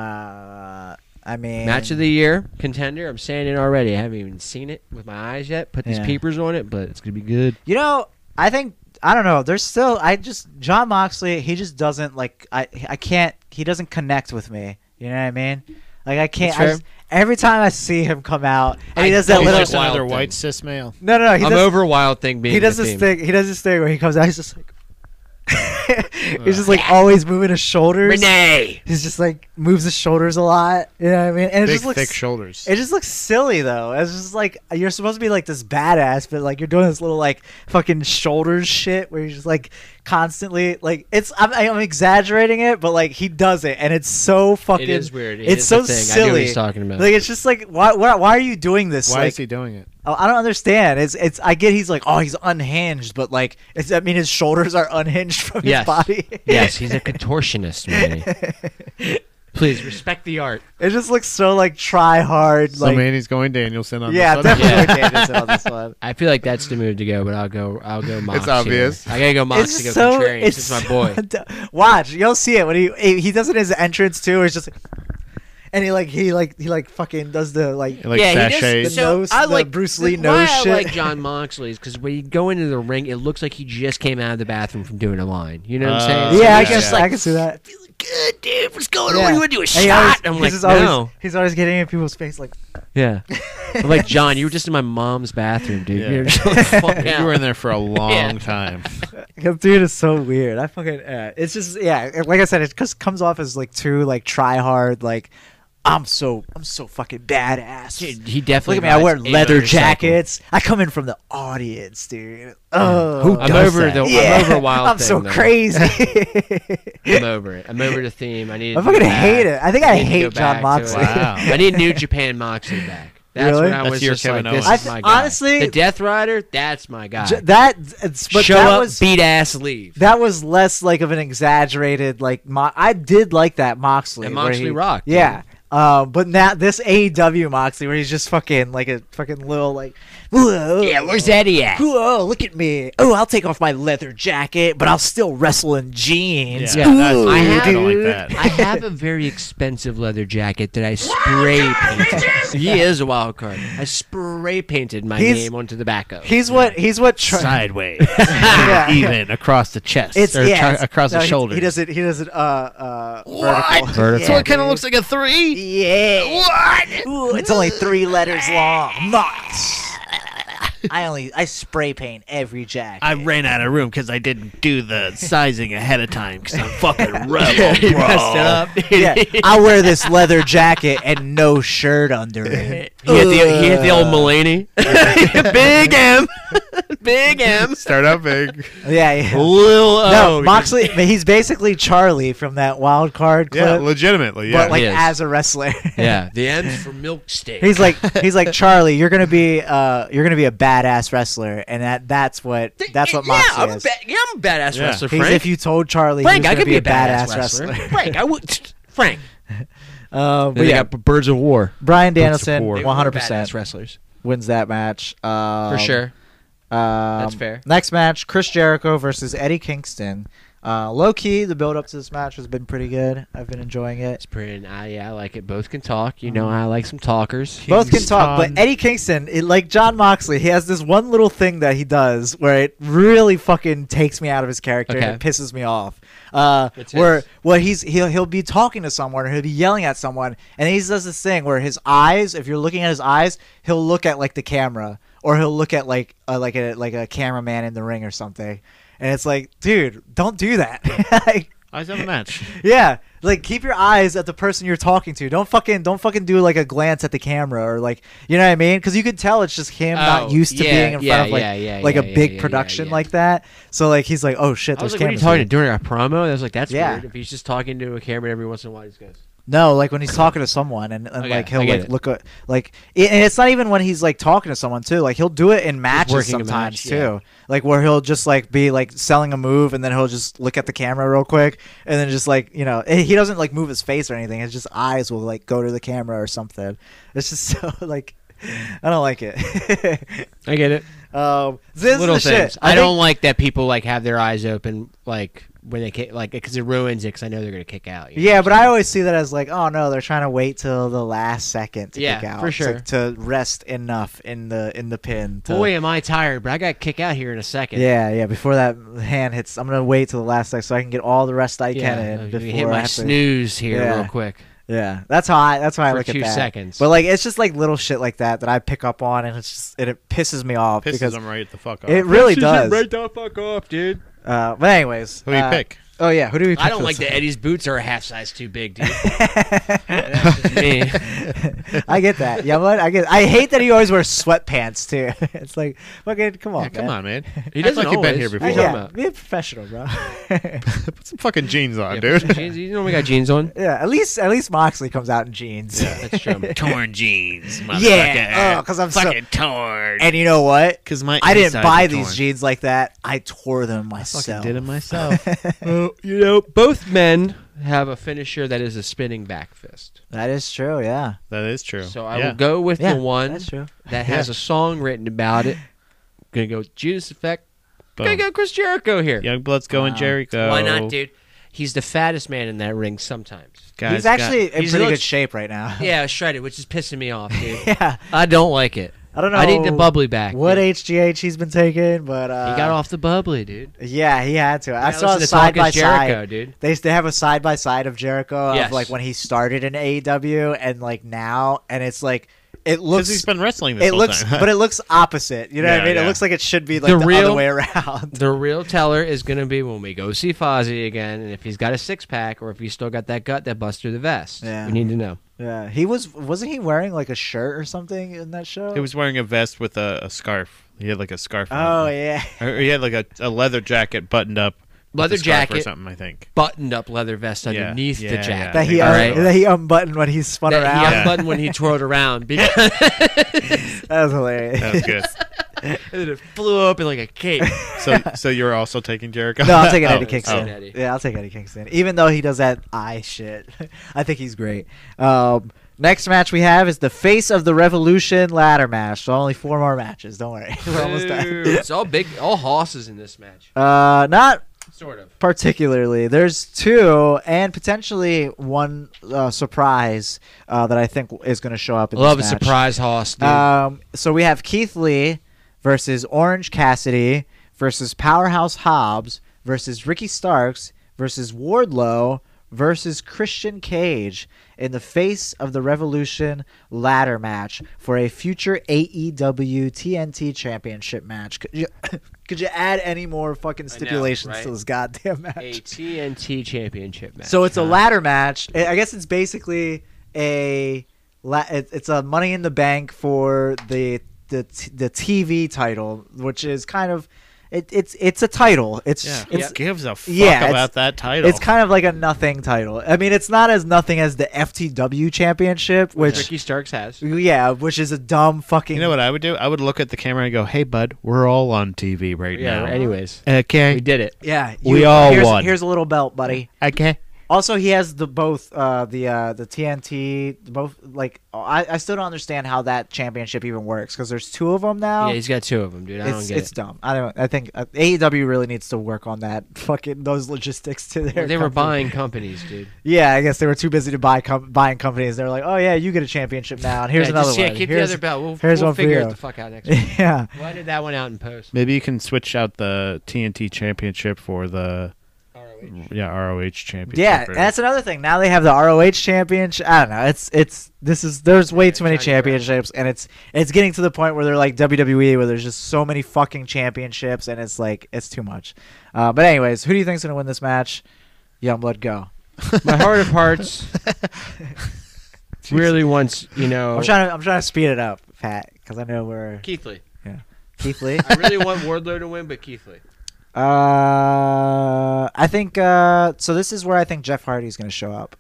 Speaker 3: Uh, I mean,
Speaker 1: Match of the year contender. I'm saying it already. I haven't even seen it with my eyes yet. Put these
Speaker 3: Yeah.
Speaker 1: peepers on it, but it's gonna be good.
Speaker 3: You know, I think I don't know. There's still I just John Moxley. He just doesn't like I. I can't. He doesn't connect with me. You know what I mean? Like I can't.
Speaker 1: That's
Speaker 3: I
Speaker 1: fair.
Speaker 3: just, every time I see him come out, and he
Speaker 1: I-
Speaker 3: does that
Speaker 1: he's
Speaker 3: little.
Speaker 1: just like-
Speaker 2: another
Speaker 1: wild
Speaker 2: white
Speaker 1: thing.
Speaker 2: cis male.
Speaker 3: no, no, no. He
Speaker 1: I'm
Speaker 3: does,
Speaker 1: over Wild Thing being.
Speaker 3: He does
Speaker 1: the
Speaker 3: this
Speaker 1: theme.
Speaker 3: thing. He does this thing where he comes out. He's just like. he's just like always moving his shoulders.
Speaker 11: Renee.
Speaker 3: He's just like moves his shoulders a lot. You know what I mean? And it
Speaker 2: Big
Speaker 3: just looks
Speaker 2: thick shoulders.
Speaker 3: it just looks silly though. It's just like you're supposed to be like this badass, but like you're doing this little like fucking shoulders shit where you're just like constantly like it's. I'm, I'm exaggerating it, but like he does it, and it's so fucking.
Speaker 1: It is weird. It
Speaker 3: it's
Speaker 1: is
Speaker 3: so
Speaker 1: a thing. I
Speaker 3: silly.
Speaker 1: know what he's talking about.
Speaker 3: Like it's just like why why, why are you doing this?
Speaker 2: Why
Speaker 3: like,
Speaker 2: is he doing it?
Speaker 3: Oh, I I don't understand. It's it's. I get he's like oh he's unhinged, but like it's. I mean his shoulders are unhinged from his
Speaker 1: yes.
Speaker 3: body.
Speaker 1: yes, he's a contortionist, man. Please respect the art.
Speaker 3: it just looks so like try hard.
Speaker 2: So
Speaker 3: like
Speaker 2: Manny's going Danielson on
Speaker 3: yeah,
Speaker 2: this one.
Speaker 3: definitely Danielson on this one.
Speaker 1: I feel like that's the move to go, but I'll go. I'll go. Mox here.
Speaker 2: obvious.
Speaker 1: I gotta go. Mox to go contrarian. It's, it's my
Speaker 3: so
Speaker 1: boy.
Speaker 3: d- Watch, you'll see it when he he does it as an entrance too. It's just, like, and he like he like he like fucking does the like.
Speaker 2: Like
Speaker 1: Yeah, he
Speaker 2: sachets.
Speaker 1: does-
Speaker 3: The nose- the Bruce Lee
Speaker 1: why
Speaker 3: nose shit.
Speaker 1: I like John Moxley is because when you go into the ring, it looks like he just came out of the bathroom from doing a line. You know what I'm
Speaker 2: Uh,
Speaker 1: saying?
Speaker 2: so
Speaker 3: yeah, I
Speaker 2: he's
Speaker 3: guess
Speaker 2: just like,
Speaker 3: I can see that.
Speaker 1: Good dude, what's going
Speaker 3: Yeah.
Speaker 1: on? You want to do a
Speaker 3: And he
Speaker 1: shot?
Speaker 3: always-
Speaker 1: I'm
Speaker 3: he's
Speaker 1: like,
Speaker 3: just
Speaker 1: no.
Speaker 3: always, He's always getting in people's face like,
Speaker 1: Yeah. I'm like, John, you were just in my mom's bathroom, dude.
Speaker 2: Yeah.
Speaker 1: You're just like, fuck out.
Speaker 2: You were in there for a long
Speaker 1: Yeah.
Speaker 2: time.
Speaker 3: "This dude is so weird. I fucking. Uh, it's just yeah. it- Like I said, it just comes off as like too like try hard. Like I'm so I'm so fucking badass.
Speaker 1: Dude, he
Speaker 3: Look
Speaker 1: definitely.
Speaker 3: at me! I wear
Speaker 1: rides a
Speaker 3: leather
Speaker 1: motorcycle.
Speaker 3: jackets. I come in from the audience, dude. Oh,
Speaker 1: Who I'm does over that? the- I'm over Wild
Speaker 3: I'm
Speaker 1: Thing,
Speaker 3: so
Speaker 1: though.
Speaker 3: crazy.
Speaker 1: I'm over it. I'm over the theme. I need.
Speaker 3: I fucking hate it. I think I hate John Moxley.
Speaker 2: Wow.
Speaker 1: I need New Japan Moxley back. That's
Speaker 3: Really?
Speaker 1: when I
Speaker 2: That's
Speaker 1: was
Speaker 2: your
Speaker 1: just
Speaker 2: Kevin
Speaker 1: like, this
Speaker 2: Owens.
Speaker 1: is
Speaker 3: I
Speaker 1: my
Speaker 3: th-
Speaker 1: guy.
Speaker 3: honestly-
Speaker 1: the Death Rider, that's my guy.
Speaker 3: J- that it's, but
Speaker 1: Show
Speaker 3: that
Speaker 1: up,
Speaker 3: was
Speaker 1: beat ass, leave.
Speaker 3: that was less like of an exaggerated like. Mo- I did like that Moxley.
Speaker 1: And
Speaker 3: where
Speaker 1: Moxley
Speaker 3: he-
Speaker 1: rocked, dude.
Speaker 3: Yeah. Uh, but now this AEW Moxley, where he's just fucking like a fucking little like, "Whoa,
Speaker 1: yeah, where's Eddie at?
Speaker 3: Whoa, look at me. Oh, I'll take off my leather jacket, but I'll still wrestle in jeans.
Speaker 2: Yeah, that's-
Speaker 3: Ooh,
Speaker 2: I have- I don't like
Speaker 3: dude.
Speaker 2: that.
Speaker 1: I have a very expensive leather jacket that I spray painted. he is a wild card. I spray painted my
Speaker 3: He's-
Speaker 1: name onto the back of.
Speaker 3: He's what he's what tra-
Speaker 2: Sideways,
Speaker 3: Yeah.
Speaker 2: even across the chest
Speaker 3: it's
Speaker 2: or
Speaker 3: yeah,
Speaker 2: tr- across
Speaker 3: no,
Speaker 2: the
Speaker 3: he-
Speaker 2: shoulder.
Speaker 3: He does it he does it uh uh vertical.
Speaker 2: Vertical.
Speaker 3: Yeah,
Speaker 2: So it kind of
Speaker 3: dude.
Speaker 2: looks like a three.
Speaker 3: Yeah. What? Ooh, it's only three letters long. Mox. I only I spray paint every jacket.
Speaker 2: I ran out of room because I didn't do the sizing ahead of time because I'm fucking rebel,
Speaker 1: he
Speaker 2: bro.
Speaker 1: messed it up.
Speaker 3: yeah, I wear this leather jacket and no shirt under it.
Speaker 1: He hit, the, he hit the old Mulaney. Big M. Big M.
Speaker 2: Start out big.
Speaker 3: Yeah, yeah.
Speaker 1: Lil
Speaker 3: No,
Speaker 1: O.
Speaker 3: Moxley. but He's basically Charlie from that wild card clip,
Speaker 2: Yeah, legitimately. Yeah.
Speaker 3: but like
Speaker 1: He is.
Speaker 3: as a wrestler.
Speaker 1: Yeah.
Speaker 11: The M's for milk steak.
Speaker 3: he's like he's like Charlie. You're gonna be uh you're gonna be a badass wrestler, and that that's what that's what Moxley
Speaker 1: yeah, I'm a
Speaker 3: is.
Speaker 1: ba- yeah, I'm a badass
Speaker 2: Yeah.
Speaker 1: wrestler,
Speaker 3: He's-
Speaker 1: Frank.
Speaker 3: if you told Charlie, he
Speaker 1: Frank,
Speaker 3: was
Speaker 1: I
Speaker 3: gonna
Speaker 1: could
Speaker 3: be, a badass, wrestler.
Speaker 1: Frank, I would. Frank.
Speaker 3: Uh, but
Speaker 1: They
Speaker 3: yeah,
Speaker 1: got B- Birds of War.
Speaker 3: Brian
Speaker 2: Boots of
Speaker 3: Danielson,
Speaker 2: War. They
Speaker 11: were
Speaker 3: 100
Speaker 11: badass
Speaker 3: percent
Speaker 1: wrestlers.
Speaker 3: wins that match
Speaker 1: For
Speaker 3: um,
Speaker 1: sure.
Speaker 3: Um,
Speaker 1: fair.
Speaker 3: Next match: Chris Jericho versus Eddie Kingston. Uh, low key, the build up to this match has been pretty good. I've been enjoying it.
Speaker 1: It's pretty. and I, yeah, I like it. Both can talk. You know, I like some talkers.
Speaker 3: Mm. Both can talk,
Speaker 2: Kingston.
Speaker 3: but Eddie Kingston, it, like John Moxley, he has this one little thing that he does where it really fucking takes me out of his character and it
Speaker 1: Okay.
Speaker 3: pisses me off. Uh,
Speaker 11: What's
Speaker 3: where
Speaker 11: his?
Speaker 3: well he's he'll he'll be talking to someone or he'll be yelling at someone and he does this thing where his eyes, if you're looking at his eyes, he'll look at like the camera or he'll look at like a, like a like a cameraman in the ring or something, and it's like, dude, don't do that. like,
Speaker 2: Eyes on the match.
Speaker 3: yeah, like keep your eyes at the person you're talking to. Don't fucking don't fucking do like a glance at the camera or like you know what I mean? Because you could tell it's just him
Speaker 1: Oh,
Speaker 3: not used to
Speaker 1: yeah,
Speaker 3: being in
Speaker 1: yeah,
Speaker 3: front of like
Speaker 1: yeah, yeah,
Speaker 3: like
Speaker 1: yeah,
Speaker 3: a big
Speaker 1: yeah, yeah,
Speaker 3: production
Speaker 1: yeah.
Speaker 3: like that. So like he's like, oh shit,
Speaker 1: I was
Speaker 3: there's
Speaker 1: like, what are you
Speaker 3: cameras.
Speaker 1: talking
Speaker 3: here."
Speaker 1: to? During a promo? I was like, that's
Speaker 3: Yeah.
Speaker 1: weird. If he's just talking to a camera every once in a while, he just goes.
Speaker 3: No, like when he's talking to someone and, and
Speaker 1: Okay,
Speaker 3: like
Speaker 1: I
Speaker 3: he'll
Speaker 1: get
Speaker 3: like
Speaker 1: it.
Speaker 3: look at like it, and it's not even when he's like talking to someone too. Like he'll do it in matches
Speaker 1: working a match,
Speaker 3: sometimes too.
Speaker 1: yeah.
Speaker 3: Like where he'll just like be like selling a move and then he'll just look at the camera real quick and then just like you know and he doesn't like move his face or anything. It's just eyes will like go to the camera or something. It's just so like I don't like it.
Speaker 1: I get it.
Speaker 3: um, this
Speaker 1: Little
Speaker 3: is the shit.
Speaker 1: things. I,
Speaker 3: think-
Speaker 1: don't like that people like have their eyes open, like when they kick, like because it ruins it. Because I know they're gonna kick out. you know?
Speaker 3: Yeah, but I always see that as like, oh no, they're trying to wait till the last second to
Speaker 1: Yeah,
Speaker 3: kick out
Speaker 1: for
Speaker 3: to-
Speaker 1: sure.
Speaker 3: to, rest enough in the in the pin. To,
Speaker 1: Boy, am I tired, but I got to kick out here in a second.
Speaker 3: yeah, yeah. Before that hand hits, I'm gonna wait till the last second so I can get all the rest I
Speaker 1: Yeah,
Speaker 3: can in
Speaker 1: I'm
Speaker 3: before
Speaker 1: gonna hit
Speaker 3: I
Speaker 1: my
Speaker 3: have to-
Speaker 1: snooze here
Speaker 3: Yeah.
Speaker 1: real quick.
Speaker 3: Yeah, that's how I that's how I
Speaker 1: For
Speaker 3: look
Speaker 1: two
Speaker 3: at that.
Speaker 1: seconds.
Speaker 3: But like, it's just like little shit like that that I pick up on, and it's just, it, it pisses me off
Speaker 2: Pisses
Speaker 3: because
Speaker 2: him right the fuck off.
Speaker 3: it really does.
Speaker 1: the fuck off, dude.
Speaker 3: Uh, but anyways,
Speaker 2: Who do you
Speaker 3: uh,
Speaker 2: pick?
Speaker 3: Oh yeah, who do we? Pick
Speaker 11: I don't
Speaker 3: for
Speaker 11: like
Speaker 3: the
Speaker 11: that Eddie's boots are a half size too big, dude. That's just me.
Speaker 3: I get that. Yeah, but I get. I hate that he always wears sweatpants too. it's like, fucking, come on,
Speaker 2: Yeah, come
Speaker 3: man.
Speaker 2: on, man.
Speaker 1: He
Speaker 2: Act
Speaker 1: doesn't
Speaker 2: like you've been here
Speaker 1: always.
Speaker 2: before.
Speaker 1: What are
Speaker 3: Uh,
Speaker 1: you talking
Speaker 3: yeah,
Speaker 1: about?
Speaker 3: be a professional, bro.
Speaker 2: Put some fucking jeans on,
Speaker 1: Yeah, put some
Speaker 2: dude.
Speaker 1: jeans- You know we got jeans on.
Speaker 3: yeah, at least at least Moxley comes out in jeans. Yeah,
Speaker 1: That's true.
Speaker 2: torn jeans,
Speaker 3: yeah. because I'm so.
Speaker 2: torn.
Speaker 3: And you know what?
Speaker 2: Because my
Speaker 3: I didn't
Speaker 2: insides
Speaker 3: buy
Speaker 2: are
Speaker 3: these
Speaker 2: torn.
Speaker 3: jeans like that. I tore them myself.
Speaker 2: Fucking did it myself.
Speaker 1: Well, you know, both men have a finisher that is a spinning back fist.
Speaker 3: That is true. Yeah.
Speaker 2: that is true.
Speaker 1: So I
Speaker 2: yeah.
Speaker 1: will go with
Speaker 3: Yeah,
Speaker 1: the one
Speaker 3: That's true.
Speaker 1: that has a song written about it. gonna go with Judas Effect. Gonna
Speaker 2: Boom.
Speaker 1: go Chris Jericho here.
Speaker 2: Young Blood's going
Speaker 3: Wow.
Speaker 2: Jericho.
Speaker 1: Why not, dude? He's the fattest man in that ring sometimes.
Speaker 2: Guys
Speaker 3: he's
Speaker 2: got-
Speaker 3: actually in
Speaker 1: he's
Speaker 3: pretty
Speaker 1: looked-
Speaker 3: good shape right now.
Speaker 1: Yeah, shredded, which is pissing me off, dude.
Speaker 3: yeah.
Speaker 1: I don't like it.
Speaker 3: I don't know.
Speaker 1: I need the bubbly back.
Speaker 3: What
Speaker 1: dude.
Speaker 3: HGH he's been taking, but uh,
Speaker 1: he got off the bubbly, dude.
Speaker 3: Yeah, he had to. I
Speaker 1: Yeah,
Speaker 3: saw
Speaker 1: listen
Speaker 3: a
Speaker 1: to
Speaker 3: side
Speaker 1: Talk
Speaker 3: by
Speaker 1: is Jericho,
Speaker 3: side.
Speaker 1: dude.
Speaker 3: They they have a side by side of Jericho
Speaker 1: Yes.
Speaker 3: of like when he started in AEW and like now, and it's like it
Speaker 2: Because
Speaker 3: looks.
Speaker 2: he's been wrestling this
Speaker 3: it
Speaker 2: whole
Speaker 3: looks,
Speaker 2: time.
Speaker 3: but it looks opposite. You know what
Speaker 2: Yeah,
Speaker 3: I mean?
Speaker 2: yeah.
Speaker 3: It looks like it should be like
Speaker 1: The
Speaker 3: the,
Speaker 1: real-
Speaker 3: other way around.
Speaker 1: The real teller is gonna be when we go see Fozzy again, and if he's got a six pack or if he's still got that gut that busts through the vest.
Speaker 3: Yeah.
Speaker 1: We need to know.
Speaker 3: Yeah, he was. Wasn't he wearing like a shirt or something in that show?
Speaker 2: he was wearing a vest with a, a scarf. He had like a scarf.
Speaker 3: Oh
Speaker 2: on.
Speaker 3: yeah.
Speaker 2: Or he had like a, a leather jacket buttoned up. with
Speaker 1: Leather
Speaker 2: a scarf or
Speaker 1: jacket.
Speaker 2: something. I think.
Speaker 1: Buttoned up leather vest
Speaker 2: Yeah,
Speaker 1: underneath
Speaker 2: yeah,
Speaker 1: the
Speaker 2: yeah.
Speaker 1: jacket.
Speaker 3: That he
Speaker 2: All
Speaker 3: un-
Speaker 2: right.
Speaker 3: that he unbuttoned when he spun
Speaker 1: That
Speaker 3: around.
Speaker 1: he unbuttoned when he twirled around because
Speaker 3: That was hilarious.
Speaker 2: That was good.
Speaker 1: it flew open like a cake.
Speaker 2: so, so you're also taking Jericho?
Speaker 3: No, I'm taking
Speaker 2: Oh,
Speaker 3: Eddie Kingston.
Speaker 1: oh. Eddie.
Speaker 3: Yeah, I'll take Eddie Kingston. Even though he does that eye shit, I think he's great. Um, next match we have is the Face of the Revolution ladder match. So only four more matches. Don't worry, we're almost
Speaker 1: Dude,
Speaker 3: done.
Speaker 1: It's all big, all hosses in this match,
Speaker 3: Uh, not
Speaker 1: sort of.
Speaker 3: particularly. There's two and potentially one uh, surprise uh, that I think is going to show up. in
Speaker 1: Love a
Speaker 3: this match.
Speaker 1: surprise hoss, dude.
Speaker 3: Um, so we have Keith Lee versus Orange Cassidy versus Powerhouse Hobbs versus Ricky Starks versus Wardlow versus Christian Cage in the face of the Revolution ladder match for a E future AEW TNT Championship match. Could you, could you add any more fucking stipulations
Speaker 1: right?
Speaker 3: to this goddamn match?
Speaker 1: a TNT championship match.
Speaker 3: So it's a ladder match. I I guess it's basically a la- it- it's a Money in the Bank for the the t- the TV title, which is kind of it, it's it's a title. It's
Speaker 2: Yeah. Who
Speaker 3: it's
Speaker 2: gives a fuck
Speaker 3: Yeah, it's-
Speaker 2: about that title?
Speaker 3: it's kind of like a nothing title. I mean, it's not as nothing as the FTW Championship, which
Speaker 1: Ricky Starks has.
Speaker 3: yeah, which is a dumb fucking.
Speaker 2: you know what I would do? I would look at the camera and go, "Hey, bud, we're all on TV right
Speaker 1: Yeah.
Speaker 2: now."
Speaker 1: Anyways,
Speaker 2: Okay.
Speaker 1: we did it.
Speaker 3: Yeah,
Speaker 2: We all
Speaker 3: here's,
Speaker 2: won.
Speaker 3: Here's a little belt, buddy.
Speaker 2: Okay.
Speaker 3: Also, he has the both uh, the uh, the TNT both like I, I still don't understand how that championship even works because there's two of them now.
Speaker 1: Yeah, he's got two of them, dude. I
Speaker 3: Oh. it's
Speaker 1: don't get
Speaker 3: it's dumb. I don't. I think uh, AEW really needs to work on that fucking those logistics to
Speaker 1: it. Well,
Speaker 3: their.
Speaker 1: they were
Speaker 3: company.
Speaker 1: buying companies, dude.
Speaker 3: Yeah, I guess they were too busy to buy com- buying companies. They're like, oh yeah, you get a championship now, and here's
Speaker 1: yeah,
Speaker 3: another
Speaker 1: just,
Speaker 3: one.
Speaker 1: Yeah, keep
Speaker 3: here's,
Speaker 1: the other belt. We'll,
Speaker 3: here's
Speaker 1: we'll
Speaker 3: one for
Speaker 1: figure
Speaker 3: you.
Speaker 1: it the fuck out next week.
Speaker 3: yeah.
Speaker 1: Why did that one out in post?
Speaker 2: Maybe you can switch out the TNT championship for the yeah ROH championship.
Speaker 3: Yeah,
Speaker 2: or-
Speaker 3: that's another thing. Now they have the ROH championship. I don't know. It's it's this is there's way
Speaker 1: Yeah,
Speaker 3: too many
Speaker 1: Johnny Bravo.
Speaker 3: championships, and it's it's getting to the point where they're like WWE, where there's just so many fucking championships, and it's like it's too much. Uh, but anyways, who do you think's gonna win this match? Youngblood, go.
Speaker 1: My heart of hearts really wants, you know,
Speaker 3: I'm trying to I'm trying to speed it up, Pat, because I know we're
Speaker 1: Keithley.
Speaker 3: Keith Lee.
Speaker 1: I really want Wardlow to win, but Keithley.
Speaker 3: Uh, I think uh, so. This is where I think Jeff Hardy's gonna show up,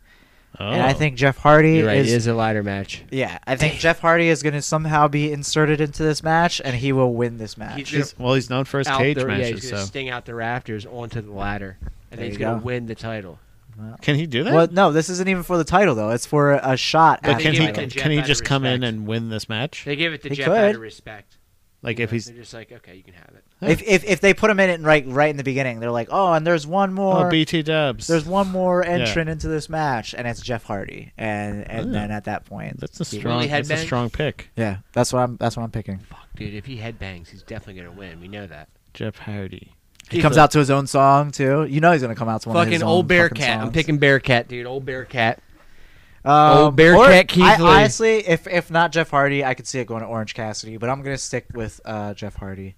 Speaker 2: Oh.
Speaker 3: and I think Jeff Hardy
Speaker 1: You're right.
Speaker 3: is
Speaker 1: it is a lighter match.
Speaker 3: Yeah, I think Jeff Hardy is going to somehow be inserted into this match, and he will win this match.
Speaker 1: He's
Speaker 2: He's- well, he's known for his
Speaker 1: out
Speaker 2: cage
Speaker 1: the, Yeah,
Speaker 2: matches.
Speaker 1: he's gonna
Speaker 2: so
Speaker 1: sting out the rafters onto the ladder, and
Speaker 3: There
Speaker 1: he's
Speaker 3: you
Speaker 1: gonna
Speaker 3: go.
Speaker 1: win the title.
Speaker 2: can he do that?
Speaker 3: Well, no, this isn't even for the title though. It's for a shot.
Speaker 2: But
Speaker 3: At
Speaker 2: can
Speaker 1: They
Speaker 2: he
Speaker 1: give it to
Speaker 2: can,
Speaker 1: Jeff
Speaker 2: he
Speaker 1: out of
Speaker 2: just come in
Speaker 1: respect.
Speaker 2: and win this match?
Speaker 1: They give it to
Speaker 3: He
Speaker 1: Jeff out
Speaker 3: could.
Speaker 1: of respect.
Speaker 2: Like
Speaker 1: You
Speaker 2: if
Speaker 1: know,
Speaker 2: he's
Speaker 1: they're just like, okay, you can have it.
Speaker 3: if, if if they put him in it right right in the beginning, they're like, oh, and there's one more.
Speaker 2: oh BT Dubs,
Speaker 3: there's one more entrant into this match, and it's Jeff Hardy, and and
Speaker 2: Oh.
Speaker 3: then at that point,
Speaker 2: that's a
Speaker 1: Willie
Speaker 2: strong that's a
Speaker 1: Headbang?
Speaker 2: strong pick.
Speaker 3: yeah, that's what I'm that's what I'm picking.
Speaker 1: Fuck, dude, if he headbangs, he's definitely gonna win. We know that.
Speaker 2: Jeff Hardy.
Speaker 3: He comes out to his own song too. You know he's gonna come out to one of his
Speaker 1: Fucking
Speaker 3: own
Speaker 1: old
Speaker 3: fucking
Speaker 1: Bearcat. I'm
Speaker 3: songs.
Speaker 1: picking Bearcat, dude. Old Bearcat.
Speaker 3: Um,
Speaker 1: Old Bearcat
Speaker 3: or-
Speaker 1: Keith
Speaker 3: I,
Speaker 1: Lee.
Speaker 3: honestly, if if not Jeff Hardy, I could see it going to Orange Cassidy, but I'm gonna stick with uh, Jeff Hardy,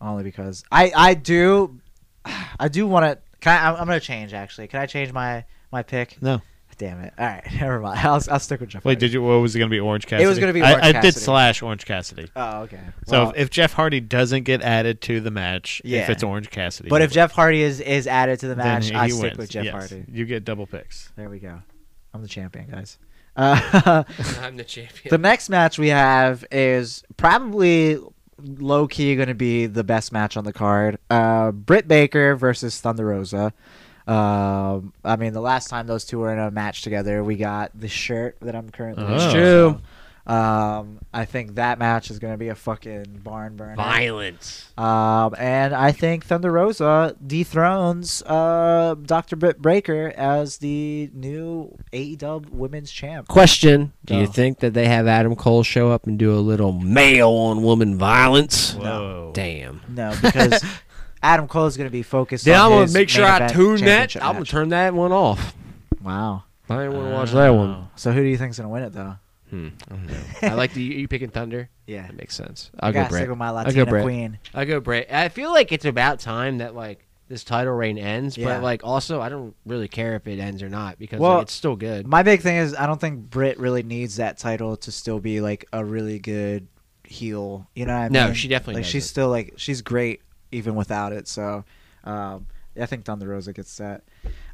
Speaker 3: only because I I do I do want to. Can I, I'm- I'm gonna change actually. Can I change my my pick?
Speaker 2: No.
Speaker 3: Damn it! All right, never mind. I'll, I'll stick with Jeff.
Speaker 2: Wait, did you? What was it going to be? Orange Cassidy.
Speaker 3: It was gonna be Orange
Speaker 2: I, I did
Speaker 3: Cassidy.
Speaker 2: slash Orange Cassidy.
Speaker 3: Oh, okay.
Speaker 2: So
Speaker 3: Well,
Speaker 2: if, if Jeff Hardy doesn't get added to the match, if
Speaker 3: Yeah.
Speaker 2: it's Orange Cassidy,
Speaker 3: but
Speaker 2: he
Speaker 3: if Jeff Hardy is is added to the
Speaker 2: wins. Then
Speaker 3: match,
Speaker 2: he
Speaker 3: I stick
Speaker 2: wins.
Speaker 3: with Jeff
Speaker 2: Yes.
Speaker 3: Hardy.
Speaker 2: You get double picks.
Speaker 3: There we go. I'm the champion, guys. Uh,
Speaker 11: I'm the champion.
Speaker 3: the next match we have is probably low key going to be the best match on the card. Uh, Britt Baker versus Thunder Rosa. Um, I mean, the last time those two were in a match together, we got the shirt that I'm currently.
Speaker 2: That's
Speaker 3: wearing.
Speaker 1: true.
Speaker 3: Um, I think that match is going to be a fucking barn burner.
Speaker 11: Violence.
Speaker 3: Um, and I think Thunder Rosa dethrones uh, Dr. Britt Baker as the new AEW Women's Champ.
Speaker 1: Question: Do
Speaker 3: Go.
Speaker 1: you think that they have Adam Cole show up and do a little male on woman violence?
Speaker 2: Whoa.
Speaker 1: Damn.
Speaker 3: No, because Adam Cole is going to be focused.
Speaker 1: Then I'm
Speaker 3: on
Speaker 1: gonna
Speaker 3: his
Speaker 1: make sure
Speaker 3: main
Speaker 1: I
Speaker 3: event
Speaker 1: tune that.
Speaker 3: championship
Speaker 1: I'm gonna
Speaker 3: match.
Speaker 1: turn that one off.
Speaker 3: Wow.
Speaker 1: I ain't wanna watch that one.
Speaker 3: So who do you think's going to win it though?
Speaker 1: Hmm. I don't know. Oh. I like the you picking Thunder.
Speaker 3: Yeah,
Speaker 1: That makes sense.
Speaker 3: I
Speaker 1: I'll go
Speaker 3: gotta stick
Speaker 1: Brett.
Speaker 3: with my
Speaker 1: go
Speaker 3: Latina
Speaker 1: Brett.
Speaker 3: queen.
Speaker 1: I'll go Brett. I feel like it's about time that like this title reign ends,
Speaker 3: Yeah.
Speaker 1: but like also I don't really care if it ends or not because like,
Speaker 3: Well,
Speaker 1: it's still good.
Speaker 3: My big thing is I don't think Britt really needs that title to still be like a really good heel. You know what I
Speaker 1: No,
Speaker 3: mean?
Speaker 1: she definitely
Speaker 3: like she's
Speaker 1: doesn't.
Speaker 3: still like she's great even without it. So um, I think Thunder Rosa gets that.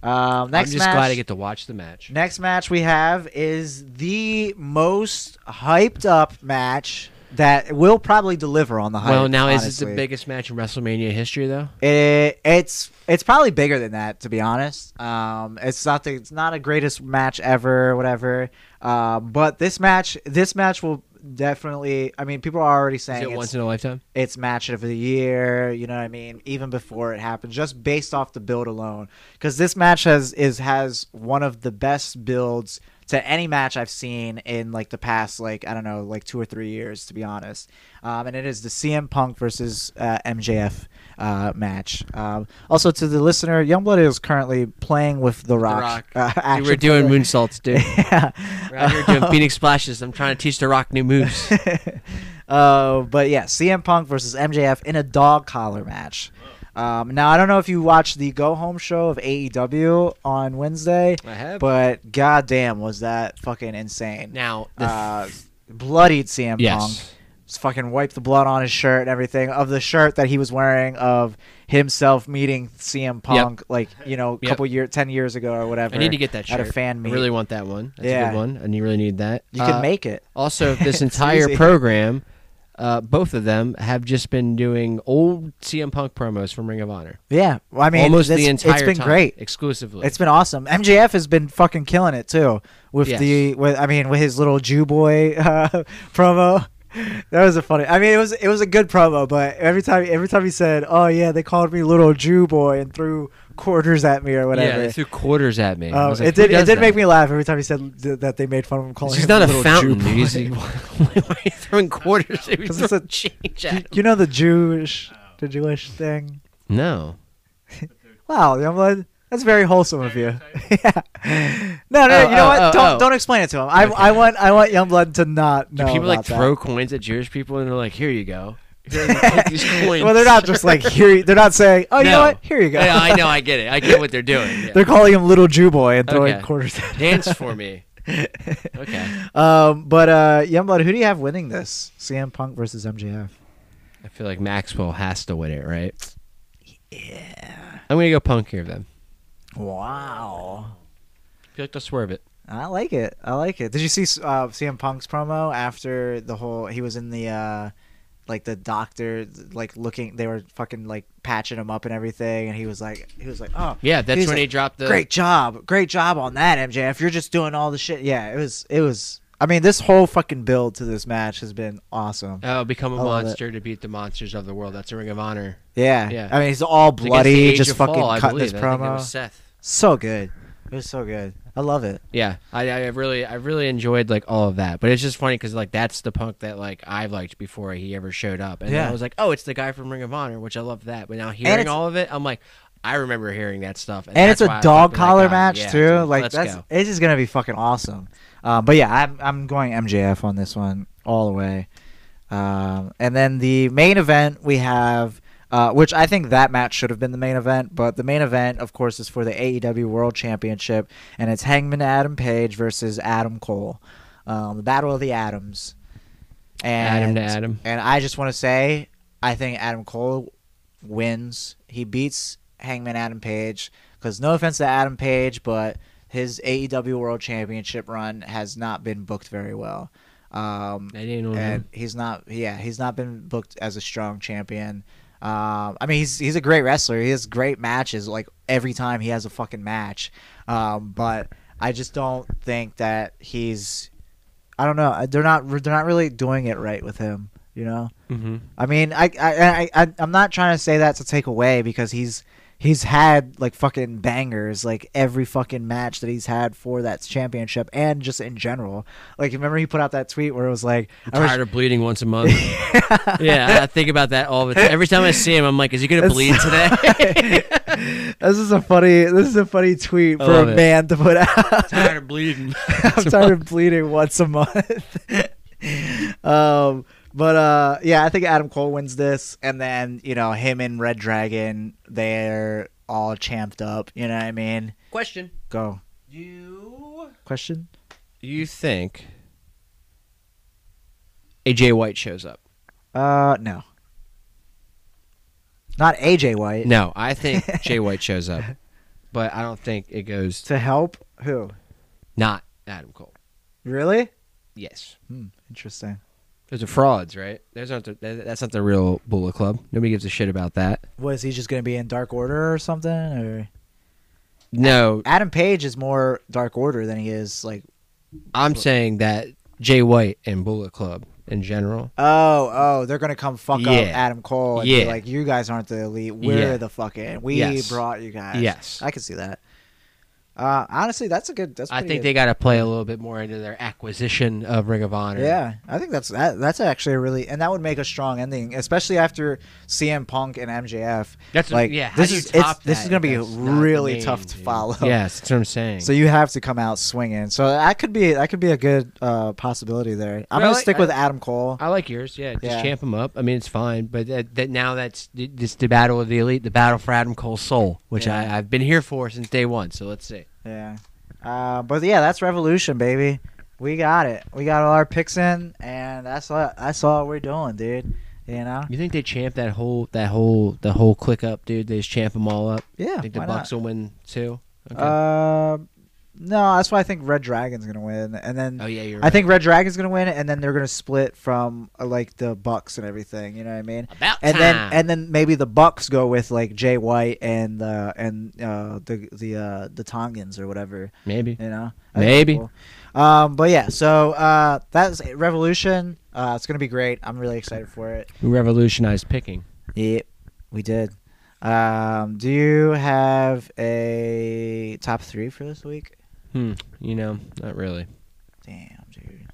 Speaker 3: Um, next
Speaker 1: I'm just
Speaker 3: match,
Speaker 1: glad I get to watch the match.
Speaker 3: next match we have is the most hyped up match that will probably deliver on the hype.
Speaker 1: well, now is it
Speaker 3: honestly.
Speaker 1: the biggest match in WrestleMania history though?
Speaker 3: It, it's it's probably bigger than that, to be honest. Um, it's not the it's not a greatest match ever, whatever. Um, but this match this match will definitely. I mean, people are already
Speaker 1: Is
Speaker 3: saying
Speaker 1: it
Speaker 3: it's,
Speaker 1: once in a lifetime?
Speaker 3: it's match of the year. You know what I mean? Even before it happened, just based off the build alone, because this match has is has one of the best builds to any match I've seen in like the past like I don't know like two or three years to be honest. Um, and it is the CM Punk versus uh, MJF uh, match. Um, also to the listener, Youngblood is currently playing with The Rock.
Speaker 1: Rock.
Speaker 3: Uh,
Speaker 1: We
Speaker 3: action
Speaker 1: were doing
Speaker 3: figure.
Speaker 1: moonsaults, dude.
Speaker 3: Yeah.
Speaker 1: We're out here doing Phoenix splashes. I'm trying to teach the Rock new moves.
Speaker 3: uh, but yeah, CM Punk versus MJF in a dog collar match. Um, now I don't know if you watched the Go Home show of AEW on Wednesday,
Speaker 1: I have.
Speaker 3: but goddamn, was that fucking insane!
Speaker 1: now, the
Speaker 3: uh, bloodied CM Punk,
Speaker 1: yes,
Speaker 3: just fucking wiped the blood on his shirt and everything of the shirt that he was wearing of himself meeting CM Punk, like you know, a
Speaker 1: Yep.
Speaker 3: couple year, ten years ago or whatever.
Speaker 1: I need to get that shirt.
Speaker 3: at a fan
Speaker 1: I
Speaker 3: meet.
Speaker 1: really want that one. That's
Speaker 3: Yeah.
Speaker 1: a good one, and you really need that.
Speaker 3: you can
Speaker 1: Uh,
Speaker 3: make it.
Speaker 1: Also, this
Speaker 3: It's
Speaker 1: entire
Speaker 3: easy.
Speaker 1: program, uh, both of them have just been doing old CM Punk promos from Ring of Honor.
Speaker 3: Yeah, well, I mean,
Speaker 1: Almost
Speaker 3: this-
Speaker 1: the entire
Speaker 3: It's been
Speaker 1: time,
Speaker 3: great.
Speaker 1: exclusively.
Speaker 3: It's been awesome. MJF has been fucking killing it too with
Speaker 1: Yes.
Speaker 3: the with I mean with his little Jew boy uh, promo. That was a funny. I mean, it was it was a good promo, but every time every time he said, "Oh yeah, they called me little Jew boy and threw quarters at me or
Speaker 1: Yeah,
Speaker 3: whatever,"
Speaker 1: they threw quarters at me. I
Speaker 3: um,
Speaker 1: was like,
Speaker 3: it did
Speaker 1: who
Speaker 3: it
Speaker 1: does
Speaker 3: did
Speaker 1: that?
Speaker 3: make me laugh every time he said th- that they made fun of him calling
Speaker 1: He's
Speaker 3: him
Speaker 1: not a
Speaker 3: little
Speaker 1: fountain.
Speaker 3: Jew boy.
Speaker 1: dude. He's like, why are you throwing quarters? If you
Speaker 3: 'Cause it's
Speaker 1: throwing
Speaker 3: a-
Speaker 1: change
Speaker 3: you,
Speaker 1: at him?
Speaker 3: you know the Jewish
Speaker 1: Oh.
Speaker 3: the Jewish thing.
Speaker 1: No.
Speaker 3: Wow, Youngblood, that's very wholesome of you. yeah. No, no,
Speaker 1: Oh,
Speaker 3: you know
Speaker 1: oh,
Speaker 3: what?
Speaker 1: oh,
Speaker 3: don't
Speaker 1: oh.
Speaker 3: don't explain it to him. I, I want I want Youngblood to not
Speaker 1: Do
Speaker 3: know.
Speaker 1: people like
Speaker 3: about that.
Speaker 1: throw coins at Jewish people and they're like, here you go. Take these coins.
Speaker 3: well, they're not just like here. They're not saying, "Oh, you know
Speaker 1: No.
Speaker 3: what? Here you go."
Speaker 1: Yeah, I know. I get it. I get what they're doing. Yeah.
Speaker 3: they're calling him Little Jew Boy and throwing
Speaker 1: Okay.
Speaker 3: quarters. at him.
Speaker 1: Dance for me. Okay.
Speaker 3: um, but uh, Youngblood, who do you have winning this? CM Punk versus MJF.
Speaker 1: I feel like Maxwell has to win it, right? Yeah. I'm gonna go punk here then.
Speaker 3: Wow,
Speaker 1: I feel like they'll swerve it.
Speaker 3: I like it. I like it. Did you see uh, CM Punk's promo after the whole? He was in the. Uh, like the doctor, like looking, they were fucking like patching him up and everything, and he was like, he was like, oh,
Speaker 1: Yeah, that's
Speaker 3: He's
Speaker 1: when
Speaker 3: like,
Speaker 1: he dropped the
Speaker 3: great job great job on that mjf you're just doing all the shit yeah it was it was i mean this whole fucking build to this match has been awesome
Speaker 1: Oh, become
Speaker 3: I
Speaker 1: a
Speaker 3: love it.
Speaker 1: monster to beat the monsters of the world. That's a ring of honor.
Speaker 3: yeah
Speaker 1: Yeah.
Speaker 3: i mean he's all
Speaker 1: It's against
Speaker 3: bloody
Speaker 1: the Age
Speaker 3: just
Speaker 1: of
Speaker 3: fucking
Speaker 1: Fall, I
Speaker 3: cutting
Speaker 1: believe.
Speaker 3: his
Speaker 1: I think that
Speaker 3: promo
Speaker 1: was Seth.
Speaker 3: so good it was so good i love it
Speaker 1: Yeah, I, I really, I really enjoyed like all of that. But it's just funny because like that's the punk that like I liked before he ever showed up, and then
Speaker 3: Yeah.
Speaker 1: I was like, oh, it's the guy from Ring of Honor, which I love that. But now
Speaker 3: it's-
Speaker 1: hearing all of it, I'm like, I remember hearing that stuff,
Speaker 3: and it's
Speaker 1: that's why
Speaker 3: a
Speaker 1: I
Speaker 3: dog
Speaker 1: fucking like,
Speaker 3: collar
Speaker 1: oh,
Speaker 3: match
Speaker 1: yeah,
Speaker 3: too
Speaker 1: dude,
Speaker 3: like
Speaker 1: let's
Speaker 3: that's
Speaker 1: go.
Speaker 3: it's just gonna be fucking awesome um, but yeah I'm, I'm going mjf on this one all the way um, and then the main event we have uh, which I think that match should have been the main event. But the main event, of course, is for the AEW World Championship, and it's Hangman Adam Page versus Adam Cole, um, the Battle of the Atoms.
Speaker 1: Adam
Speaker 3: And
Speaker 1: to Adam.
Speaker 3: and I just want to say, I think Adam Cole wins. He beats Hangman Adam Page. Because no offense to Adam Page, but his AEW World Championship run has not been booked very well. Um,
Speaker 1: I didn't know
Speaker 3: and
Speaker 1: him.
Speaker 3: he's not. Yeah, he's not been booked as a strong champion. Um, I mean, he's he's a great wrestler. He has great matches. Like every time he has a fucking match, um, but I just don't think that he's. I don't know. I- They're not. They're not really doing it right with him. You know.
Speaker 1: Mm-hmm.
Speaker 3: I mean, I, I, I, I, I'm not trying to say that to take away because he's he's had like fucking bangers like every fucking match that he's had for that championship and just in general. Like, remember he put out that tweet where it was like, I wish-
Speaker 1: Tired of bleeding once a month. yeah, I think about that all the time. Every time I see him, I'm like, is he gonna
Speaker 3: It's-
Speaker 1: bleed today?
Speaker 3: this is a funny this is a funny tweet
Speaker 1: I
Speaker 3: for
Speaker 1: love
Speaker 3: a
Speaker 1: it.
Speaker 3: man to put out.
Speaker 1: Tired of bleeding.
Speaker 3: I'm tired of bleeding once a month. um, but uh, yeah, I think Adam Cole wins this, and then you know him and Red Dragon, they're all champed up. You know what I mean?
Speaker 11: Question.
Speaker 3: Go
Speaker 11: You.
Speaker 3: question.
Speaker 1: You think AJ White shows up?
Speaker 3: Uh, no. Not AJ White
Speaker 1: No, I think Jay White shows up, but I don't think it goes
Speaker 3: to help who?
Speaker 1: not Adam Cole.
Speaker 3: Really?
Speaker 1: Yes,
Speaker 3: Hmm, interesting.
Speaker 1: those are frauds, right? Those aren't the, that- that's not the real Bullet Club. Nobody gives a shit about that.
Speaker 3: Was he just gonna be in Dark Order or something? Or
Speaker 1: No,
Speaker 3: Adam Page is more Dark Order than he is like.
Speaker 1: I'm saying that Jay White and Bullet Club in general.
Speaker 3: Oh, oh, they're gonna come fuck
Speaker 1: Yeah.
Speaker 3: up Adam Cole and be
Speaker 1: Yeah.
Speaker 3: like, "You guys aren't the elite. We're
Speaker 1: Yeah.
Speaker 3: the fucking. We
Speaker 1: Yes.
Speaker 3: brought you guys."
Speaker 1: Yes.
Speaker 3: I can see that. Uh, honestly, that's a good. That's
Speaker 1: I
Speaker 3: pretty
Speaker 1: think they
Speaker 3: good.
Speaker 1: got to play a little bit more into their acquisition of Ring of Honor.
Speaker 3: Yeah, I think that's that, that's actually a really and that would make a strong ending, especially after CM Punk and MJF.
Speaker 1: That's
Speaker 3: like
Speaker 1: yeah. how
Speaker 3: this
Speaker 1: do you
Speaker 3: is it's,
Speaker 1: top
Speaker 3: this
Speaker 1: that
Speaker 3: is gonna
Speaker 1: if
Speaker 3: be
Speaker 1: that's not the
Speaker 3: really
Speaker 1: main,
Speaker 3: tough to
Speaker 1: dude?
Speaker 3: follow.
Speaker 1: Yes, that's what I'm saying.
Speaker 3: So you have to come out swinging. So that could be that could be a good uh, possibility there. I'm
Speaker 1: Really?
Speaker 3: gonna stick with Adam Cole.
Speaker 1: I like yours. Yeah, just
Speaker 3: Yeah.
Speaker 1: champ him up. I mean, it's fine. But that, that now that's th- this the battle of the elite, the battle for Adam Cole's soul, which
Speaker 3: Yeah.
Speaker 1: I, I've been here for since day one. So let's see.
Speaker 3: Yeah. Uh, but yeah, that's Revolution, baby. We got it. We got all our picks in, and that's all. That's all we're doing, dude. You know?
Speaker 1: You think they champ that whole that whole the whole click up, dude? They just champ them all up.
Speaker 3: Yeah.
Speaker 1: I think the
Speaker 3: why
Speaker 1: Bucks will win too.
Speaker 3: not? Um, no, that's why I think Red Dragon's gonna win, and then
Speaker 1: oh yeah, you're.
Speaker 3: I think Red Dragon's gonna win, and then they're gonna split from uh, like the Bucks and everything. You know what I mean?
Speaker 11: About
Speaker 3: And
Speaker 11: time.
Speaker 3: then and then maybe the Bucks go with like Jay White and uh, and uh, the the uh, the Tongans or whatever.
Speaker 1: maybe.
Speaker 3: you know I think
Speaker 1: Maybe.
Speaker 3: it's cool. um but yeah so uh that's it, revolution uh it's gonna be great i'm really excited for it
Speaker 1: Who revolutionized picking?
Speaker 3: yep we did um do you have a top three for this week
Speaker 1: Hmm. You know, not really.
Speaker 3: damn dude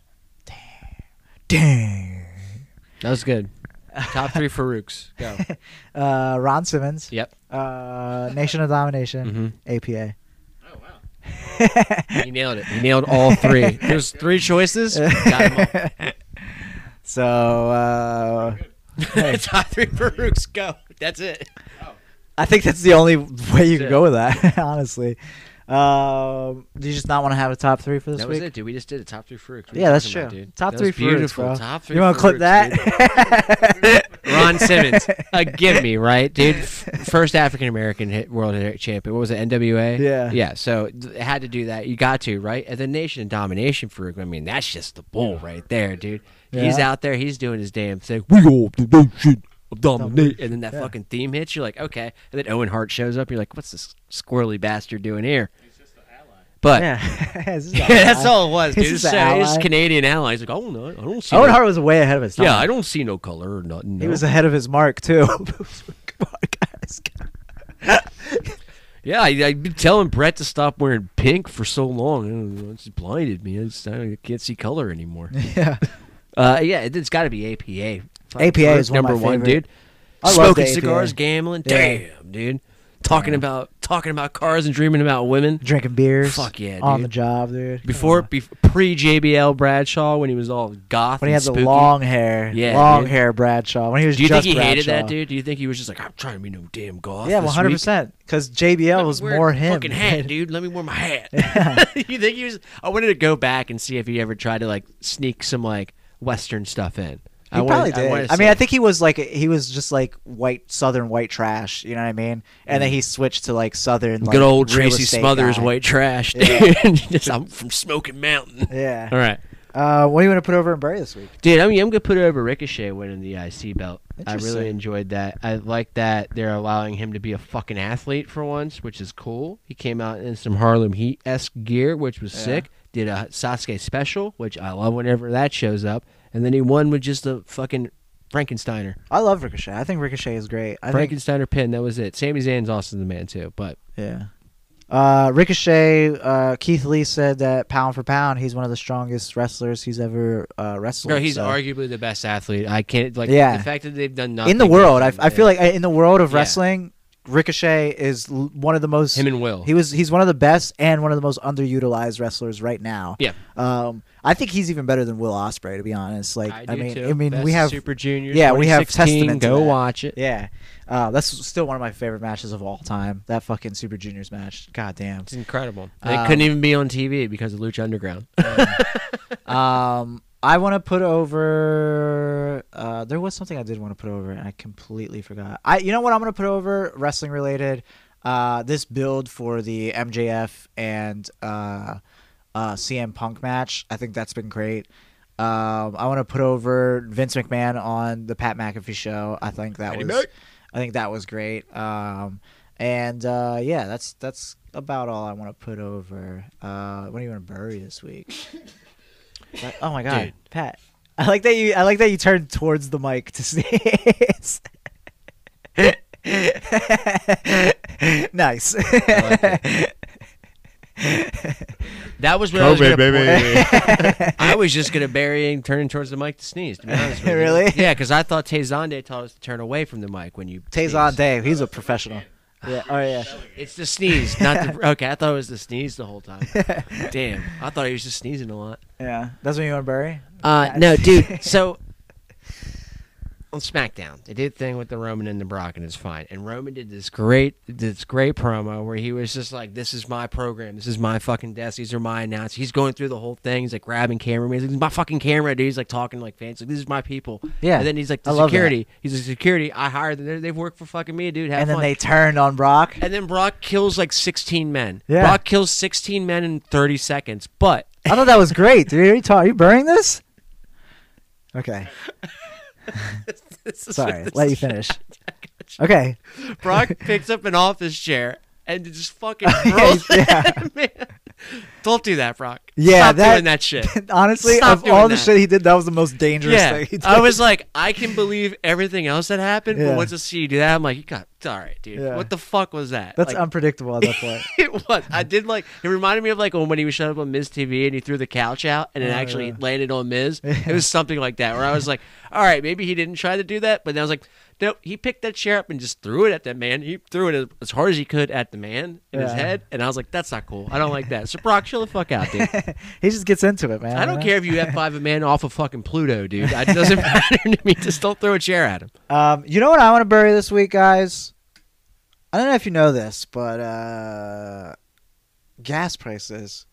Speaker 3: damn
Speaker 1: That was good. Top three Farouks. Go.
Speaker 3: damn uh ron simmons
Speaker 1: Yep.
Speaker 3: uh nation of domination
Speaker 1: Mm-hmm.
Speaker 3: apa
Speaker 11: Oh wow.
Speaker 1: He nailed it. He nailed all three. There's three choices. Got 'em all.
Speaker 3: so uh
Speaker 1: Top three Farouks. Go. That's it.
Speaker 3: I think that's the only way you can
Speaker 1: it.
Speaker 3: go with that, honestly. Um, do you just not want to have a top three for this
Speaker 1: that
Speaker 3: week?
Speaker 1: was it, dude. We just did a top three Farouks. What are
Speaker 3: Yeah,
Speaker 1: you
Speaker 3: that's
Speaker 1: talking about,
Speaker 3: true.
Speaker 1: dude?
Speaker 3: Top
Speaker 1: That
Speaker 3: three
Speaker 1: was
Speaker 3: Farouks,
Speaker 1: beautiful.
Speaker 3: bro.
Speaker 1: Top three
Speaker 3: You want to clip
Speaker 1: Farouks, dude.
Speaker 3: that?
Speaker 1: Ron Simmons, a gimme, right, dude? F- First African American hit world hit champion. What was it? NWA.
Speaker 3: Yeah.
Speaker 1: Yeah. So th- it had to do that. You got to right. And the Nation of Domination Farouk. I mean, that's just the bull right there, dude. He's
Speaker 3: Yeah.
Speaker 1: out there. He's doing his damn thing. We all the nation of domination. And then that
Speaker 3: Yeah.
Speaker 1: fucking theme hits. You're like, okay. And then Owen Hart shows up. You're like, what's this squirrely bastard doing here? But
Speaker 3: yeah, This is
Speaker 1: yeah,
Speaker 3: all
Speaker 1: that's
Speaker 3: right.
Speaker 1: all it was, dude.
Speaker 3: He's
Speaker 1: It's,
Speaker 3: just
Speaker 1: just
Speaker 3: an ally.
Speaker 1: Canadian allies. Like, oh no, I don't see.
Speaker 3: Owen
Speaker 1: no,
Speaker 3: Hart was way ahead of his time.
Speaker 1: yeah, I don't see no color or nothing.
Speaker 3: he
Speaker 1: no.
Speaker 3: was ahead of his mark too. Come on, guys.
Speaker 1: Yeah, I, I've been telling Brett to stop wearing pink for so long. I don't know, It's blinded me. I, just, I don't- I can't see color anymore.
Speaker 3: Yeah,
Speaker 1: Uh, yeah, it, it's got to be APA.
Speaker 3: APA is one of
Speaker 1: number
Speaker 3: my
Speaker 1: one,
Speaker 3: favorite.
Speaker 1: dude.
Speaker 3: I love
Speaker 1: Smoking
Speaker 3: the APA.
Speaker 1: cigars, gambling.
Speaker 3: Yeah.
Speaker 1: Damn, dude. talking about talking about cars and dreaming about women.
Speaker 3: Drinking beers.
Speaker 1: Fuck yeah,
Speaker 3: On
Speaker 1: dude.
Speaker 3: the job, dude. Come
Speaker 1: Before
Speaker 3: on.
Speaker 1: bef pre JBL Bradshaw when he was all goth.
Speaker 3: when he
Speaker 1: and
Speaker 3: had the
Speaker 1: spooky.
Speaker 3: long hair.
Speaker 1: Yeah,
Speaker 3: long
Speaker 1: dude.
Speaker 3: hair Bradshaw. When he was
Speaker 1: Do you
Speaker 3: just
Speaker 1: think he hated
Speaker 3: Bradshaw.
Speaker 1: that dude? Do you think he was just like I'm trying to be no damn goth?
Speaker 3: Yeah,
Speaker 1: this
Speaker 3: one hundred
Speaker 1: week?
Speaker 3: percent. Because JBL was
Speaker 1: Let me wear
Speaker 3: more
Speaker 1: a
Speaker 3: him.
Speaker 1: Fucking hat, dude. Let me wear my hat.
Speaker 3: Yeah.
Speaker 1: you think he was? I wanted to go back and see if he ever tried to like sneak some like Western stuff in. I
Speaker 3: He probably
Speaker 1: wanted-
Speaker 3: did.
Speaker 1: wanted to
Speaker 3: I, mean, I
Speaker 1: see.
Speaker 3: think he was like he was just like white Southern white trash. You know what I mean? And then he switched to like Southern. Like,
Speaker 1: Mm. good old
Speaker 3: real
Speaker 1: Tracy
Speaker 3: estate
Speaker 1: Smothers
Speaker 3: guy.
Speaker 1: white trash. Dude. Just, I'm from Smoking Mountain.
Speaker 3: Yeah.
Speaker 1: All right,
Speaker 3: Uh, what do you want to put over and bury this week?
Speaker 1: dude. I mean, I'm gonna put it over Ricochet winning the IC belt. I
Speaker 3: Interesting.
Speaker 1: really enjoyed that. I like that they're allowing him to be a fucking athlete for once, which is cool. He came out in some Harlem Heat esque gear, which was sick. Did a Sasuke special, which I love whenever that shows up. And then he won with just a fucking Frankensteiner.
Speaker 3: I love Ricochet. I think Ricochet is great. I think
Speaker 1: Frankensteiner pin. That was it. Sami Zayn's also the man too, but
Speaker 3: yeah. Uh, Ricochet. Uh, Keith Lee said that pound for pound, he's one of the strongest wrestlers he's ever uh, wrestled.
Speaker 1: bro, he's
Speaker 3: so.
Speaker 1: arguably the best athlete. I can't like
Speaker 3: Yeah.
Speaker 1: the fact that they've done nothing
Speaker 3: in the world. I,
Speaker 1: with him,
Speaker 3: I feel like uh, in the world of
Speaker 1: Yeah.
Speaker 3: wrestling, Ricochet is l- one of the most.
Speaker 1: him and Will.
Speaker 3: he was he's one of the best and one of the most underutilized wrestlers right now.
Speaker 1: yeah,
Speaker 3: Um, I think he's even better than Will Osprey to be honest. Like I,
Speaker 1: do
Speaker 3: mean,
Speaker 1: too.
Speaker 3: I mean,
Speaker 1: Best
Speaker 3: we have
Speaker 1: Super Junior.
Speaker 3: yeah, we have
Speaker 1: 2016.
Speaker 3: testament to
Speaker 1: Go
Speaker 3: that.
Speaker 1: watch it.
Speaker 3: yeah. Uh, that's still one of my favorite matches of all time. That fucking Super Juniors match. God damn.
Speaker 1: It's incredible. And
Speaker 3: Um,
Speaker 1: it couldn't even be on TV because of Lucha Underground.
Speaker 3: Um, I want to put over. Uh, there was something I did want to put over, and I completely forgot. I, you know what, I'm gonna put over wrestling related. Uh, this build for the MJF and uh, uh, CM Punk match. I think that's been great. Um, I want to put over Vince McMahon on the Pat McAfee show. I think that was. I think that was great. Um, and uh, yeah, that's that's about all I want to put over. Uh, what do you want to bury this week? Like, oh my god, Pat! I like that you. I like that you turned towards the mic to sneeze. nice.
Speaker 1: That was what I was
Speaker 2: COVID,
Speaker 1: gonna
Speaker 2: baby.
Speaker 1: I was just gonna bury and turning towards the mic to sneeze. To be honest with you.
Speaker 3: Really?
Speaker 1: Yeah, because I thought Tezande taught us to turn away from the mic when you
Speaker 3: Tazon
Speaker 1: sneeze.
Speaker 3: Dave, he's a professional. Yeah. Oh yeah.
Speaker 1: It's the sneeze, not the. Okay, I thought it was the sneeze the whole time. Damn, I thought he was just sneezing a lot.
Speaker 3: Yeah. That's what you want to bury.
Speaker 1: Uh, no, dude. So on SmackDown, they did thing with the Roman and the Brock, and it's fine. And Roman did this great, this great promo where he was just like, "This is my program. This is my fucking desk. These are my announcers." He's going through the whole thing. He's like grabbing cameraman. He's like, "This is my fucking camera, dude." He's like talking like fancy. These is my people.
Speaker 3: Yeah,
Speaker 1: And then he's like,
Speaker 3: I
Speaker 1: "The
Speaker 3: love that.
Speaker 1: security." He's like, "Security. I hired them. They- They've worked for fucking me, dude." Have
Speaker 3: And then
Speaker 1: fun."
Speaker 3: they turned on Brock.
Speaker 1: And then Brock kills like 16 men.
Speaker 3: Yeah.
Speaker 1: Brock kills 16 men in 30 seconds. But
Speaker 3: I thought that was great, dude. Are you, ta- are you burying this? Okay.
Speaker 1: this is-
Speaker 3: Sorry. Let you finish. Okay.
Speaker 1: Brock picks up an office chair and just fucking throws
Speaker 3: Yes, yeah.
Speaker 1: it. Man. Don't do that, Brock.
Speaker 3: Yeah,
Speaker 1: Stop
Speaker 3: that-
Speaker 1: doing that shit.
Speaker 3: Honestly,
Speaker 1: Stop
Speaker 3: of
Speaker 1: doing
Speaker 3: all the
Speaker 1: that.
Speaker 3: shit he did, that was the most dangerous
Speaker 1: yeah,
Speaker 3: thing he did.
Speaker 1: I was like, I can believe everything else that happened,
Speaker 3: Yeah.
Speaker 1: but once I see you do that, I'm like, you got all right, dude.
Speaker 3: Yeah.
Speaker 1: What the fuck was that?
Speaker 3: That's
Speaker 1: Like,
Speaker 3: unpredictable at that point.
Speaker 1: it was. I did like. It reminded me of like oh, when he was shut up on Miz TV and he threw the couch out and it
Speaker 3: Oh,
Speaker 1: actually
Speaker 3: yeah.
Speaker 1: landed on Miz. It was something like that where I was like, all right, maybe he didn't try to do that, but then I was like, nope, he picked that chair up and just threw it at that man. He threw it as- as hard as he could at the man in his
Speaker 3: Yeah.
Speaker 1: head, and I was like, that's not cool. I don't like that. So Brock, chill the fuck out, dude.
Speaker 3: he just gets into it, man.
Speaker 1: I don't care if you F five a man off of fucking Pluto, dude. It doesn't matter to me. Just don't throw a chair at him.
Speaker 3: Um, you know what I want to bury this week, guys? I don't know if you know this, but uh, gas prices.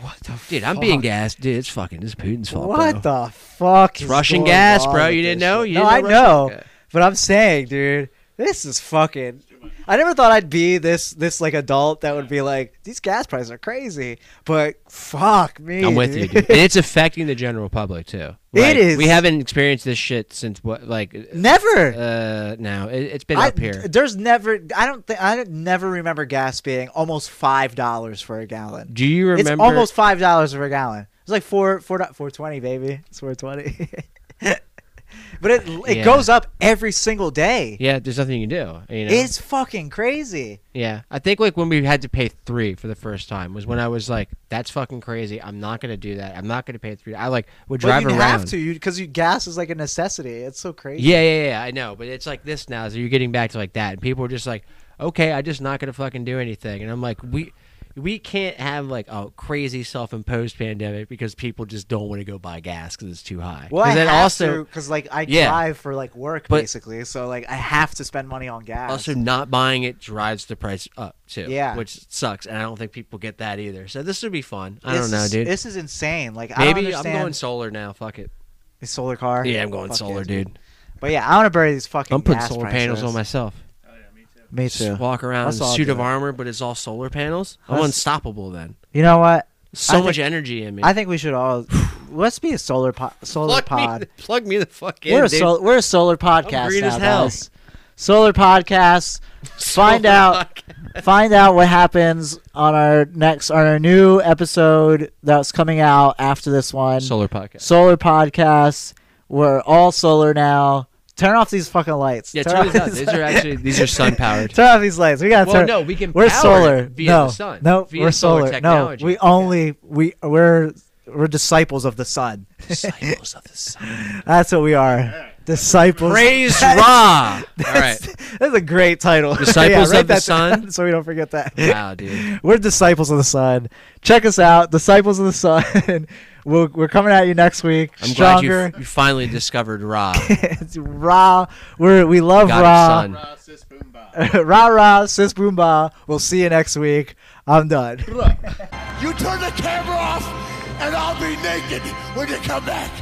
Speaker 3: What the
Speaker 1: Dude, I'm being gassed. Dude, it's fucking it's Putin's fault. bro.
Speaker 3: What the fuck?
Speaker 1: It's
Speaker 3: is
Speaker 1: Russian
Speaker 3: going
Speaker 1: gas,
Speaker 3: on
Speaker 1: bro.
Speaker 3: with
Speaker 1: You
Speaker 3: this
Speaker 1: didn't know?
Speaker 3: shit?
Speaker 1: You
Speaker 3: no, I
Speaker 1: didn't know
Speaker 3: know.
Speaker 1: Russian- Okay.
Speaker 3: But I'm saying, dude, this is fucking. I never thought I'd be this this like adult that would be like these gas prices are crazy, but fuck me.
Speaker 1: I'm with you, dude. And it's affecting the general public too.
Speaker 3: It
Speaker 1: Like,
Speaker 3: is.
Speaker 1: We haven't experienced this shit since what? Like,
Speaker 3: never.
Speaker 1: uh, no, it, it's been
Speaker 3: I-
Speaker 1: up here.
Speaker 3: There's never. I don't think. I don't- never remember gas being almost five dollars for a gallon.
Speaker 1: Do you remember?
Speaker 3: It's almost five dollars for a gallon. It's like four four four twenty, baby. It's four twenty. but it it
Speaker 1: Yeah.
Speaker 3: goes up every single day.
Speaker 1: Yeah, there's nothing you can do. You know.
Speaker 3: It's fucking crazy.
Speaker 1: yeah, I think like when we had to pay three for the first time was when I was like, "That's fucking crazy. I'm not gonna do that. I'm not gonna pay three. I like would drive
Speaker 3: but you
Speaker 1: around.
Speaker 3: have to because you, gas is like a necessity. It's so crazy.
Speaker 1: Yeah, yeah, yeah. I know, but it's like this now. So you're getting back to like that, and people are just like, okay, I'm just not gonna fucking do anything. And I'm like, we. We can't have like a crazy self-imposed pandemic because people just don't want to go buy gas because it's too high.
Speaker 3: Well, I
Speaker 1: then
Speaker 3: have
Speaker 1: also,
Speaker 3: because like I
Speaker 1: Yeah.
Speaker 3: drive for like work
Speaker 1: But-
Speaker 3: basically, so like I have to spend money on gas.
Speaker 1: Also, not buying it drives the price up too.
Speaker 3: Yeah.
Speaker 1: which sucks, and I don't think people get that either. So this would be fun. I
Speaker 3: This
Speaker 1: don't know,
Speaker 3: is-
Speaker 1: dude.
Speaker 3: This is insane. Like I don't
Speaker 1: Maybe I'm
Speaker 3: understand.
Speaker 1: going solar now. Fuck it.
Speaker 3: The solar car.
Speaker 1: Yeah, I'm going
Speaker 3: Fuck
Speaker 1: solar,
Speaker 3: yeah.
Speaker 1: dude.
Speaker 3: But yeah, I want to bury these fucking.
Speaker 1: I'm putting
Speaker 3: gas
Speaker 1: solar
Speaker 3: prices.
Speaker 1: panels on myself.
Speaker 3: Me too.
Speaker 1: Just walk around
Speaker 3: That's
Speaker 1: in a
Speaker 3: all
Speaker 1: suit
Speaker 3: I'll
Speaker 1: of
Speaker 3: do.
Speaker 1: armor, but it's all solar panels. I'm
Speaker 3: That's-
Speaker 1: unstoppable then.
Speaker 3: You know what?
Speaker 1: So
Speaker 3: I
Speaker 1: much
Speaker 3: think-
Speaker 1: energy in me.
Speaker 3: I think we should all let's be a solar po- solar
Speaker 1: plug
Speaker 3: pod.
Speaker 1: Me, plug me the fuck in,
Speaker 3: we're a
Speaker 1: dude.
Speaker 3: sol- we're a solar podcast
Speaker 1: green
Speaker 3: now,
Speaker 1: as hell.
Speaker 3: guys. Solar podcast. Find
Speaker 1: Solar
Speaker 3: out
Speaker 1: podcast.
Speaker 3: find out what happens on our next on our new episode that's coming out after this one.
Speaker 1: Solar podcast.
Speaker 3: solar podcast. We're all solar now. Turn off these fucking lights.
Speaker 1: Yeah,
Speaker 3: off
Speaker 1: turn these out.
Speaker 3: these
Speaker 1: These are actually these are sun powered.
Speaker 3: Turn off these lights. We gotta
Speaker 1: Well,
Speaker 3: turn.
Speaker 1: no, we can
Speaker 3: we're
Speaker 1: power
Speaker 3: solar.
Speaker 1: it via
Speaker 3: no,
Speaker 1: the sun.
Speaker 3: no,
Speaker 1: via
Speaker 3: we're
Speaker 1: solar
Speaker 3: solar. No,
Speaker 1: technology.
Speaker 3: we
Speaker 1: Yeah.
Speaker 3: only we we're we're disciples of the sun.
Speaker 1: Disciples of the sun.
Speaker 3: That's what we are. Disciples.
Speaker 1: Praise Ra. All right.
Speaker 3: That's a great title.
Speaker 1: Disciples
Speaker 3: write
Speaker 1: of the
Speaker 3: that down
Speaker 1: sun?
Speaker 3: so we don't forget that.
Speaker 1: Wow, dude.
Speaker 3: We're disciples of the sun. Check us out, disciples of the sun. we're, we're coming at you next week.
Speaker 1: I'm
Speaker 3: Stronger.
Speaker 1: glad you, you finally discovered Ra.
Speaker 3: it's raw. We're, we love
Speaker 1: God
Speaker 3: raw.
Speaker 1: son.
Speaker 3: rah rah, sis boom bah. We'll see you next week. I'm done.
Speaker 12: You turn the camera off, and I'll be naked when you come back.